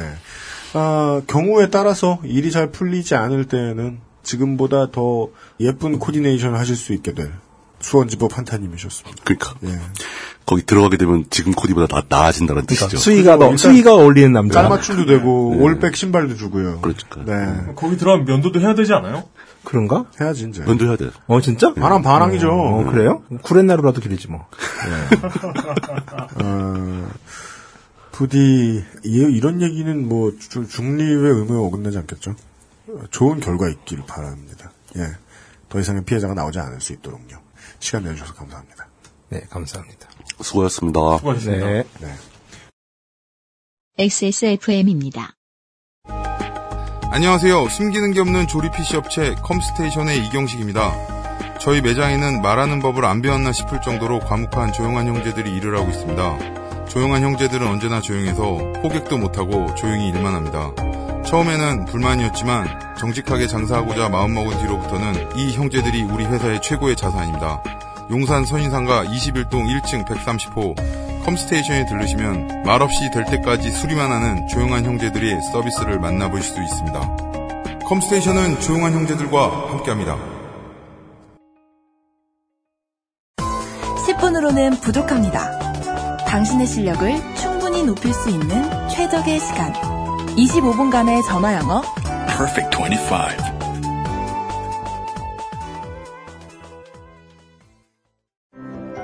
아, 경우에 따라서 일이 잘 풀리지 않을 때에는 지금보다 더 예쁜 코디네이션을 하실 수 있게 될 수원지법 한타님이셨습니다. 그러니까. 거기 들어가게 되면 지금 코디보다 나, 나아진다는 네. 그러니까 뜻이죠. 수위가 더 일단 수위가 어울리는 남자. 깔맞춤도 되고 올백 신발도 주고요. 그러니까. 네. 거기 들어가면 면도도 해야 되지 않아요? 그런가? 해야지 이제. 면도 해야 돼. 어 진짜? 반항 반항이죠. 어, 그래요? 구렛나루라도 길이지 뭐. 어, 부디 이- 이런 얘기는 뭐 주- 중립의 의무에 어긋나지 않겠죠. 어, 좋은 결과 있길 바랍니다. 예. 더 이상의 피해자가 나오지 않을 수 있도록요. 시간 내주셔서 감사합니다. 네, 감사합니다. 수고하셨습니다. 수고하셨습니다. 네. XSFM입니다. 안녕하세요. 숨기는 게 없는 조립 PC 업체 컴스테이션의 이경식입니다. 저희 매장에는 말하는 법을 안 배웠나 싶을 정도로 과묵한 조용한 형제들이 일을 하고 있습니다. 조용한 형제들은 언제나 조용해서 호객도 못하고 조용히 일만 합니다. 처음에는 불만이었지만 정직하게 장사하고자 마음먹은 뒤로부터는 이 형제들이 우리 회사의 최고의 자산입니다. 용산 선인상가 21동 1층 130호 컴스테이션에 들르시면 말없이 될 때까지 수리만 하는 조용한 형제들의 서비스를 만나보실 수 있습니다. 컴스테이션은 조용한 형제들과 함께합니다. 스푼으로는 부족합니다. 당신의 실력을 충분히 높일 수 있는 최적의 시간. 25분간의 전화 영어. Perfect 25.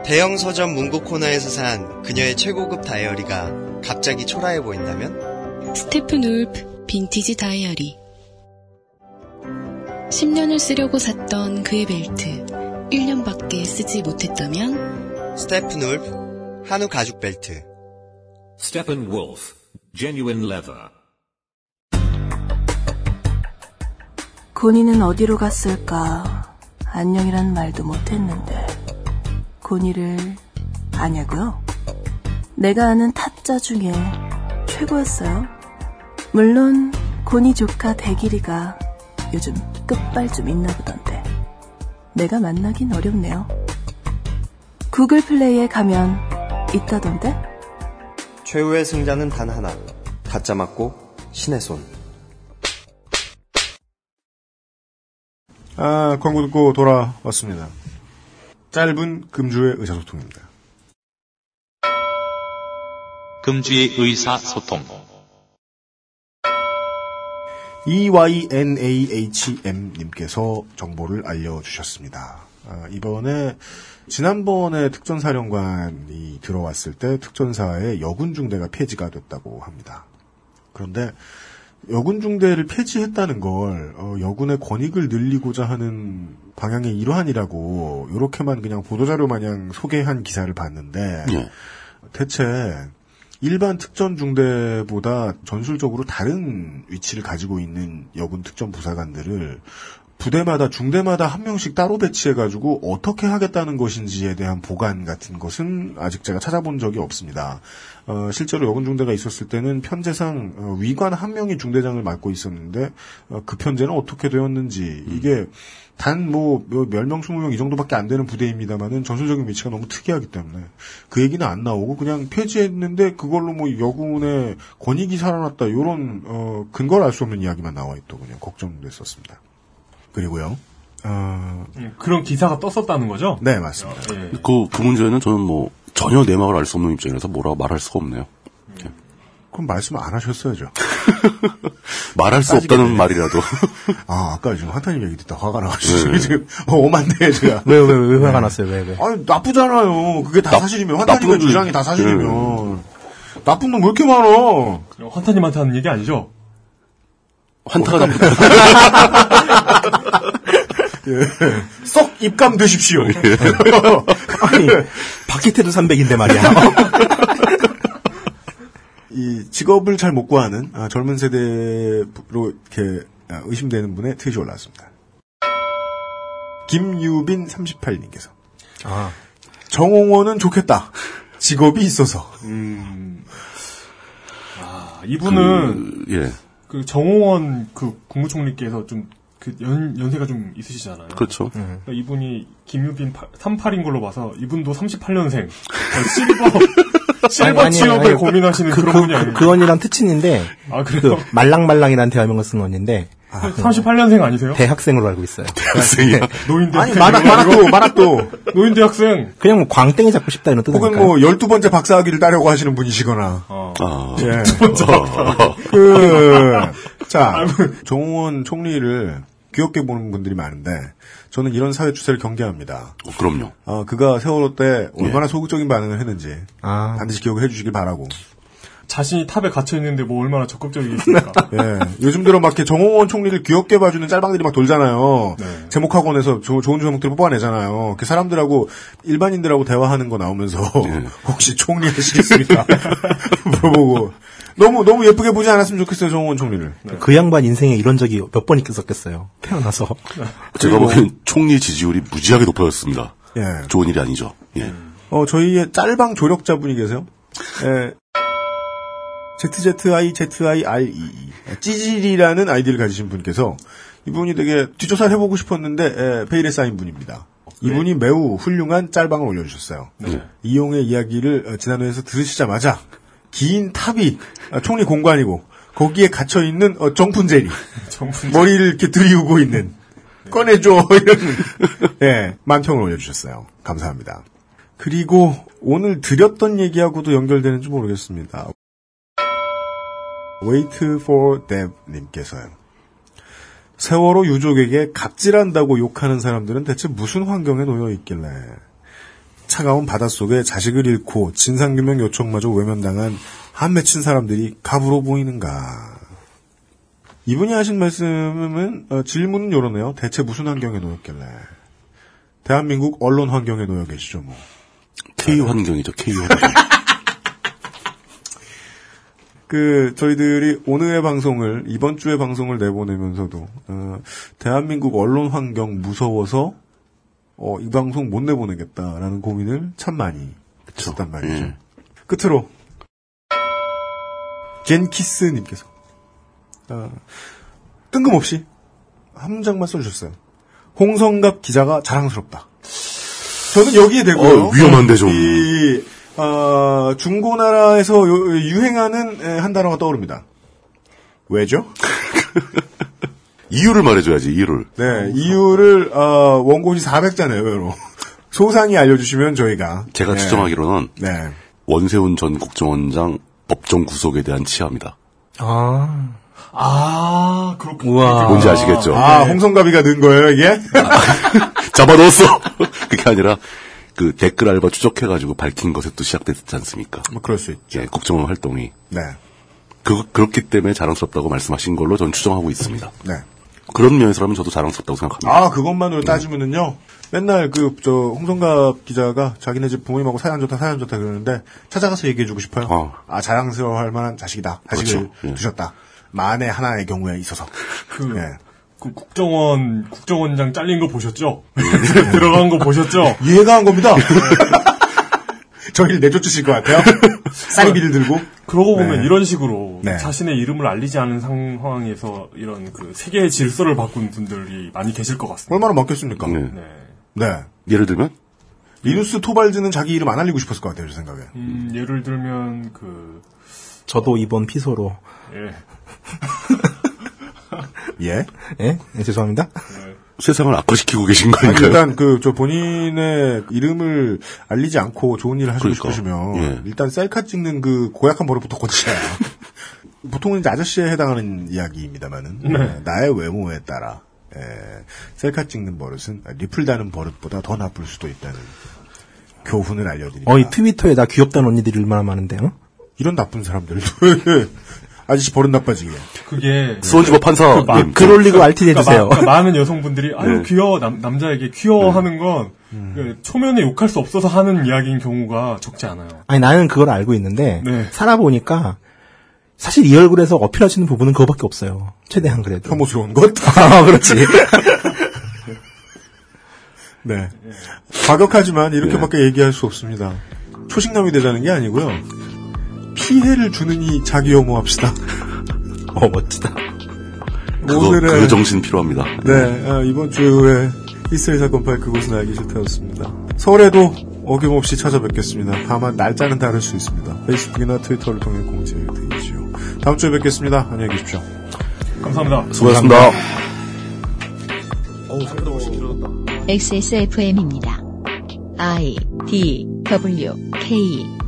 대형 서점 문구 코너에서 산 그녀의 최고급 다이어리가 갑자기 초라해 보인다면 스테픈 울프 빈티지 다이어리 10년을 쓰려고 샀던 그의 벨트 1년밖에 쓰지 못했다면 스테픈 울프 한우 가죽 벨트 Steppenwolf, genuine leather. 고니는 어디로 갔을까? 안녕이란 말도 못했는데. 고니를 아냐고요? 내가 아는 타짜 중에 최고였어요. 물론 고니 조카 대길이가 요즘 끝발 좀 있나 보던데. 내가 만나긴 어렵네요. 구글 플레이에 가면 있다던데? 최후의 승자는 단 하나 다짜 맞고 신의 손 아, 광고 듣고 돌아왔습니다. 짧은 금주의 의사소통입니다. 금주의 의사소통. E EYNAHM님께서 정보를 알려주셨습니다. 아, 이번에 지난번에 특전사령관이 들어왔을 때 특전사의 여군 중대가 폐지가 됐다고 합니다. 그런데 여군 중대를 폐지했다는 걸 어, 여군의 권익을 늘리고자 하는 방향의 일환이라고 이렇게만 그냥 보도자료 마냥 소개한 기사를 봤는데 예. 대체 일반 특전 중대보다 전술적으로 다른 위치를 가지고 있는 여군 특전 부사관들을 부대마다 중대마다 한 명씩 따로 배치해가지고 어떻게 하겠다는 것인지에 대한 보관 같은 것은 아직 제가 찾아본 적이 없습니다. 어, 실제로 여군 중대가 있었을 때는 편제상 어, 위관 한 명이 중대장을 맡고 있었는데 어, 그 편제는 어떻게 되었는지 이게 단뭐 10명, 20명 이 정도밖에 안 되는 부대입니다만은 전술적인 위치가 너무 특이하기 때문에 그 얘기는 안 나오고 그냥 폐지했는데 그걸로 뭐 여군의 권익이 살아났다 이런 어, 근거를 알 수 없는 이야기만 나와 있더군요. 걱정됐었습니다. 그리고요. 어, 음, 그런 기사가 떴었다는 거죠? 네, 맞습니다. 예. 그, 그 문제는 저는 뭐 전혀 내막을 알 수 없는 입장이라서 뭐라고 말할 수가 없네요. 그럼 말씀 안 하셨어야죠. 말할 수 따지게 없다는 되네. 말이라도. 아, 아까 지금 한타님 얘기 듣다 화가 네. 나가지고 지금 어, 오만데 제가. 왜요, 왜요, 왜 화가 났어요, 왜, 왜? 아니 나쁘잖아요. 그게 다 나- 네. 사실이면 나쁜 환타님의 놈들. 주장이 다 사실이면 나쁜 놈 왜 이렇게 많아? 환타님한테 하는 얘기 아니죠? 환타가 예. 썩 입감 되십시오. 예. 아니, 박희태도 300인데 말이야. 이 직업을 잘 못 구하는 아, 젊은 세대로 이렇게 아, 의심되는 분의 트윗이 올라왔습니다. 김유빈 38님께서 아. 정홍원은 좋겠다. 직업이 있어서. 아, 이분은 음. 그, 예. 그 정호원 그 국무총리께서 좀 그 연, 연세가 좀 있으시잖아요. 그렇죠. 네. 그러니까 이분이 김유빈 38인 걸로 봐서 이분도 38년생. 어, 실버, 실버 취업을 고민하시는 그, 런 분이 아니에요. 그 언니랑 특친인데 아, 그래요? 아, 그 말랑말랑이라는 대화명을 쓴 언니인데 38년생 아니세요? 대학생으로 알고 있어요. 대학생이야. 네. 노인 아니, 대학생. 마락, 마락도, 마락도. 노인 대학생. 그냥 뭐 광땡이 잡고 싶다 이런 뜻 혹은 아닐까요? 뭐 12번째 박사학위를 따려고 하시는 분이시거나. 아. 예. 번째 박사. 그, 자, 정원 그 총리를 귀엽게 보는 분들이 많은데, 저는 이런 사회 추세를 경계합니다. 어, 그럼요. 아, 그가 세월호 때 얼마나 소극적인 반응을 했는지, 아. 반드시 기억을 해주시길 바라고. 자신이 탑에 갇혀 있는데 뭐 얼마나 적극적이겠습니까? 예. 요즘 들어 막 이렇게 정홍원 총리를 귀엽게 봐주는 짤방들이 막 돌잖아요. 제목학원에서 조- 좋은 제목들을 뽑아내잖아요. 그 사람들하고 일반인들하고 대화하는 거 나오면서 혹시 총리 하시겠습니까? 물어보고 너무 너무 예쁘게 보지 않았으면 좋겠어요 정홍원 총리를. 그 양반 인생에 이런 적이 몇 번 있었겠어요. 태어나서. 제가 보기엔 총리 지지율이 무지하게 높아졌습니다. 예. 좋은 일이 아니죠. 예. 어 저희의 짤방 조력자분이 계세요. 예. ZZIZIREE. E 찌질이라는 아이디를 가지신 분께서 이분이 되게 뒷조사를 해보고 싶었는데, 에, 페일에 쌓인 분입니다. 이분이 매우 훌륭한 짤방을 올려주셨어요. 이용의 이야기를 어, 지난회에서 들으시자마자, 긴 탑이 어, 총리 공관이고, 거기에 갇혀있는 어, 정푼제리. 머리를 이렇게 들이우고 있는, 꺼내줘! 이런, 예, 만평을 올려주셨어요. 감사합니다. 그리고 오늘 드렸던 얘기하고도 연결되는지 모르겠습니다. Wait for Deb 님께서요. 세월호 유족에게 갑질한다고 욕하는 사람들은 대체 무슨 환경에 놓여 있길래 차가운 바닷속에 자식을 잃고 진상규명 요청마저 외면당한 한 맺힌 사람들이 갑으로 보이는가. 이분이 하신 말씀은 어, 질문은 요러네요. 대체 무슨 환경에 놓였길래. 대한민국 언론 환경에 놓여 계시죠 뭐. K 환경이죠. K 환경. 그 저희들이 오늘의 방송을 이번 주의 방송을 내보내면서도 어, 대한민국 언론 환경 무서워서 어, 이 방송 못 내보내겠다라는 고민을 참 많이 했단 말이죠. 예. 끝으로 젠키스님께서 어, 뜬금없이 한 문장만 써주셨어요. 홍성갑 기자가 자랑스럽다. 저는 여기에 대고요. 어, 위험한데, 좀. 이 어, 중고나라에서 요- 유행하는 에, 한 단어가 떠오릅니다. 왜죠? 이유를 말해줘야지, 이유를. 네, 이유를 어, 원고지 400자네요. 로 소상히 알려주시면 저희가 제가 네. 추정하기로는 네. 원세훈 전 국정원장 법정 구속에 대한 치하입니다. 아. 아, 그렇군요. 네. 뭔지 아시겠죠? 아, 홍성갑이가 넣은 거예요, 이게? 잡아넣었어! 그게 아니라 그 댓글 알바 추적해가지고 밝힌 것에 또 시작됐지 않습니까? 뭐 그럴 수 있죠. 예, 국정원 활동이. 네. 그, 그렇기 때문에 자랑스럽다고 말씀하신 걸로 전 추정하고 있습니다. 네. 그런 면에서라면 저도 자랑스럽다고 생각합니다. 아, 네. 그것만으로 따지면은요. 맨날 그, 저, 홍성갑 기자가 자기네 집 부모님하고 사연 좋다, 사연 좋다 그러는데 찾아가서 얘기해주고 싶어요. 어. 아, 자랑스러워 할 만한 자식이다. 자식을 그렇죠. 예. 두셨다. 만에 하나의 경우에 있어서. 그 예. 그 국정원 국정원장 잘린 거 보셨죠? 들어간 거 보셨죠? 이해가 한 겁니다. 저희를 내쫓으실 것 같아요. 쌀비를 들고. 그러고 네. 보면 이런 식으로 네. 자신의 이름을 알리지 않은 상황에서 이런 그 세계의 질서를 바꾼 분들이 많이 계실 것 같습니다. 얼마나 많겠습니까? 네. 네. 예를 들면? 리누스 토발즈는 자기 이름 안 알리고 싶었을 것 같아요, 제 생각에. 음, 예를 들면 그 저도 이번 피소로. 예. 예? 예? 예, 죄송합니다. 세상을 악화시키고 계신 아니, 거니까요. 일단 그 저 본인의 이름을 알리지 않고 좋은 일을 하시고 싶으시면 일단 셀카 찍는 그 고약한 버릇부터 고치셔야 해요. 보통은 이제 아저씨에 해당하는 이야기입니다만은 네. 나의 외모에 따라 예, 셀카 찍는 버릇은 리플 다는 버릇보다 더 나쁠 수도 있다는 교훈을 알려드립니다. 어이 트위터에 나 귀엽다는 언니들이 얼마나 많은데요? 이런 나쁜 사람들도 아저씨 버릇 나빠지게. 그게 수원지법 뭐 판사 예. 그 마- 님. 글 올리고 RT 그러니까 네. 마- 해주세요. 그러니까 많은 여성분들이 아유 네. 음. 귀여워 남, 남자에게 귀여워 하는 건 그 초면에 욕할 수 없어서 하는 이야기인 경우가 적지 않아요. 아니 나는 그걸 알고 있는데 네. 살아보니까 사실 이 얼굴에서 어필하시는 부분은 그거밖에 없어요. 최대한 그래도. 혐오스러운 것? 아, 그렇지. 네. 과격하지만 이렇게밖에 얘기할 수 없습니다. 초식남이 되자는 게 아니고요. 피해를 주느니 자기 혐오합시다. 어, 멋지다. 그거, 오늘은- 그 정신 필요합니다. 네, 아, 이번 주에 이스라엘 사건 파일 그곳은 알기 싫다였습니다. 서울에도 어김없이 찾아뵙겠습니다. 다만 날짜는 다를 수 있습니다. 페이스북이나 트위터를 통해 공지해드리지요. 다음 주에 뵙겠습니다. 안녕히 계십시오. 감사합니다. 수고하셨습니다. 어우, 뭐 생각보다 훨씬 길어졌다. XSFM입니다. I D W K